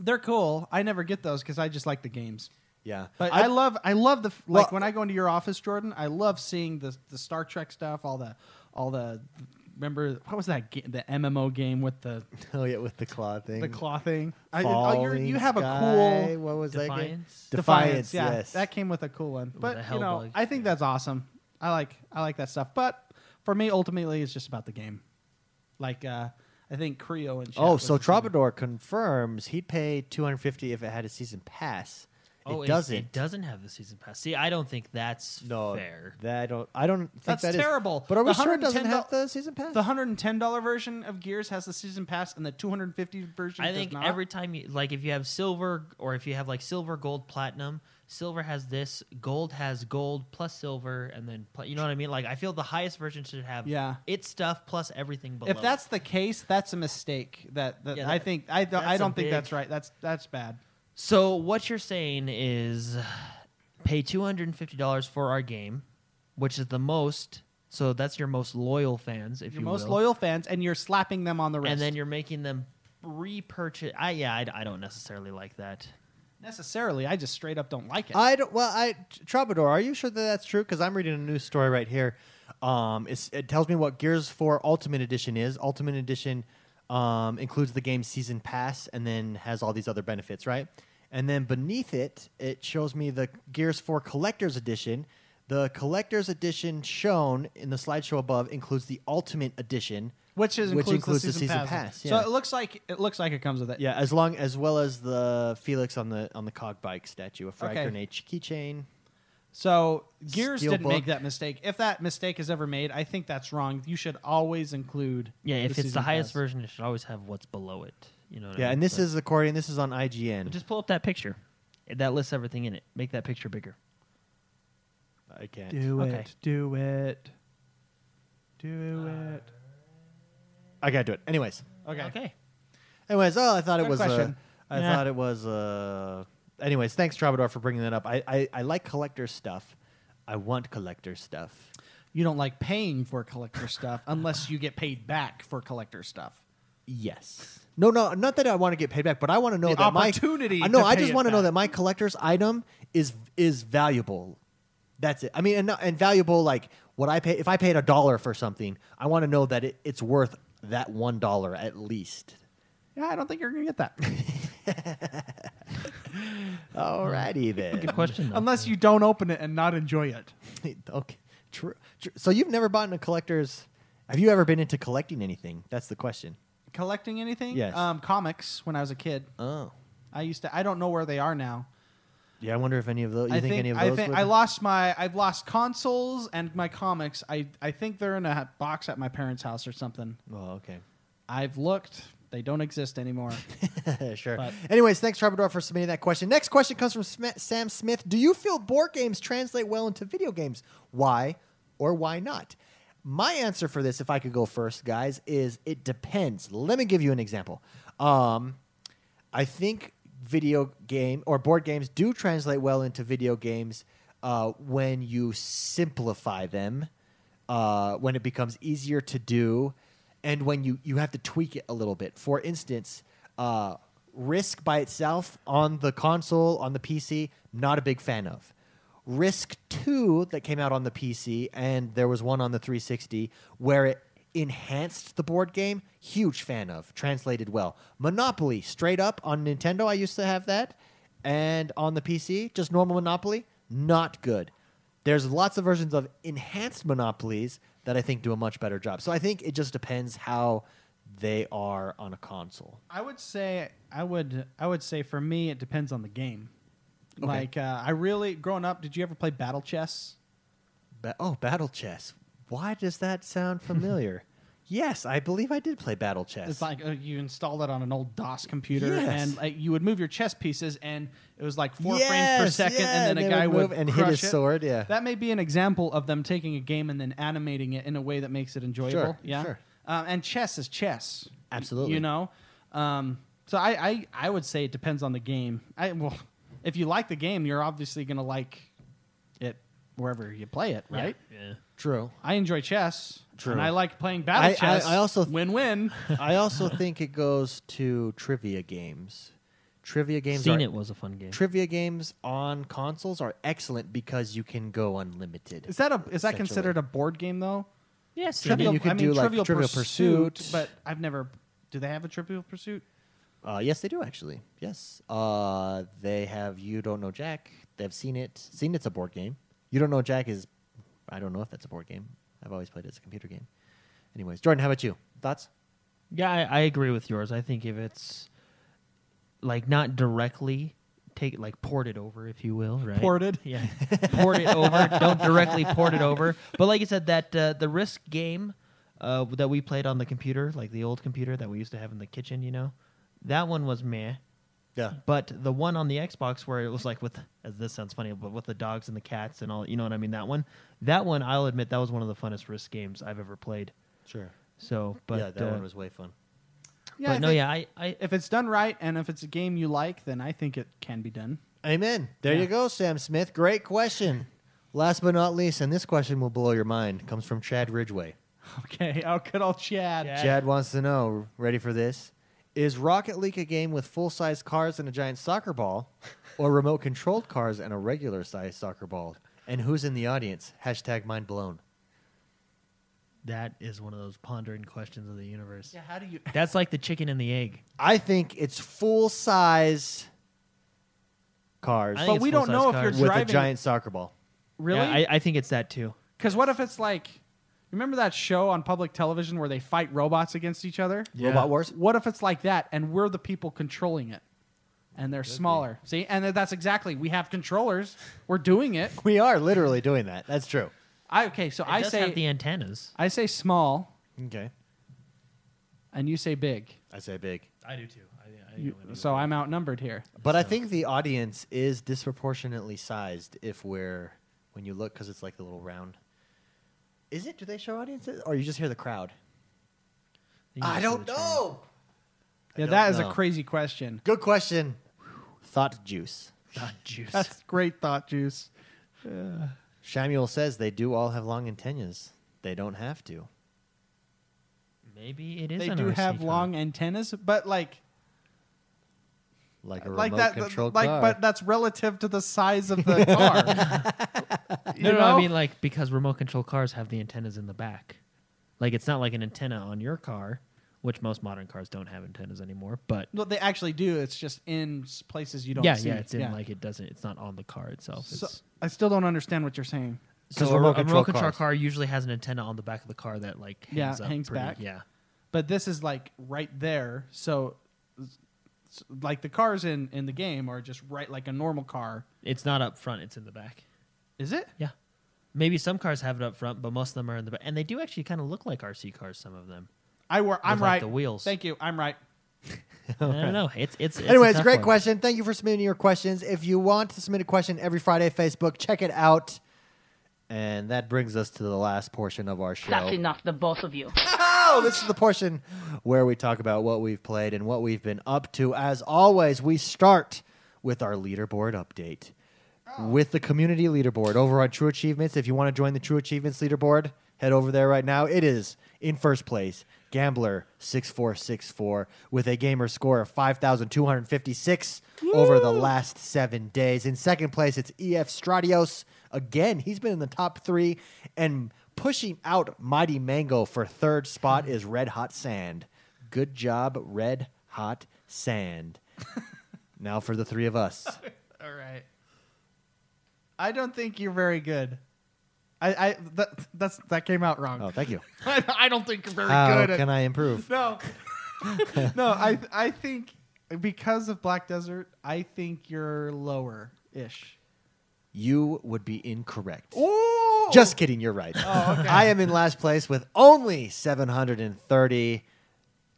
Speaker 2: They're cool. I never get those because I just like the games.
Speaker 1: Yeah.
Speaker 2: But I, love, I love the f-
Speaker 1: Well-
Speaker 2: like when I go into your office, Jordan. I love seeing the the Star Trek stuff, all the, all the. Remember what was that? Ga- the MMO game with the
Speaker 1: oh yeah, with the claw thing.
Speaker 2: the claw thing. I, oh, you're-
Speaker 1: Falling
Speaker 2: you have
Speaker 1: Sky,
Speaker 2: a cool
Speaker 1: What was that? game?
Speaker 3: Defiance?
Speaker 1: Defiance. yes.
Speaker 2: that came with a cool one.
Speaker 3: With a
Speaker 2: But you know,
Speaker 3: Hellbug,
Speaker 2: I think that's awesome. I like I like that stuff. But for me, ultimately, it's just about the game. Like uh, I think Creo and shit
Speaker 1: oh,
Speaker 2: was
Speaker 1: so
Speaker 2: the same.
Speaker 1: Troubadour confirms he'd pay 250 if it had a season pass.
Speaker 3: Oh,
Speaker 1: it doesn't.
Speaker 3: It doesn't have the season pass. See, I don't think that's
Speaker 1: no,
Speaker 3: fair.
Speaker 1: That I don't. I don't think
Speaker 2: That's
Speaker 1: that is-
Speaker 2: terrible.
Speaker 1: But are we
Speaker 2: The
Speaker 1: sure it doesn't
Speaker 2: $110
Speaker 1: have the season pass?
Speaker 2: The hundred and ten dollar version of Gears has the season pass, and the two hundred and fifty version.
Speaker 3: I
Speaker 2: does
Speaker 3: think
Speaker 2: not.
Speaker 3: every time you like, if you have silver or if you have like silver, gold, platinum, silver has this, gold has gold plus silver, and then pla- you know what I mean. Like, I feel the highest version should have
Speaker 2: Yeah.
Speaker 3: its stuff plus everything below.
Speaker 2: If that's the case, that's a mistake. That, that,
Speaker 3: Yeah,
Speaker 2: I
Speaker 3: that-
Speaker 2: think I, don't- I
Speaker 3: that's a
Speaker 2: don't think
Speaker 3: big-
Speaker 2: that's right. That's that's bad.
Speaker 3: so, what you're saying is, pay two hundred and fifty dollars for our game, which is the most. So that's your most loyal fans, if
Speaker 2: Your
Speaker 3: you
Speaker 2: most
Speaker 3: will.
Speaker 2: loyal fans, and you're slapping them on the wrist.
Speaker 3: and then you're making them repurchase. I yeah, I, I don't necessarily like that.
Speaker 2: necessarily, I just straight up don't like it.
Speaker 3: Uh,
Speaker 1: I don't. Well, I Troubadour. Are you sure that that's true? Because I'm reading a news story right here. Um, it's, it tells me what Gears 4 Ultimate Edition is. Ultimate Edition um, includes the game season pass and then has all these other benefits, right? And then beneath it, it shows me the Gears 4 Collector's Edition. The Collector's Edition shown in the slideshow above includes the Ultimate Edition,
Speaker 2: Which is
Speaker 1: Which
Speaker 2: includes,
Speaker 1: includes
Speaker 2: the, season pass.
Speaker 1: yeah.
Speaker 2: So it looks like it looks like it comes with it.
Speaker 1: Yeah, as long as well as the Felix on the on the cog bike statue, a frag
Speaker 2: Okay.
Speaker 1: grenade keychain.
Speaker 2: So Gears
Speaker 1: Steelbook.
Speaker 2: didn't make that mistake. If that mistake is ever made, I think that's wrong. You should always include.
Speaker 3: Yeah, if it's the
Speaker 2: season
Speaker 3: highest
Speaker 2: pass.
Speaker 3: version, it should always have what's below it. You know. What I
Speaker 1: Yeah,
Speaker 3: mean?
Speaker 1: and this
Speaker 3: But-
Speaker 1: is according. This is on IGN.
Speaker 3: but just pull up that picture. That lists everything in it. Make that picture bigger.
Speaker 1: I can't.
Speaker 2: Do
Speaker 3: Okay.
Speaker 2: it. Do it. Do it.
Speaker 1: I gotta do it. Anyways,
Speaker 2: Uh, Okay.
Speaker 3: Okay.
Speaker 1: anyways. Oh, I thought it
Speaker 2: Good
Speaker 1: was. Uh,
Speaker 2: question.
Speaker 1: I
Speaker 3: Yeah.
Speaker 1: thought it was. Uh, anyways, thanks Troubadour for bringing that up. I, I I like collector stuff. I want collector stuff.
Speaker 2: You don't like paying for collector stuff unless you get paid back for collector stuff.
Speaker 1: Yes. No, no, not that I want to get paid back, but I want to know
Speaker 2: The
Speaker 1: that
Speaker 2: opportunity
Speaker 1: my I know
Speaker 2: to
Speaker 1: I
Speaker 2: pay
Speaker 1: just
Speaker 2: it
Speaker 1: want to know
Speaker 2: back.
Speaker 1: that my collector's item is is valuable. That's it. I mean, and, not- and valuable like what I pay. If I paid a dollar for something, I want to know that it, it's worth that one dollar at least.
Speaker 2: Yeah, I don't think you're gonna get that
Speaker 1: Alrighty then.
Speaker 3: Good question. Though.
Speaker 2: unless you don't open it and not enjoy it.
Speaker 1: okay. True, true. So you've never bought in a collector's. Have you ever been into collecting anything? That's the question.
Speaker 2: Collecting anything?
Speaker 1: Yes.
Speaker 2: Um, comics. When I was a kid,
Speaker 1: Oh.
Speaker 2: I used to. I don't know where they are now.
Speaker 1: Yeah, I wonder if any of those. You
Speaker 2: I
Speaker 1: think, any of
Speaker 2: I
Speaker 1: those?
Speaker 2: think
Speaker 1: would-
Speaker 2: I lost my I've lost consoles and my comics. I I think they're in a box at my parents' house or something.
Speaker 1: Oh, okay.
Speaker 2: I've looked. They don't exist anymore.
Speaker 1: sure.
Speaker 2: But-
Speaker 1: Anyways, thanks, Troubadour, for submitting that question. Next question comes from Sm- Sam Smith. Do you feel board games translate well into video games? Why or why not? My answer for this, if I could go first, guys, is it depends. Let me give you an example. Um, I think video game or board games do translate well into video games uh, when you simplify them, uh, when it becomes easier to do, and when you, you have to tweak it a little bit. For instance, uh, Risk by itself on the console, on the PC, not a big fan of. Risk 2 that came out on the PC and there was one on the 360 where it enhanced the board game, huge fan of, translated well. Monopoly straight up on Nintendo I used to have that and on the PC just normal Monopoly, not good. There's lots of versions of enhanced monopolies that I think do a much better job. So I think it just depends how they are on a console.
Speaker 2: I would say I would I would say for me it depends on the game. Like uh, I really growing up, did you ever play Battle Chess?
Speaker 1: Ba- oh, Battle Chess. Why does that sound familiar? yes, I believe I did play Battle Chess.
Speaker 2: It's like uh, you installed it on an old DOS computer,
Speaker 1: Yes.
Speaker 2: and like, you would move your chess pieces, and it was like four frames per
Speaker 1: Yes,
Speaker 2: second,
Speaker 1: yeah, and
Speaker 2: and then a
Speaker 1: they
Speaker 2: guy
Speaker 1: would
Speaker 2: would
Speaker 1: move and hit
Speaker 2: crush
Speaker 1: his
Speaker 2: it.
Speaker 1: sword, yeah.
Speaker 2: that may be an example of them taking a game and then animating it in a way that makes it enjoyable.
Speaker 1: Sure,
Speaker 2: yeah,
Speaker 1: sure.
Speaker 2: Um, and chess is chess. y-
Speaker 1: Absolutely.
Speaker 2: you know. Um, so I, I, I would say it depends on the game. I well, if you like the game, you're obviously gonna like it wherever you play it,
Speaker 3: Yeah,
Speaker 2: right?
Speaker 3: Yeah.
Speaker 1: True.
Speaker 2: I enjoy chess.
Speaker 1: True.
Speaker 2: And I like playing
Speaker 1: I-
Speaker 2: battle
Speaker 1: I-
Speaker 2: chess.
Speaker 1: I also th-
Speaker 2: win-win.
Speaker 1: I also think it goes to trivia games. Trivia games
Speaker 3: Seen
Speaker 1: are-
Speaker 3: it was a fun game.
Speaker 1: Trivia games on consoles are excellent because you can go unlimited.
Speaker 2: Is that a is that
Speaker 1: Essentially.
Speaker 2: considered a board game though?
Speaker 3: Yes.
Speaker 1: Trivia- you can do, like, Trivial Pursuit.
Speaker 2: but I've never. Do they have a Trivial Pursuit?
Speaker 1: Uh, yes, they do actually. Yes, uh, they have. You don't know Jack. They've seen it. Seen it's a board game. You don't know Jack is. I don't know if that's a board game. I've always played it as a computer game. Anyways, Jordan, how about you? Thoughts?
Speaker 3: Yeah, I, I agree with yours. I think if it's like not directly take like port it over, if you will, right?
Speaker 2: Ported.
Speaker 3: Yeah, port it over. Don't directly port it over. But like you said, that uh, the risk game uh, that we played on the computer, like the old computer that we used to have in the kitchen, you know, that one was meh.
Speaker 1: Yeah.
Speaker 3: But the one on the Xbox where it was like with as this sounds funny, but with the dogs and the cats and all, you know what I mean? That one, that one, I'll admit that was one of the funnest risk games I've ever played.
Speaker 1: Sure.
Speaker 3: So, but
Speaker 1: yeah, that
Speaker 3: uh,
Speaker 1: one was way fun.
Speaker 2: Yeah,
Speaker 3: but
Speaker 2: if
Speaker 3: no,
Speaker 2: it-
Speaker 3: yeah, I, I
Speaker 2: If it's done right and if it's a game you like, then I think it can be done.
Speaker 1: Amen. There
Speaker 2: Yeah.
Speaker 1: you go, Sam Smith. Great question. Last but not least, and this question will blow your mind, comes from Chad Ridgway.
Speaker 2: Okay. Oh, good old Chad.
Speaker 3: Chad.
Speaker 1: Chad wants to know, ready for this? Is Rocket League a game with full size cars and a giant soccer ball, or remote controlled cars and a regular size soccer ball? And who's in the audience? Hashtag mind blown.
Speaker 3: that is one of those pondering questions of the universe.
Speaker 2: Yeah, how do you?
Speaker 3: That's like the chicken and the egg.
Speaker 1: I think it's full size cars
Speaker 3: I think
Speaker 2: But
Speaker 3: it's
Speaker 2: we don't
Speaker 3: full-size
Speaker 2: know if you're
Speaker 3: cars.
Speaker 1: with
Speaker 2: driving
Speaker 1: a giant soccer ball.
Speaker 2: Really?
Speaker 3: Yeah, I, I think it's that too.
Speaker 2: Because what if it's like, remember that show on public television where they fight robots against each other?
Speaker 3: Yeah.
Speaker 1: Robot Wars.
Speaker 2: What if it's like that and we're the people controlling it? And they're smaller. See, and that's exactly we have controllers. We're doing it.
Speaker 1: We are literally doing that. That's true.
Speaker 2: I okay, so
Speaker 3: It
Speaker 2: I
Speaker 3: does
Speaker 2: say
Speaker 3: have the antennas.
Speaker 2: I say small
Speaker 1: Okay.
Speaker 2: and you say big.
Speaker 1: I say big.
Speaker 3: I do too. I,
Speaker 2: You- so I'm outnumbered here.
Speaker 1: But I think the audience is disproportionately sized if we're when you look because it's like the little round. Is it? Do they show audiences, or you just hear the crowd? I
Speaker 2: Yeah,
Speaker 1: don't
Speaker 2: that is
Speaker 1: know.
Speaker 2: a crazy question.
Speaker 1: Good question. Thought juice.
Speaker 3: God, Ah, juice.
Speaker 2: That's great thought juice.
Speaker 1: Samuel says they do all have long antennas. They don't have to.
Speaker 3: Maybe it is.
Speaker 2: They
Speaker 3: an
Speaker 2: do
Speaker 3: RC
Speaker 2: have
Speaker 3: car.
Speaker 2: long antennas, but like
Speaker 1: Like a
Speaker 2: like
Speaker 1: remote
Speaker 2: that
Speaker 1: controlled
Speaker 2: like
Speaker 1: car.
Speaker 2: but that's relative to the size of the car. You
Speaker 3: No, no,
Speaker 2: know?
Speaker 3: I mean like because remote control cars have the antennas in the back. Like it's not like an antenna on your car, which most modern cars don't have antennas anymore. But
Speaker 2: No, they actually do. It's just in s- places you don't
Speaker 3: yeah,
Speaker 2: see.
Speaker 3: yeah, it's in like it doesn't. It's not on the car itself.
Speaker 2: So,
Speaker 3: it's,
Speaker 2: I still don't understand what you're saying.
Speaker 1: Because
Speaker 3: so a
Speaker 1: remote
Speaker 3: remote control,
Speaker 1: control cars.
Speaker 3: car usually has an antenna on the back of the car that like hangs
Speaker 2: Yeah,
Speaker 3: up
Speaker 2: hangs
Speaker 3: pretty-
Speaker 2: back.
Speaker 3: Yeah,
Speaker 2: But this is like right there. So, s- like the cars in in the game are just right like a normal car.
Speaker 3: it's not up front. It's in the back.
Speaker 2: Is it?
Speaker 3: Yeah, maybe some cars have it up front, but most of them are in the back, and they do actually kind of look like RC cars. Some of them.
Speaker 2: I were. I'm
Speaker 3: With, like,
Speaker 2: right.
Speaker 3: the wheels.
Speaker 2: Thank you. I'm right.
Speaker 3: I don't know. It's it's. it's
Speaker 1: Anyways,
Speaker 3: a tough
Speaker 1: great
Speaker 3: one.
Speaker 1: question. Thank you for submitting your questions. If you want to submit a question every Friday, Facebook, check it out. And that brings us to the last portion of our show.
Speaker 4: That's enough, the both of you.
Speaker 1: Oh, this is the portion where we talk about what we've played and what we've been up to. As always, we start with our leaderboard update with the community leaderboard over on True Achievements. If you want to join the True Achievements leaderboard, head over there right now. It is in first place, Gambler 6464, with a gamer score of 5,256 over the last seven days. In second place, it's EF Stradios. Again, he's been in the top three. And pushing out Mighty Mango for third spot is Red Hot Sand. Good job, Red Hot Sand. now for the three of us.
Speaker 2: All right. I don't think you're very good. I, I that that's that came out wrong.
Speaker 1: Oh, thank you.
Speaker 2: I, don't think you're very
Speaker 1: How
Speaker 2: good. at-
Speaker 1: can I improve?
Speaker 2: No. no, I I think because of Black Desert, I think you're lower ish.
Speaker 1: You would be incorrect.
Speaker 2: Ooh.
Speaker 1: Just kidding, you're right.
Speaker 2: Oh,
Speaker 1: I am in last place with only 730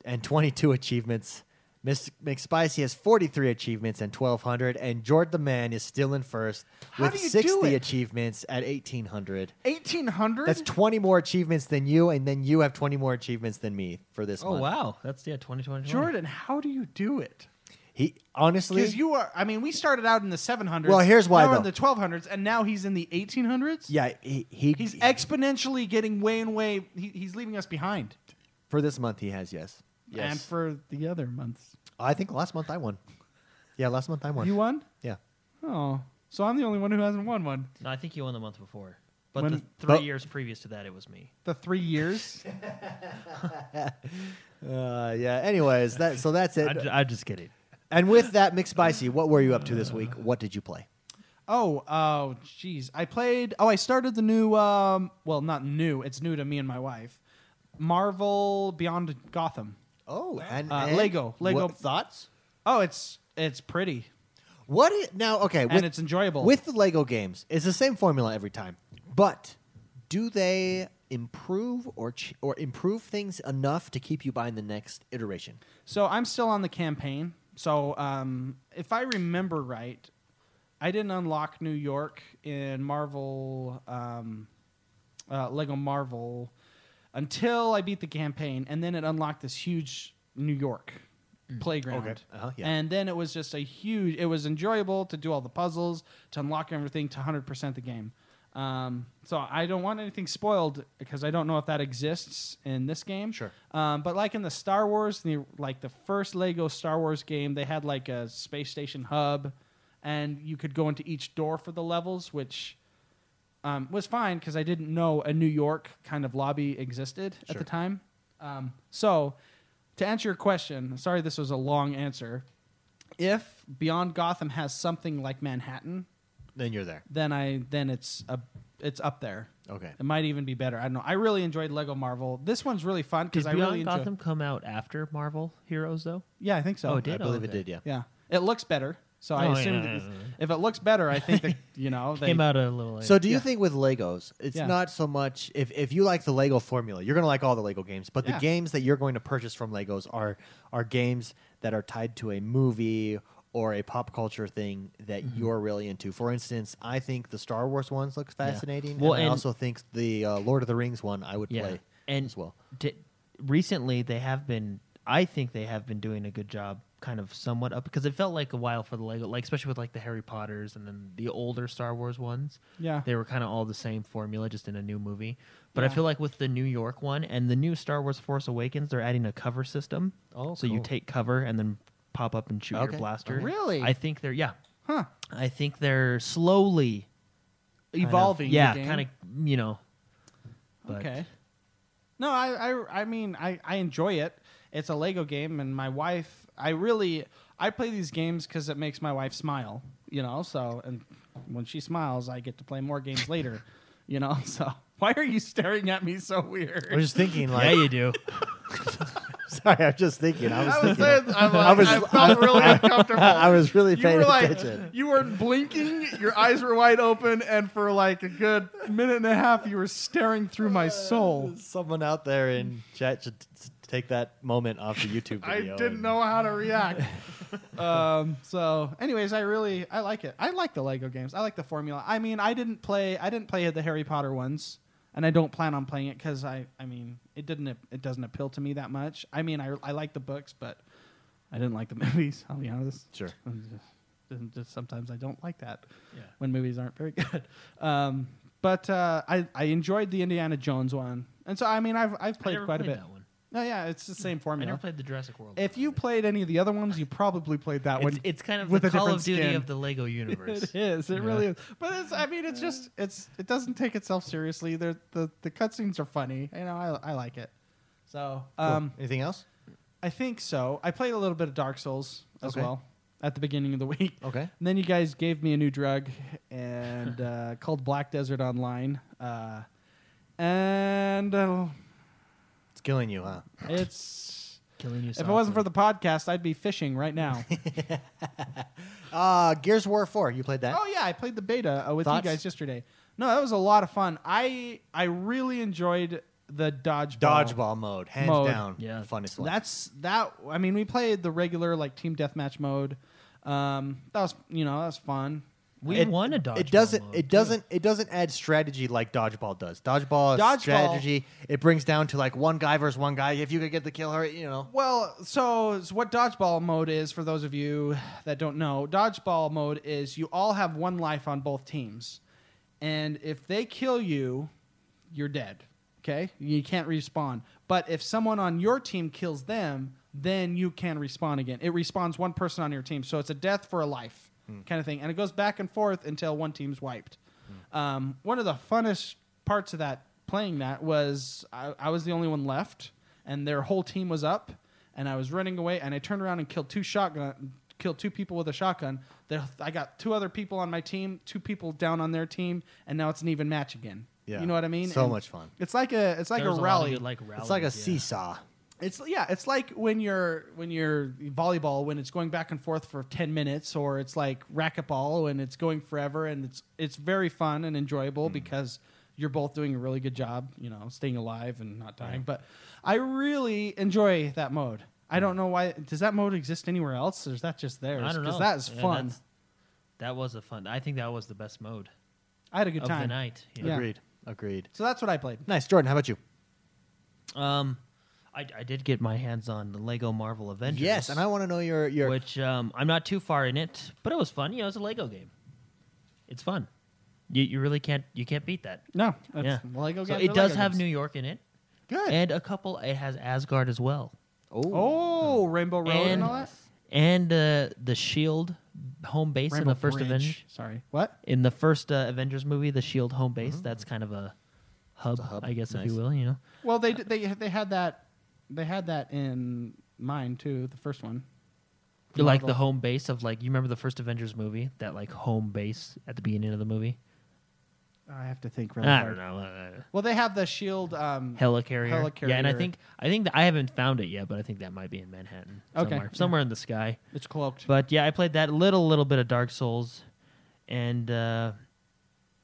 Speaker 1: and 22 achievements. Miss McSpicy has 43 achievements and 1,200, and Jord the Man is still in first
Speaker 2: How
Speaker 1: with
Speaker 2: do you do
Speaker 1: 60
Speaker 2: it?
Speaker 1: achievements at 1,800.
Speaker 2: 1800?
Speaker 1: That's 20 more achievements than you, and then you have 20 more achievements than me for this
Speaker 3: Oh
Speaker 1: month.
Speaker 3: wow, that's yeah, 2020.
Speaker 2: Jordan, how do you do it?
Speaker 1: He honestly,
Speaker 2: Because you are I mean, we started out in the 700s.
Speaker 1: Well, here's why,
Speaker 2: now we're in
Speaker 1: though.
Speaker 2: the 1200s and now he's in the 1800s?
Speaker 1: yeah, he, he
Speaker 2: He's exponentially getting way and way he, he's leaving us behind.
Speaker 1: for this month he has yes, yes.
Speaker 2: And for the other months.
Speaker 1: I think last month I won. Yeah, last month I won.
Speaker 2: You won?
Speaker 1: yeah,
Speaker 2: Oh. So I'm the only one who hasn't won one.
Speaker 3: No, I think you won the month before, but
Speaker 2: When-
Speaker 3: the three
Speaker 1: but-
Speaker 3: years previous to that, it was me.
Speaker 2: The 3 years.
Speaker 1: uh, yeah. Anyways, that so that's it.
Speaker 3: I'm just kidding.
Speaker 1: and with that, McSpicy, what were you up to this week? What did you play?
Speaker 2: Oh, oh, jeez. I played. Oh, I started the new. Um, well, not new. It's new to me and my wife. Marvel Beyond Gotham.
Speaker 1: Oh, and,
Speaker 2: Uh,
Speaker 1: and
Speaker 2: Lego. Lego.
Speaker 1: what- thoughts.
Speaker 2: Oh, it's it's pretty
Speaker 1: What i- now? Okay,
Speaker 2: and it's enjoyable.
Speaker 1: With the Lego games, it's the same formula every time. But do they improve or ch- or improve things enough to keep you buying the next iteration?
Speaker 2: so I'm still on the campaign. So um, if I remember right, I didn't unlock New York in Marvel um, uh, Lego Marvel until I beat the campaign, and then it unlocked this huge New York playground.
Speaker 1: Okay. Uh-huh, yeah.
Speaker 2: And then it was just a huge. It was enjoyable to do all the puzzles, to unlock everything, to hundred percent the game. Um, so I don't want anything spoiled because I don't know if that exists in this game.
Speaker 1: Sure.
Speaker 2: Um, but like in the Star Wars, the, like the first Lego Star Wars game, they had like a space station hub, and you could go into each door for the levels, which um, was fine because I didn't know a New York kind of lobby existed at the
Speaker 1: Sure.
Speaker 2: time. Um, so, to answer your question, sorry this was a long answer. If Beyond Gotham has something like Manhattan,
Speaker 1: Then you're there.
Speaker 2: then I then it's a, it's up there.
Speaker 1: Okay.
Speaker 2: It might even be better. I don't know. I really enjoyed Lego Marvel. This one's really fun
Speaker 3: Did
Speaker 2: because I
Speaker 3: Beyond
Speaker 2: really enjoy.
Speaker 3: Gotham come out after Marvel Heroes though?
Speaker 2: Yeah, I think so. Uh,
Speaker 3: Oh, it did?
Speaker 1: I believe it did. Yeah.
Speaker 2: Yeah, it looks better. So
Speaker 3: Oh,
Speaker 2: I
Speaker 3: yeah,
Speaker 2: assume
Speaker 3: yeah,
Speaker 2: that
Speaker 3: yeah, yeah.
Speaker 2: if it looks better, I think that you know they
Speaker 3: Came out a little later.
Speaker 1: So do you
Speaker 2: Yeah.
Speaker 1: think with Legos, it's
Speaker 2: Yeah.
Speaker 1: not so much if, if you like the Lego formula, you're gonna like all the Lego games, but
Speaker 2: Yeah.
Speaker 1: the games that you're going to purchase from Legos are are games that are tied to a movie or a pop culture thing that you're really into. For instance, I think the Star Wars ones look fascinating.
Speaker 3: Well,
Speaker 1: and,
Speaker 3: and-
Speaker 1: I also think the uh, Lord of the Rings one I would play
Speaker 3: and
Speaker 1: as well.
Speaker 3: d- recently, they have been. I think they have been doing a good job, kind of somewhat up because it felt like a while for the Lego, like especially with like the Harry Potters and then the older Star Wars ones.
Speaker 2: Yeah.
Speaker 3: they were kind of all the same formula, just in a new movie. But
Speaker 2: Yeah.
Speaker 3: I feel like with the New York one and the new Star Wars Force Awakens, they're adding a cover system.
Speaker 1: Oh,
Speaker 3: so you
Speaker 1: cool.
Speaker 3: take cover and then pop up and shoot
Speaker 1: Okay.
Speaker 3: your blaster.
Speaker 2: Really?
Speaker 3: I think they're yeah.
Speaker 2: huh
Speaker 3: I think they're slowly kind of-
Speaker 2: evolving. the
Speaker 3: yeah,
Speaker 2: game.
Speaker 3: kind of you know. but-
Speaker 2: Okay. No, I, I, I mean, I, I enjoy it. It's a Lego game, and my wife, I really, I play these games because it makes my wife smile, you know. So, and when she smiles, I get to play more games later, you know. So, why are you staring at me so weird?
Speaker 1: I was just thinking
Speaker 3: Yeah,
Speaker 1: like
Speaker 3: you do.
Speaker 1: sorry, I was just thinking. I was
Speaker 2: I was
Speaker 1: thinking
Speaker 2: saying, I'm
Speaker 1: I
Speaker 2: like,
Speaker 1: was-
Speaker 2: I felt really uncomfortable.
Speaker 1: I was really
Speaker 2: you
Speaker 1: paying
Speaker 2: were like,
Speaker 1: attention.
Speaker 2: you weren't blinking, your eyes were wide open, and for like a good minute and a half, you were staring through my soul.
Speaker 1: Someone out there in chat should t- t- take that moment off the YouTube
Speaker 2: I
Speaker 1: video.
Speaker 2: didn't
Speaker 1: and-
Speaker 2: know how to react. um, so, anyways, I really I like it. I like the Lego games. I like the formula. I mean, I didn't play I didn't play the Harry Potter ones, and I don't plan on playing it because I I mean it didn't it doesn't appeal to me that much. I mean, I I like the books, but I didn't like the movies. I'll be honest.
Speaker 1: Sure.
Speaker 2: I'm just- I'm just- sometimes I don't like that
Speaker 3: Yeah.
Speaker 2: when movies aren't very good. Um, but uh, I I enjoyed the Indiana Jones one, and so I mean I've I've
Speaker 3: I
Speaker 2: played
Speaker 3: never
Speaker 2: quite
Speaker 3: played
Speaker 2: a bit.
Speaker 3: That one.
Speaker 2: No, yeah, it's the same
Speaker 3: I
Speaker 2: formula.
Speaker 3: never played the Jurassic World.
Speaker 2: If you played any of the other ones, you probably played that
Speaker 3: it's,
Speaker 2: one.
Speaker 3: it's kind of
Speaker 2: with
Speaker 3: the
Speaker 2: a
Speaker 3: Call
Speaker 2: different
Speaker 3: of Duty
Speaker 2: skin.
Speaker 3: of the Lego universe.
Speaker 2: it is. It
Speaker 3: Yeah.
Speaker 2: really is. But it's. I mean, it's just. It's. It doesn't take itself seriously. They're, the the cutscenes are funny. You know, I I like it. So um,
Speaker 1: Anything else?
Speaker 2: I think so. I played a little bit of Dark Souls as
Speaker 1: Okay.
Speaker 2: well at the beginning of the week.
Speaker 1: Okay.
Speaker 2: And then you guys gave me a new drug and uh, called Black Desert Online. Uh, and uh,
Speaker 1: It's killing you, huh?
Speaker 2: it's.
Speaker 3: Killing you.
Speaker 2: If it wasn't for the podcast, I'd be fishing right now.
Speaker 1: Uh, Gears of War 4, you played that?
Speaker 2: Oh yeah, I played the beta uh, with
Speaker 1: Thoughts?
Speaker 2: you guys yesterday. No, that was a lot of fun. I I really enjoyed the dodgeball.
Speaker 1: Dodgeball mode, hands
Speaker 2: Mode.
Speaker 1: down.
Speaker 3: Yeah.
Speaker 1: Funnest one.
Speaker 2: That's that. I mean, we played the regular like team deathmatch mode. Um, that was you know that was fun.
Speaker 3: we
Speaker 1: It-
Speaker 3: won a dodgeball.
Speaker 1: it doesn't
Speaker 3: mode,
Speaker 1: it
Speaker 3: too.
Speaker 1: doesn't it doesn't add strategy like dodgeball does. Dodgeball, is
Speaker 2: Dodgeball-
Speaker 1: strategy, it brings down to like one guy versus one guy. If you could get the kill, hurry, you know.
Speaker 2: Well, so, so what dodgeball mode is for those of you that don't know, dodgeball mode is you all have one life on both teams, and if they kill you, you're dead. Okay, you can't respawn. But if someone on your team kills them, then you can respawn again. It respawns one person on your team, so it's a death for a life kind of thing, and it goes back and forth until one team's wiped.
Speaker 1: Mm.
Speaker 2: Um, one of the funnest parts of that playing that was I, I was the only one left, and their whole team was up, and I was running away, and I turned around and killed two shotgun, killed two people with a shotgun. There, I got two other people on my team, two people down on their team, and now it's an even match again.
Speaker 1: Yeah.
Speaker 2: you know what I mean.
Speaker 1: So
Speaker 2: And
Speaker 1: much fun.
Speaker 2: It's like a, it's like
Speaker 3: There was
Speaker 2: a
Speaker 3: lot of
Speaker 2: rally.
Speaker 3: good, like
Speaker 1: It's like a
Speaker 3: rallies, yeah.
Speaker 1: seesaw.
Speaker 2: It's yeah, it's like when you're when you're volleyball when it's going back and forth for 10 minutes or it's like racquetball and it's going forever and it's it's very fun and enjoyable
Speaker 3: Hmm.
Speaker 2: because you're both doing a really good job, you know, staying alive and not dying. But I really enjoy that mode. I don't know why does that mode exist anywhere else or is that just theirs?
Speaker 3: Hmm. I don't know.
Speaker 2: Cuz that is
Speaker 3: Yeah,
Speaker 2: fun.
Speaker 3: that's- That was a fun. I think that was the best mode
Speaker 2: I had a good
Speaker 3: of the
Speaker 2: time.
Speaker 3: night. you know?
Speaker 2: Yeah.
Speaker 1: Agreed. Agreed.
Speaker 2: So that's what I played.
Speaker 1: Nice. Jordan, how about you?
Speaker 3: Um, I, I did get my hands on the Lego Marvel Avengers.
Speaker 1: Yes, and I want to know your your
Speaker 3: which um, I'm not too far in it, but it was fun. You know, it's a Lego game. It's fun. You, you really can't you can't beat that.
Speaker 2: No. that's-
Speaker 3: yeah,
Speaker 2: Lego
Speaker 3: so
Speaker 2: games
Speaker 3: it
Speaker 2: are
Speaker 3: does
Speaker 2: Lego
Speaker 3: have
Speaker 2: games.
Speaker 3: New York in it,
Speaker 2: Good.
Speaker 3: and a couple. It has Asgard as well.
Speaker 1: oh,
Speaker 2: oh, Rainbow Road and,
Speaker 3: and
Speaker 2: all that.
Speaker 3: and uh, the Shield home base in
Speaker 2: Rainbow
Speaker 3: the first
Speaker 2: Bridge.
Speaker 3: Avengers.
Speaker 2: Sorry, what?
Speaker 3: In the first uh, Avengers movie, the Shield home base. That's kind of a hub,
Speaker 1: It's a hub.
Speaker 3: I guess, if
Speaker 1: Nice.
Speaker 3: you will. You know.
Speaker 2: Well, they d- they they had that they had that in mind too. The first one.
Speaker 3: You Like the
Speaker 2: Marvel.
Speaker 3: home base of like you remember the first Avengers movie that like home base at the beginning of the movie.
Speaker 2: I have to think really
Speaker 3: I
Speaker 2: hard.
Speaker 3: don't know. Uh,
Speaker 2: Well, they have the shield. Um,
Speaker 3: helicarrier. Yeah, and I
Speaker 2: Helicarrier.
Speaker 3: think I think that I haven't found it yet, but I think that might be in Manhattan.
Speaker 2: Okay,
Speaker 3: Somewhere,
Speaker 2: yeah.
Speaker 3: somewhere in the sky.
Speaker 2: it's cloaked.
Speaker 3: But yeah, I played that little little bit of Dark Souls, and uh,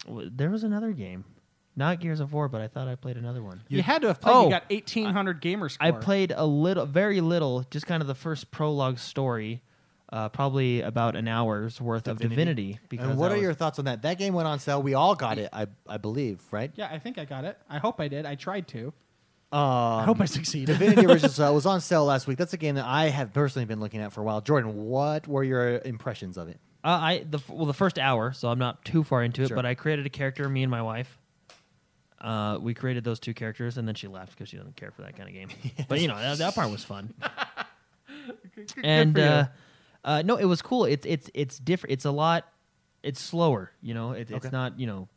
Speaker 3: w- there was another game, not Gears of War, but I thought I played another one.
Speaker 2: you, had to have played.
Speaker 3: Oh,
Speaker 2: you got eighteen hundred gamer score.
Speaker 3: I played a little, very little, just kind of the first prologue story, uh, probably about an hour's worth of Divinity. Because
Speaker 1: And what
Speaker 3: I
Speaker 1: are
Speaker 3: was-
Speaker 1: your thoughts on that? That game went on sale. We all got it, I I believe, right?
Speaker 2: Yeah, I think I got it. I hope I did. I tried to.
Speaker 1: Um,
Speaker 2: I hope I succeeded.
Speaker 1: Divinity Original Sin was on sale last week. That's a game that I have personally been looking at for a while. Jordan, what were your impressions of it?
Speaker 3: Uh, I the f- well the first hour, so I'm not too far into it.
Speaker 1: Sure.
Speaker 3: But I created a character, me and my wife. Uh, we created those two characters, and then she left because she doesn't care for that kind of game. But you know that, that part was fun. and
Speaker 2: for you.
Speaker 3: uh, uh, no, it was cool. It's it's it's different. It's a lot. It's slower. You know, it, it's
Speaker 1: Okay.
Speaker 3: not you know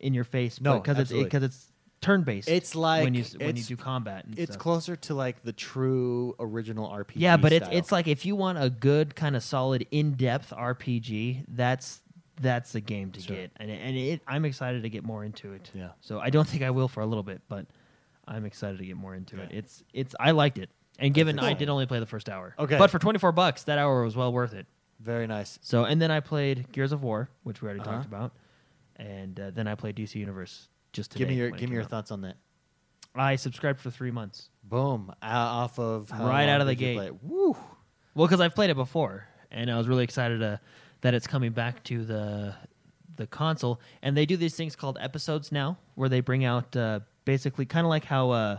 Speaker 3: in your face.
Speaker 1: No,
Speaker 3: because it's
Speaker 1: absolutely.
Speaker 3: because it's turn based.
Speaker 1: It's
Speaker 3: when
Speaker 1: like-
Speaker 3: you s- when you
Speaker 1: it's-
Speaker 3: do combat. And
Speaker 1: It's
Speaker 3: stuff.
Speaker 1: closer to like the true original RPG.
Speaker 3: Yeah, but it's
Speaker 1: style.
Speaker 3: it's like if you want a good kind of solid in-depth RPG, that's that's the game to
Speaker 1: Sure.
Speaker 3: get, and and it, I'm excited to get more into it.
Speaker 1: Yeah.
Speaker 3: So I don't think I will for a little bit, but I'm excited to get more into it. It's it's I liked it, and given I
Speaker 1: cool.
Speaker 3: did only play the first hour,
Speaker 1: Okay.
Speaker 3: but for 24 bucks, that hour was well worth it.
Speaker 1: very nice.
Speaker 3: So and then I played Gears of War, which we already
Speaker 1: Uh-huh.
Speaker 3: talked about, and uh, then I played DC Universe just today.
Speaker 1: Give me your
Speaker 3: when it
Speaker 1: give
Speaker 3: came
Speaker 1: me your
Speaker 3: out.
Speaker 1: thoughts on that.
Speaker 3: I subscribed for three months.
Speaker 1: Boom, O- off of how
Speaker 3: Right out
Speaker 1: long
Speaker 3: of the
Speaker 1: did you
Speaker 3: gate.
Speaker 1: play it? Woo.
Speaker 3: Well, because I've played it before, and I was really excited uh, that it's coming back to the the console. And they do these things called episodes now, where they bring out uh, basically kind of like how uh,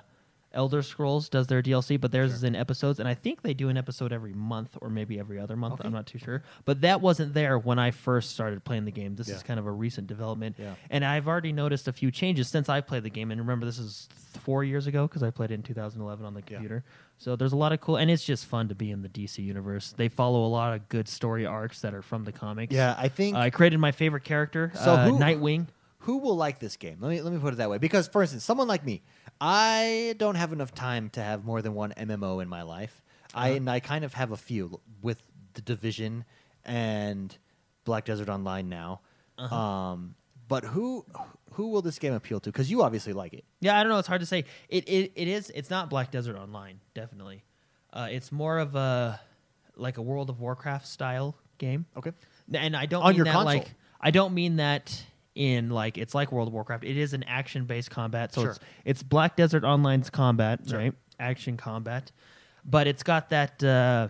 Speaker 3: Elder Scrolls does their DLC, but theirs is in episodes. And I think they do an episode every month, or maybe every other month. I'm not too sure. But that wasn't there when I first started playing the game. This
Speaker 1: Yeah.
Speaker 3: is kind of a recent development,
Speaker 1: Yeah.
Speaker 3: and I've already noticed a few changes since I played the game. And remember, this is th- four years ago because I played it in 2011 on the computer. So there's a lot of cool, and it's just fun to be in the DC universe. They follow a lot of good story arcs that are from the comics. Uh,
Speaker 1: Yeah, I think
Speaker 3: I created my favorite character,
Speaker 1: So
Speaker 3: uh,
Speaker 1: who-
Speaker 3: Nightwing.
Speaker 1: who will like this game? Let me let me put it that way. Because for instance, someone like me, I don't have enough time to have more than one MMO in my life. I
Speaker 3: Uh-huh.
Speaker 1: and I kind of have a few with the Division and Black Desert Online now.
Speaker 3: Uh-huh.
Speaker 1: Um, but who who will this game appeal to? Because you obviously like it.
Speaker 3: Yeah, I don't know. It's hard to say. It it, it is. It's not Black Desert Online, definitely. Uh, it's more of a like a World of Warcraft style game.
Speaker 1: Okay.
Speaker 3: N- And I don't
Speaker 1: On
Speaker 3: mean
Speaker 1: your
Speaker 3: that
Speaker 1: console.
Speaker 3: like I don't mean that in like it's like World of Warcraft. It is an action based combat. So
Speaker 1: Sure.
Speaker 3: it's it's Black Desert Online's combat,
Speaker 1: Sure.
Speaker 3: right? Action combat. But it's got that uh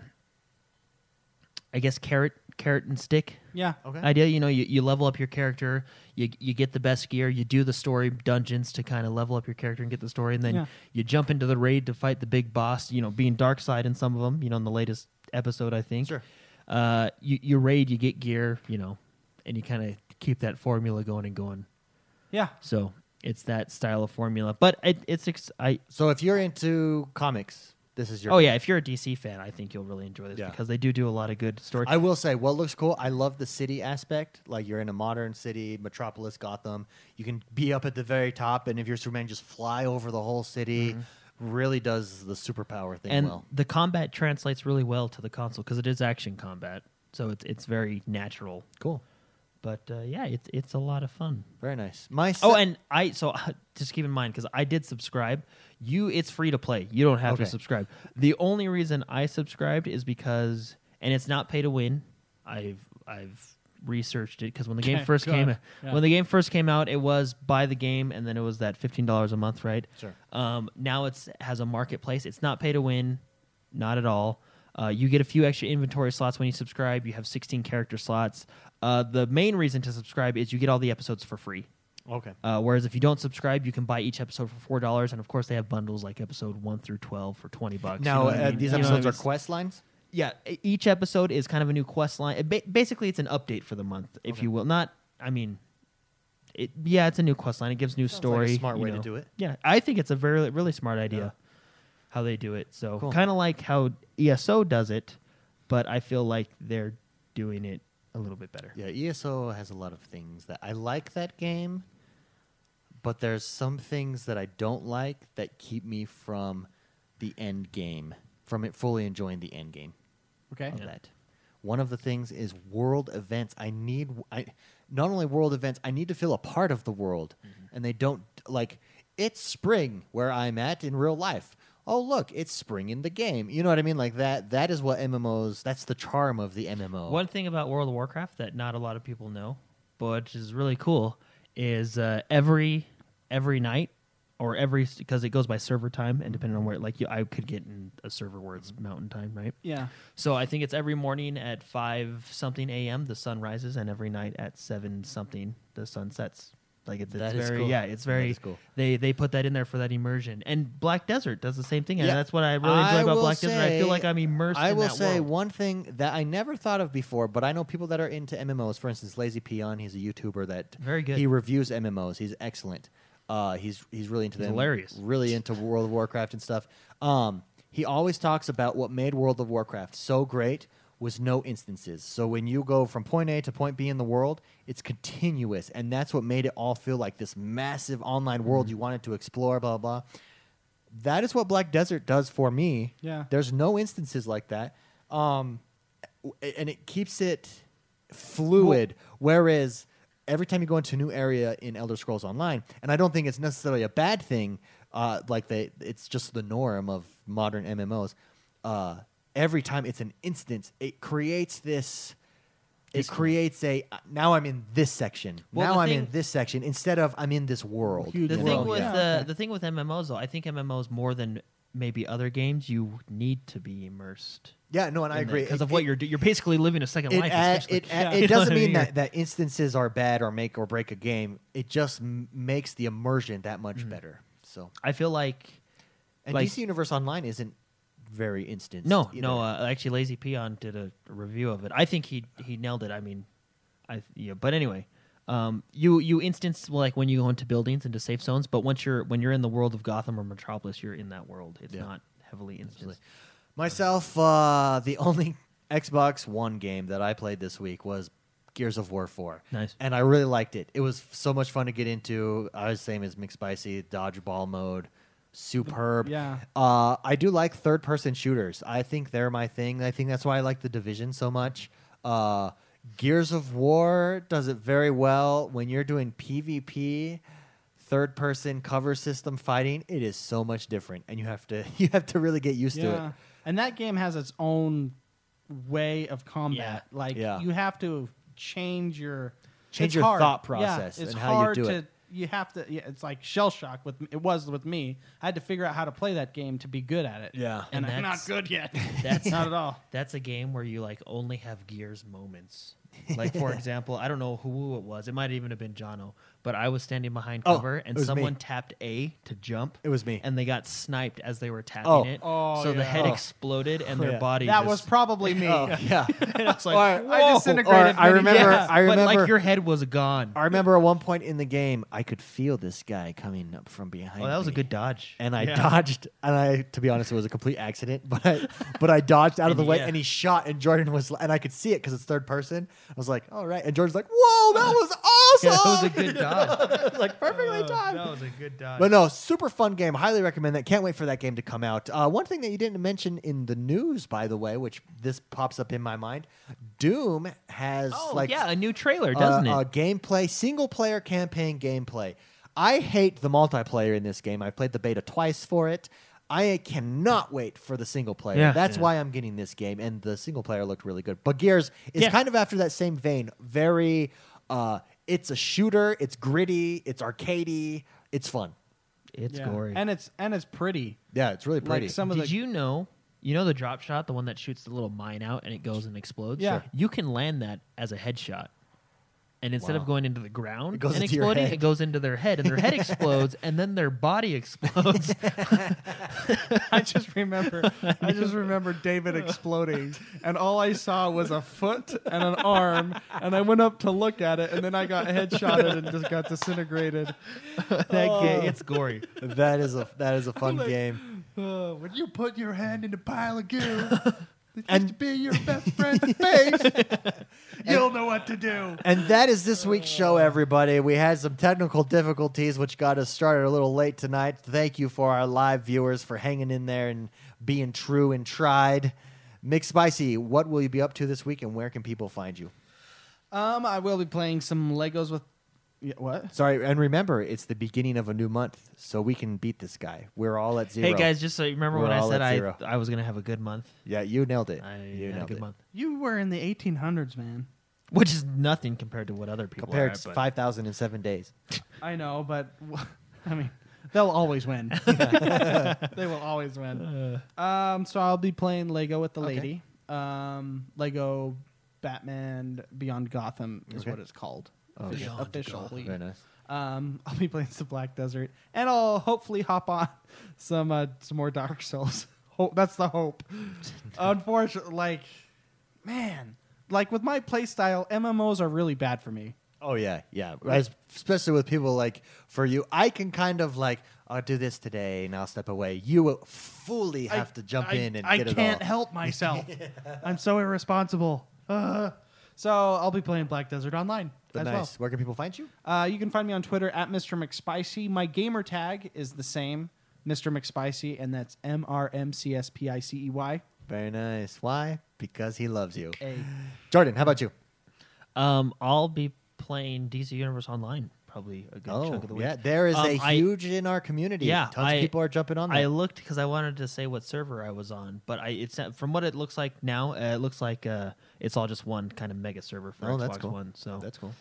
Speaker 3: I guess carrot carrot and stick
Speaker 2: yeah.
Speaker 1: Okay.
Speaker 3: idea. You know, you, you level up your character, you you get the best gear, you do the story dungeons to kind of level up your character and get the story, and then
Speaker 2: Yeah.
Speaker 3: you jump into the raid to fight the big boss. You know, being dark side in some of them. You know, in the latest episode, I think.
Speaker 1: Sure.
Speaker 3: Uh, you you raid, you get gear, you know, and you kind of keep that formula going and going.
Speaker 2: Yeah.
Speaker 3: So it's that style of formula, but it, it's ex- I
Speaker 1: So if you're into comics, this is your.
Speaker 3: oh
Speaker 1: game.
Speaker 3: yeah, if you're a DC fan, I think you'll really enjoy this
Speaker 1: Yeah.
Speaker 3: because they do do a lot of good story.
Speaker 1: I will say, what looks cool, I love the city aspect. Like, you're in a modern city, metropolis, Gotham. You can be up at the very top, and if you're Superman, just fly over the whole city. Really does the superpower thing
Speaker 3: Mm-hmm. and
Speaker 1: well.
Speaker 3: the combat translates really well to the console because it is action combat, so it's it's very natural.
Speaker 1: Cool.
Speaker 3: But uh, yeah, it's it's a lot of fun.
Speaker 1: Very nice. My
Speaker 3: Oh,
Speaker 1: se-
Speaker 3: and I so just keep in mind because I did subscribe. You, it's free to play. You don't have
Speaker 1: Okay.
Speaker 3: to subscribe. The only reason I subscribed is because, and it's not pay to win. I've I've researched it because when the game
Speaker 2: Okay,
Speaker 3: first
Speaker 2: good.
Speaker 3: came,
Speaker 2: Yeah.
Speaker 3: when the game first came out, it was buy the game and then it was that fifteen dollars a month, right?
Speaker 1: Sure.
Speaker 3: Um, now it's has a marketplace. It's not pay to win, not at all. Uh, you get a few extra inventory slots when you subscribe. You have 16 character slots. Uh, the main reason to subscribe is you get all the episodes for free.
Speaker 1: okay.
Speaker 3: Uh, whereas if you don't subscribe, you can buy each episode for four dollars, and of course they have bundles like episode one through twelve for twenty bucks.
Speaker 1: Now,
Speaker 3: you know what I
Speaker 1: uh,
Speaker 3: mean?
Speaker 1: these
Speaker 3: You know what I
Speaker 1: episodes are
Speaker 3: mean?
Speaker 1: quest lines.
Speaker 3: yeah. e- Each episode is kind of a new quest line. It ba- basically, it's an update for the month, if
Speaker 1: Okay.
Speaker 3: you will. Not, I mean, it. Yeah, it's a new quest line. It gives new
Speaker 1: like a
Speaker 3: story.
Speaker 1: smart
Speaker 3: you
Speaker 1: way to
Speaker 3: know.
Speaker 1: do it.
Speaker 3: Yeah, I think it's a very really smart idea
Speaker 1: Yeah.
Speaker 3: how they do it. So
Speaker 1: Cool.
Speaker 3: kind of like how ESO does it, but I feel like they're doing it a little bit better.
Speaker 1: Yeah, ESO has a lot of things that I like that game, but there's some things that I don't like that keep me from the end game, from it fully enjoying the end game
Speaker 2: Okay.
Speaker 1: of that. One of the things is world events. I need I not only world events, I need to feel a part of the world. And they don't like it's spring where I'm at in real life. Oh look, it's spring in the game. You know what I mean? Like that that is what MMOs that's the charm of the MMO.
Speaker 3: One thing about World of Warcraft that not a lot of people know, but which is really cool, is uh, every every night or every because it goes by server time and depending on where like you, I could get in a server where it's mountain time, right?
Speaker 2: Yeah.
Speaker 3: So I think it's every morning at five something a.m. the sun rises, and every night at seven something the sun sets. Like it's, it's
Speaker 1: That is
Speaker 3: very
Speaker 1: cool.
Speaker 3: yeah, it's
Speaker 1: That
Speaker 3: very
Speaker 1: is cool.
Speaker 3: They they put that in there for that immersion. And Black Desert does the same thing, and
Speaker 1: Yeah.
Speaker 3: that's what I really enjoy
Speaker 1: I
Speaker 3: about
Speaker 1: will
Speaker 3: Black Desert. I feel
Speaker 1: say-
Speaker 3: like I'm immersed.
Speaker 1: I
Speaker 3: in
Speaker 1: will
Speaker 3: that
Speaker 1: say
Speaker 3: world.
Speaker 1: one thing that I never thought of before, but I know people that are into MMOs. For instance, Lazy Peon, he's a YouTuber that
Speaker 3: Very good.
Speaker 1: He reviews MMOs. He's excellent. Uh, he's he's really into
Speaker 3: He's
Speaker 1: them.
Speaker 3: hilarious.
Speaker 1: Really into World of Warcraft and stuff. Um, he always talks about what made World of Warcraft so great was no instances. So when you go from point A to point B in the world, it's continuous, and that's what made it all feel like this massive online world
Speaker 3: Mm-hmm.
Speaker 1: you wanted to explore. Blah blah. That is what Black Desert does for me.
Speaker 2: Yeah.
Speaker 1: There's no instances like that. Um, w- and it keeps it fluid. whereas every time you go into a new area in Elder Scrolls Online, and I don't think it's necessarily a bad thing, uh, like they, it's just the norm of modern MMOs. Uh, every time it's an instance, it creates this. It creates a uh, now I'm in this section.
Speaker 3: Well,
Speaker 1: now
Speaker 3: the
Speaker 1: I'm
Speaker 3: thing-
Speaker 1: in this section instead of I'm in this world.
Speaker 2: Huge
Speaker 3: the
Speaker 1: you
Speaker 2: Yeah.
Speaker 3: thing
Speaker 1: know?
Speaker 2: world,
Speaker 3: with
Speaker 2: yeah.
Speaker 3: uh,
Speaker 2: Okay.
Speaker 3: the thing with MMOs though, I think MMOs more than maybe other games, you need to be immersed.
Speaker 1: yeah, no, and I agree
Speaker 3: because
Speaker 1: It-
Speaker 3: of what
Speaker 1: it-
Speaker 3: you're do- you're basically living a second
Speaker 1: it,
Speaker 3: life.
Speaker 1: add-
Speaker 3: essentially.
Speaker 1: it, add-
Speaker 3: You
Speaker 1: it
Speaker 3: know what
Speaker 1: doesn't
Speaker 3: I
Speaker 1: mean
Speaker 3: mean?
Speaker 1: that, that instances are bad or make or break a game. It just m- makes the immersion that much better. So,
Speaker 3: I feel like
Speaker 1: and
Speaker 3: Mm. Like-
Speaker 1: DC Universe Online isn't very instance.
Speaker 3: no,
Speaker 1: either.
Speaker 3: no. Uh, actually, Lazy Peon did a review of it. I think he he nailed it. I mean, I yeah. But anyway, um, you you instance like when you go into buildings into safe zones, but once you're when you're in the world of Gotham or Metropolis, you're in that world. It's
Speaker 1: Yeah.
Speaker 3: not heavily instanced.
Speaker 1: Myself, uh, the only Xbox One game that I played this week was Gears of War 4.
Speaker 3: Nice.
Speaker 1: And I really liked it. It was so much fun to get into. I was same as McSpicy, dodgeball mode, superb.
Speaker 2: Yeah.
Speaker 1: Uh, I do like third person shooters. I think they're my thing. I think that's why I like The Division so much. Uh, Gears of War does it very well when you're doing PvP. Third person cover system fighting, it is so much different, and you have to you have to really get used to it.
Speaker 2: And that game has its own way of combat. Like
Speaker 1: Yeah.
Speaker 2: you have to change your
Speaker 1: Change
Speaker 2: it's
Speaker 1: your
Speaker 2: hard.
Speaker 1: thought
Speaker 2: Yeah,
Speaker 1: process
Speaker 2: it's
Speaker 1: and how you
Speaker 2: hard
Speaker 1: do
Speaker 2: to,
Speaker 1: it.
Speaker 2: You have to. Yeah, it's like shell shock. With it was with me. I had to figure out how to play that game to be good at it.
Speaker 1: Yeah.
Speaker 2: and,
Speaker 3: And
Speaker 2: I'm not
Speaker 3: that's-
Speaker 2: good yet.
Speaker 3: that's-
Speaker 2: not at all.
Speaker 3: That's a game where you like only have Gears moments. Like for example, I don't know who it was. It might even have been Jono, but I was standing behind
Speaker 1: Oh,
Speaker 3: cover
Speaker 1: it
Speaker 3: and
Speaker 1: was me.
Speaker 3: someone tapped A to jump.
Speaker 1: It was me.
Speaker 3: And they got sniped as they were tapping
Speaker 1: Oh.
Speaker 3: it.
Speaker 2: Oh,
Speaker 3: so the
Speaker 2: yeah.
Speaker 3: head
Speaker 1: Oh.
Speaker 3: exploded and their
Speaker 1: Yeah.
Speaker 3: body
Speaker 2: That
Speaker 3: just-
Speaker 2: was probably me.
Speaker 1: Oh, yeah.
Speaker 3: and I was like,
Speaker 1: Or-
Speaker 2: I
Speaker 1: Whoa.
Speaker 2: disintegrated
Speaker 1: Or I
Speaker 2: many-
Speaker 1: remember.
Speaker 2: Yeah.
Speaker 1: I remember.
Speaker 3: But like your head was gone.
Speaker 1: I remember at one point in the game, I could feel this guy coming up from behind.
Speaker 3: Oh, that was a
Speaker 1: me.
Speaker 3: good dodge.
Speaker 1: And I
Speaker 2: Yeah.
Speaker 1: dodged, and I, to be honest, it was a complete accident. But I, but I dodged out of the way,
Speaker 3: Yeah.
Speaker 1: and he shot, and Jordan was, and I could see it because it's third person. I was like, all right, and Jordan's like, whoa, that was awesome.
Speaker 3: yeah, that was a good dodge.
Speaker 1: It was like perfectly
Speaker 3: Uh,
Speaker 1: timed.
Speaker 3: That was a good dodge.
Speaker 1: But no, super fun game. Highly recommend that. Can't wait for that game to come out. Uh, one thing that you didn't mention in the news, by the way, which this pops up in my mind, Doom has
Speaker 3: oh,
Speaker 1: like
Speaker 3: yeah, a new trailer, doesn't
Speaker 1: uh,
Speaker 3: it?
Speaker 1: uh, gameplay, single player campaign gameplay. I hate the multiplayer in this game. I played the beta twice for it. I cannot wait for the single player.
Speaker 3: Yeah.
Speaker 1: That's
Speaker 3: Yeah.
Speaker 1: why I'm getting this game, and the single player looked really good. But Gears is
Speaker 3: Yeah.
Speaker 1: kind of after that same vein. Very, uh, it's a shooter. It's gritty. It's arcadey. It's fun.
Speaker 3: it's
Speaker 2: Yeah.
Speaker 3: gory.
Speaker 2: and it's and it's pretty.
Speaker 1: Yeah, it's really pretty.
Speaker 2: Like some of
Speaker 3: Did
Speaker 2: the
Speaker 3: you know? You know the drop shot, the one that shoots the little mine out and it goes and explodes.
Speaker 2: Yeah. Sure.
Speaker 3: you can land that as a headshot, and instead
Speaker 1: Wow.
Speaker 3: of going into the ground
Speaker 1: It goes
Speaker 3: and
Speaker 1: into your
Speaker 3: exploding,
Speaker 1: head.
Speaker 3: it goes into their head, and their head explodes, and then their body explodes.
Speaker 2: I just remember I just remember David exploding and all I saw was a foot and an arm and I went up to look at it and then I got headshotted and just got disintegrated.
Speaker 3: that
Speaker 1: Oh.
Speaker 3: ga- it's gory.
Speaker 1: that is a that is a fun game.
Speaker 4: Oh,
Speaker 2: when you put your hand in the pile of goo,
Speaker 1: And-
Speaker 4: and to be your best friend, babes. You'll know what to do.
Speaker 1: And that is this week's show, everybody. We had some technical difficulties, which got us started a little late tonight. Thank you for our live viewers for hanging in there and being true and tried. Mick Spicy, what will you be up to this week, and where can people find you?
Speaker 2: Um, I will be playing some Legos with. Yeah, what?
Speaker 1: Sorry, and remember, it's the beginning of a new month, so we can beat this guy. We're all at zero.
Speaker 3: Hey guys, just so you remember
Speaker 1: We're
Speaker 3: when I
Speaker 1: all
Speaker 3: said
Speaker 1: at
Speaker 3: I
Speaker 1: zero.
Speaker 3: I was gonna have a good month.
Speaker 1: yeah, you nailed it.
Speaker 3: I
Speaker 1: you
Speaker 3: had a
Speaker 1: nailed
Speaker 3: good
Speaker 1: it.
Speaker 3: month,
Speaker 2: You were in the 1800s, man.
Speaker 3: which is nothing compared to what other people are
Speaker 1: Compared
Speaker 3: at,
Speaker 1: to
Speaker 3: but-
Speaker 1: five thousand in seven days.
Speaker 2: I know, but w- I mean, they'll always win. they will always win. Um, so I'll be playing Lego with the
Speaker 1: Okay.
Speaker 2: lady. Um, Lego Batman Beyond Gotham is
Speaker 1: Okay.
Speaker 2: what it's called.
Speaker 1: Oh,
Speaker 2: offici-
Speaker 3: Beyond
Speaker 2: officially.
Speaker 1: Very nice.
Speaker 2: Um, I'll be playing some Black Desert, and I'll hopefully hop on some uh, some more Dark Souls. Hope that's the hope. Unfortunately, like man, like with my playstyle, MMOs are really bad for me.
Speaker 1: Oh yeah, yeah. As, especially with people like for you, I can kind of like I'll do this today and I'll step away. You will fully have to jump
Speaker 2: I-
Speaker 1: in and
Speaker 2: I
Speaker 1: get it
Speaker 2: can't
Speaker 1: all.
Speaker 2: help myself. I'm so irresponsible. Uh, so I'll be playing Black Desert Online
Speaker 1: But
Speaker 2: as
Speaker 1: nice. Where can people find you?
Speaker 2: well. Uh, you can find me on Twitter at Mr. McSpicy. My gamer tag is the same, Mr. McSpicy, and that's M R M C S P I C E Y.
Speaker 1: Very nice. Why? Because he loves you.
Speaker 2: A.
Speaker 1: Jordan, how about you?
Speaker 3: Um, I'll be playing DC Universe Online probably a good
Speaker 1: Oh,
Speaker 3: chunk of the week.
Speaker 1: yeah. There is
Speaker 3: Um,
Speaker 1: a
Speaker 3: I-
Speaker 1: huge in our community.
Speaker 3: Yeah,
Speaker 1: tons
Speaker 3: I-
Speaker 1: of people are jumping on.
Speaker 3: I
Speaker 1: That.
Speaker 3: looked because I wanted to say what server I was on, but I it's not- from what it looks like now. Uh, it looks like uh, it's all just one kind of mega server for
Speaker 1: oh,
Speaker 3: Xbox
Speaker 1: that's cool.
Speaker 3: One. So
Speaker 1: that's cool.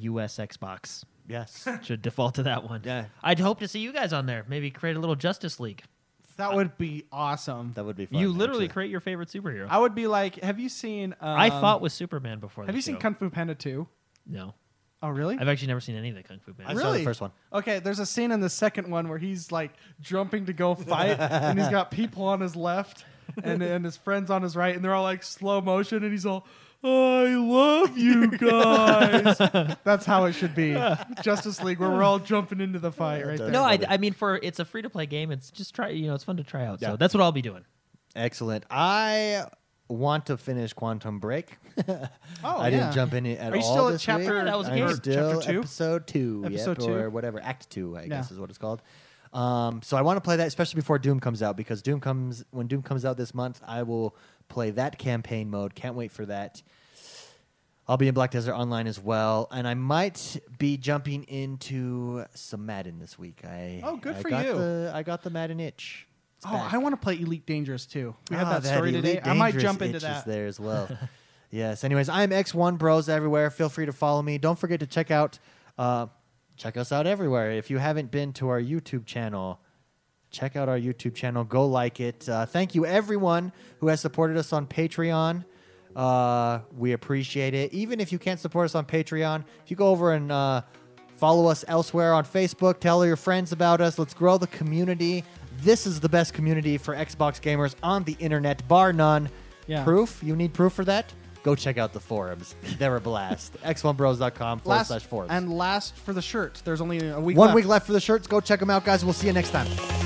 Speaker 3: US Xbox
Speaker 1: Yes.
Speaker 3: should default to that one.
Speaker 1: Yeah.
Speaker 3: I'd hope to see you guys on there. Maybe create a little Justice League.
Speaker 2: That would be awesome.
Speaker 1: that would be fun.
Speaker 3: you literally
Speaker 1: actually.
Speaker 3: create your favorite superhero.
Speaker 2: I would be like, have you seen? Um,
Speaker 3: I fought with Superman before.
Speaker 2: Have
Speaker 3: the
Speaker 2: you seen
Speaker 3: show.
Speaker 2: Kung Fu Panda 2?
Speaker 3: No,
Speaker 2: Oh, really?
Speaker 3: I've actually never seen any of the Kung Fu
Speaker 1: I
Speaker 3: Panda.
Speaker 1: saw the first one.
Speaker 2: Okay, there's a scene in the second one where he's like jumping to go fight, and he's got people on his left and, and his friends on his right, and they're all like slow motion, and he's all, I love you guys. That's how it should be. Justice League, where we're all jumping into the fight right there.
Speaker 3: No, I,
Speaker 1: Love it.
Speaker 3: I mean for it's a free to play game. It's just try you know it's fun to try out.
Speaker 1: Yeah.
Speaker 3: So that's what I'll be doing.
Speaker 1: Excellent. I want to finish Quantum Break.
Speaker 2: Oh,
Speaker 1: I didn't
Speaker 2: yeah.
Speaker 1: jump in it at
Speaker 2: Are you
Speaker 1: all.
Speaker 2: still at
Speaker 1: this
Speaker 2: chapter-
Speaker 1: week.
Speaker 3: That was a
Speaker 1: I'm
Speaker 3: game.
Speaker 1: still
Speaker 2: Chapter two?
Speaker 1: episode two, yep,
Speaker 2: Episode two?
Speaker 1: or whatever, act two, I guess
Speaker 2: Yeah.
Speaker 1: is what it's called. Um, so I want to play that, especially before Doom comes out, because Doom comes when Doom comes out this month. I will play that campaign mode. Can't wait for that. I'll be in Black Desert Online as well, and I might be jumping into some Madden this week. I
Speaker 2: Oh, good
Speaker 1: I
Speaker 2: for
Speaker 1: got
Speaker 2: you.
Speaker 1: The, I got the Madden itch. It's
Speaker 2: Oh,
Speaker 1: back.
Speaker 2: I want to play Elite Dangerous too. We
Speaker 1: Ah,
Speaker 2: had that story
Speaker 1: Elite
Speaker 2: today. I might
Speaker 1: Dangerous
Speaker 2: jump into
Speaker 1: itch is
Speaker 2: that.
Speaker 1: there as well. yes. Anyways, I'm X1 Bros everywhere. Feel free to follow me. Don't forget to check out uh, check us out everywhere. If you haven't been to our YouTube channel, check out our YouTube channel. Go like it. Uh, thank you everyone who has supported us on Patreon. Uh, we appreciate it. Even if you can't support us on Patreon, if you go over and uh, follow us elsewhere on Facebook, tell your friends about us. Let's grow the community. This is the best community for Xbox gamers on the internet, bar none.
Speaker 2: Yeah.
Speaker 1: Proof? You need proof for that? Go check out the forums. They're a blast. X1bros.com forward
Speaker 2: Last
Speaker 1: slash forums.
Speaker 2: and last for the shirt. There's only a week.
Speaker 1: One
Speaker 2: left.
Speaker 1: week left for the shirts. Go check them out, guys. We'll see you next time.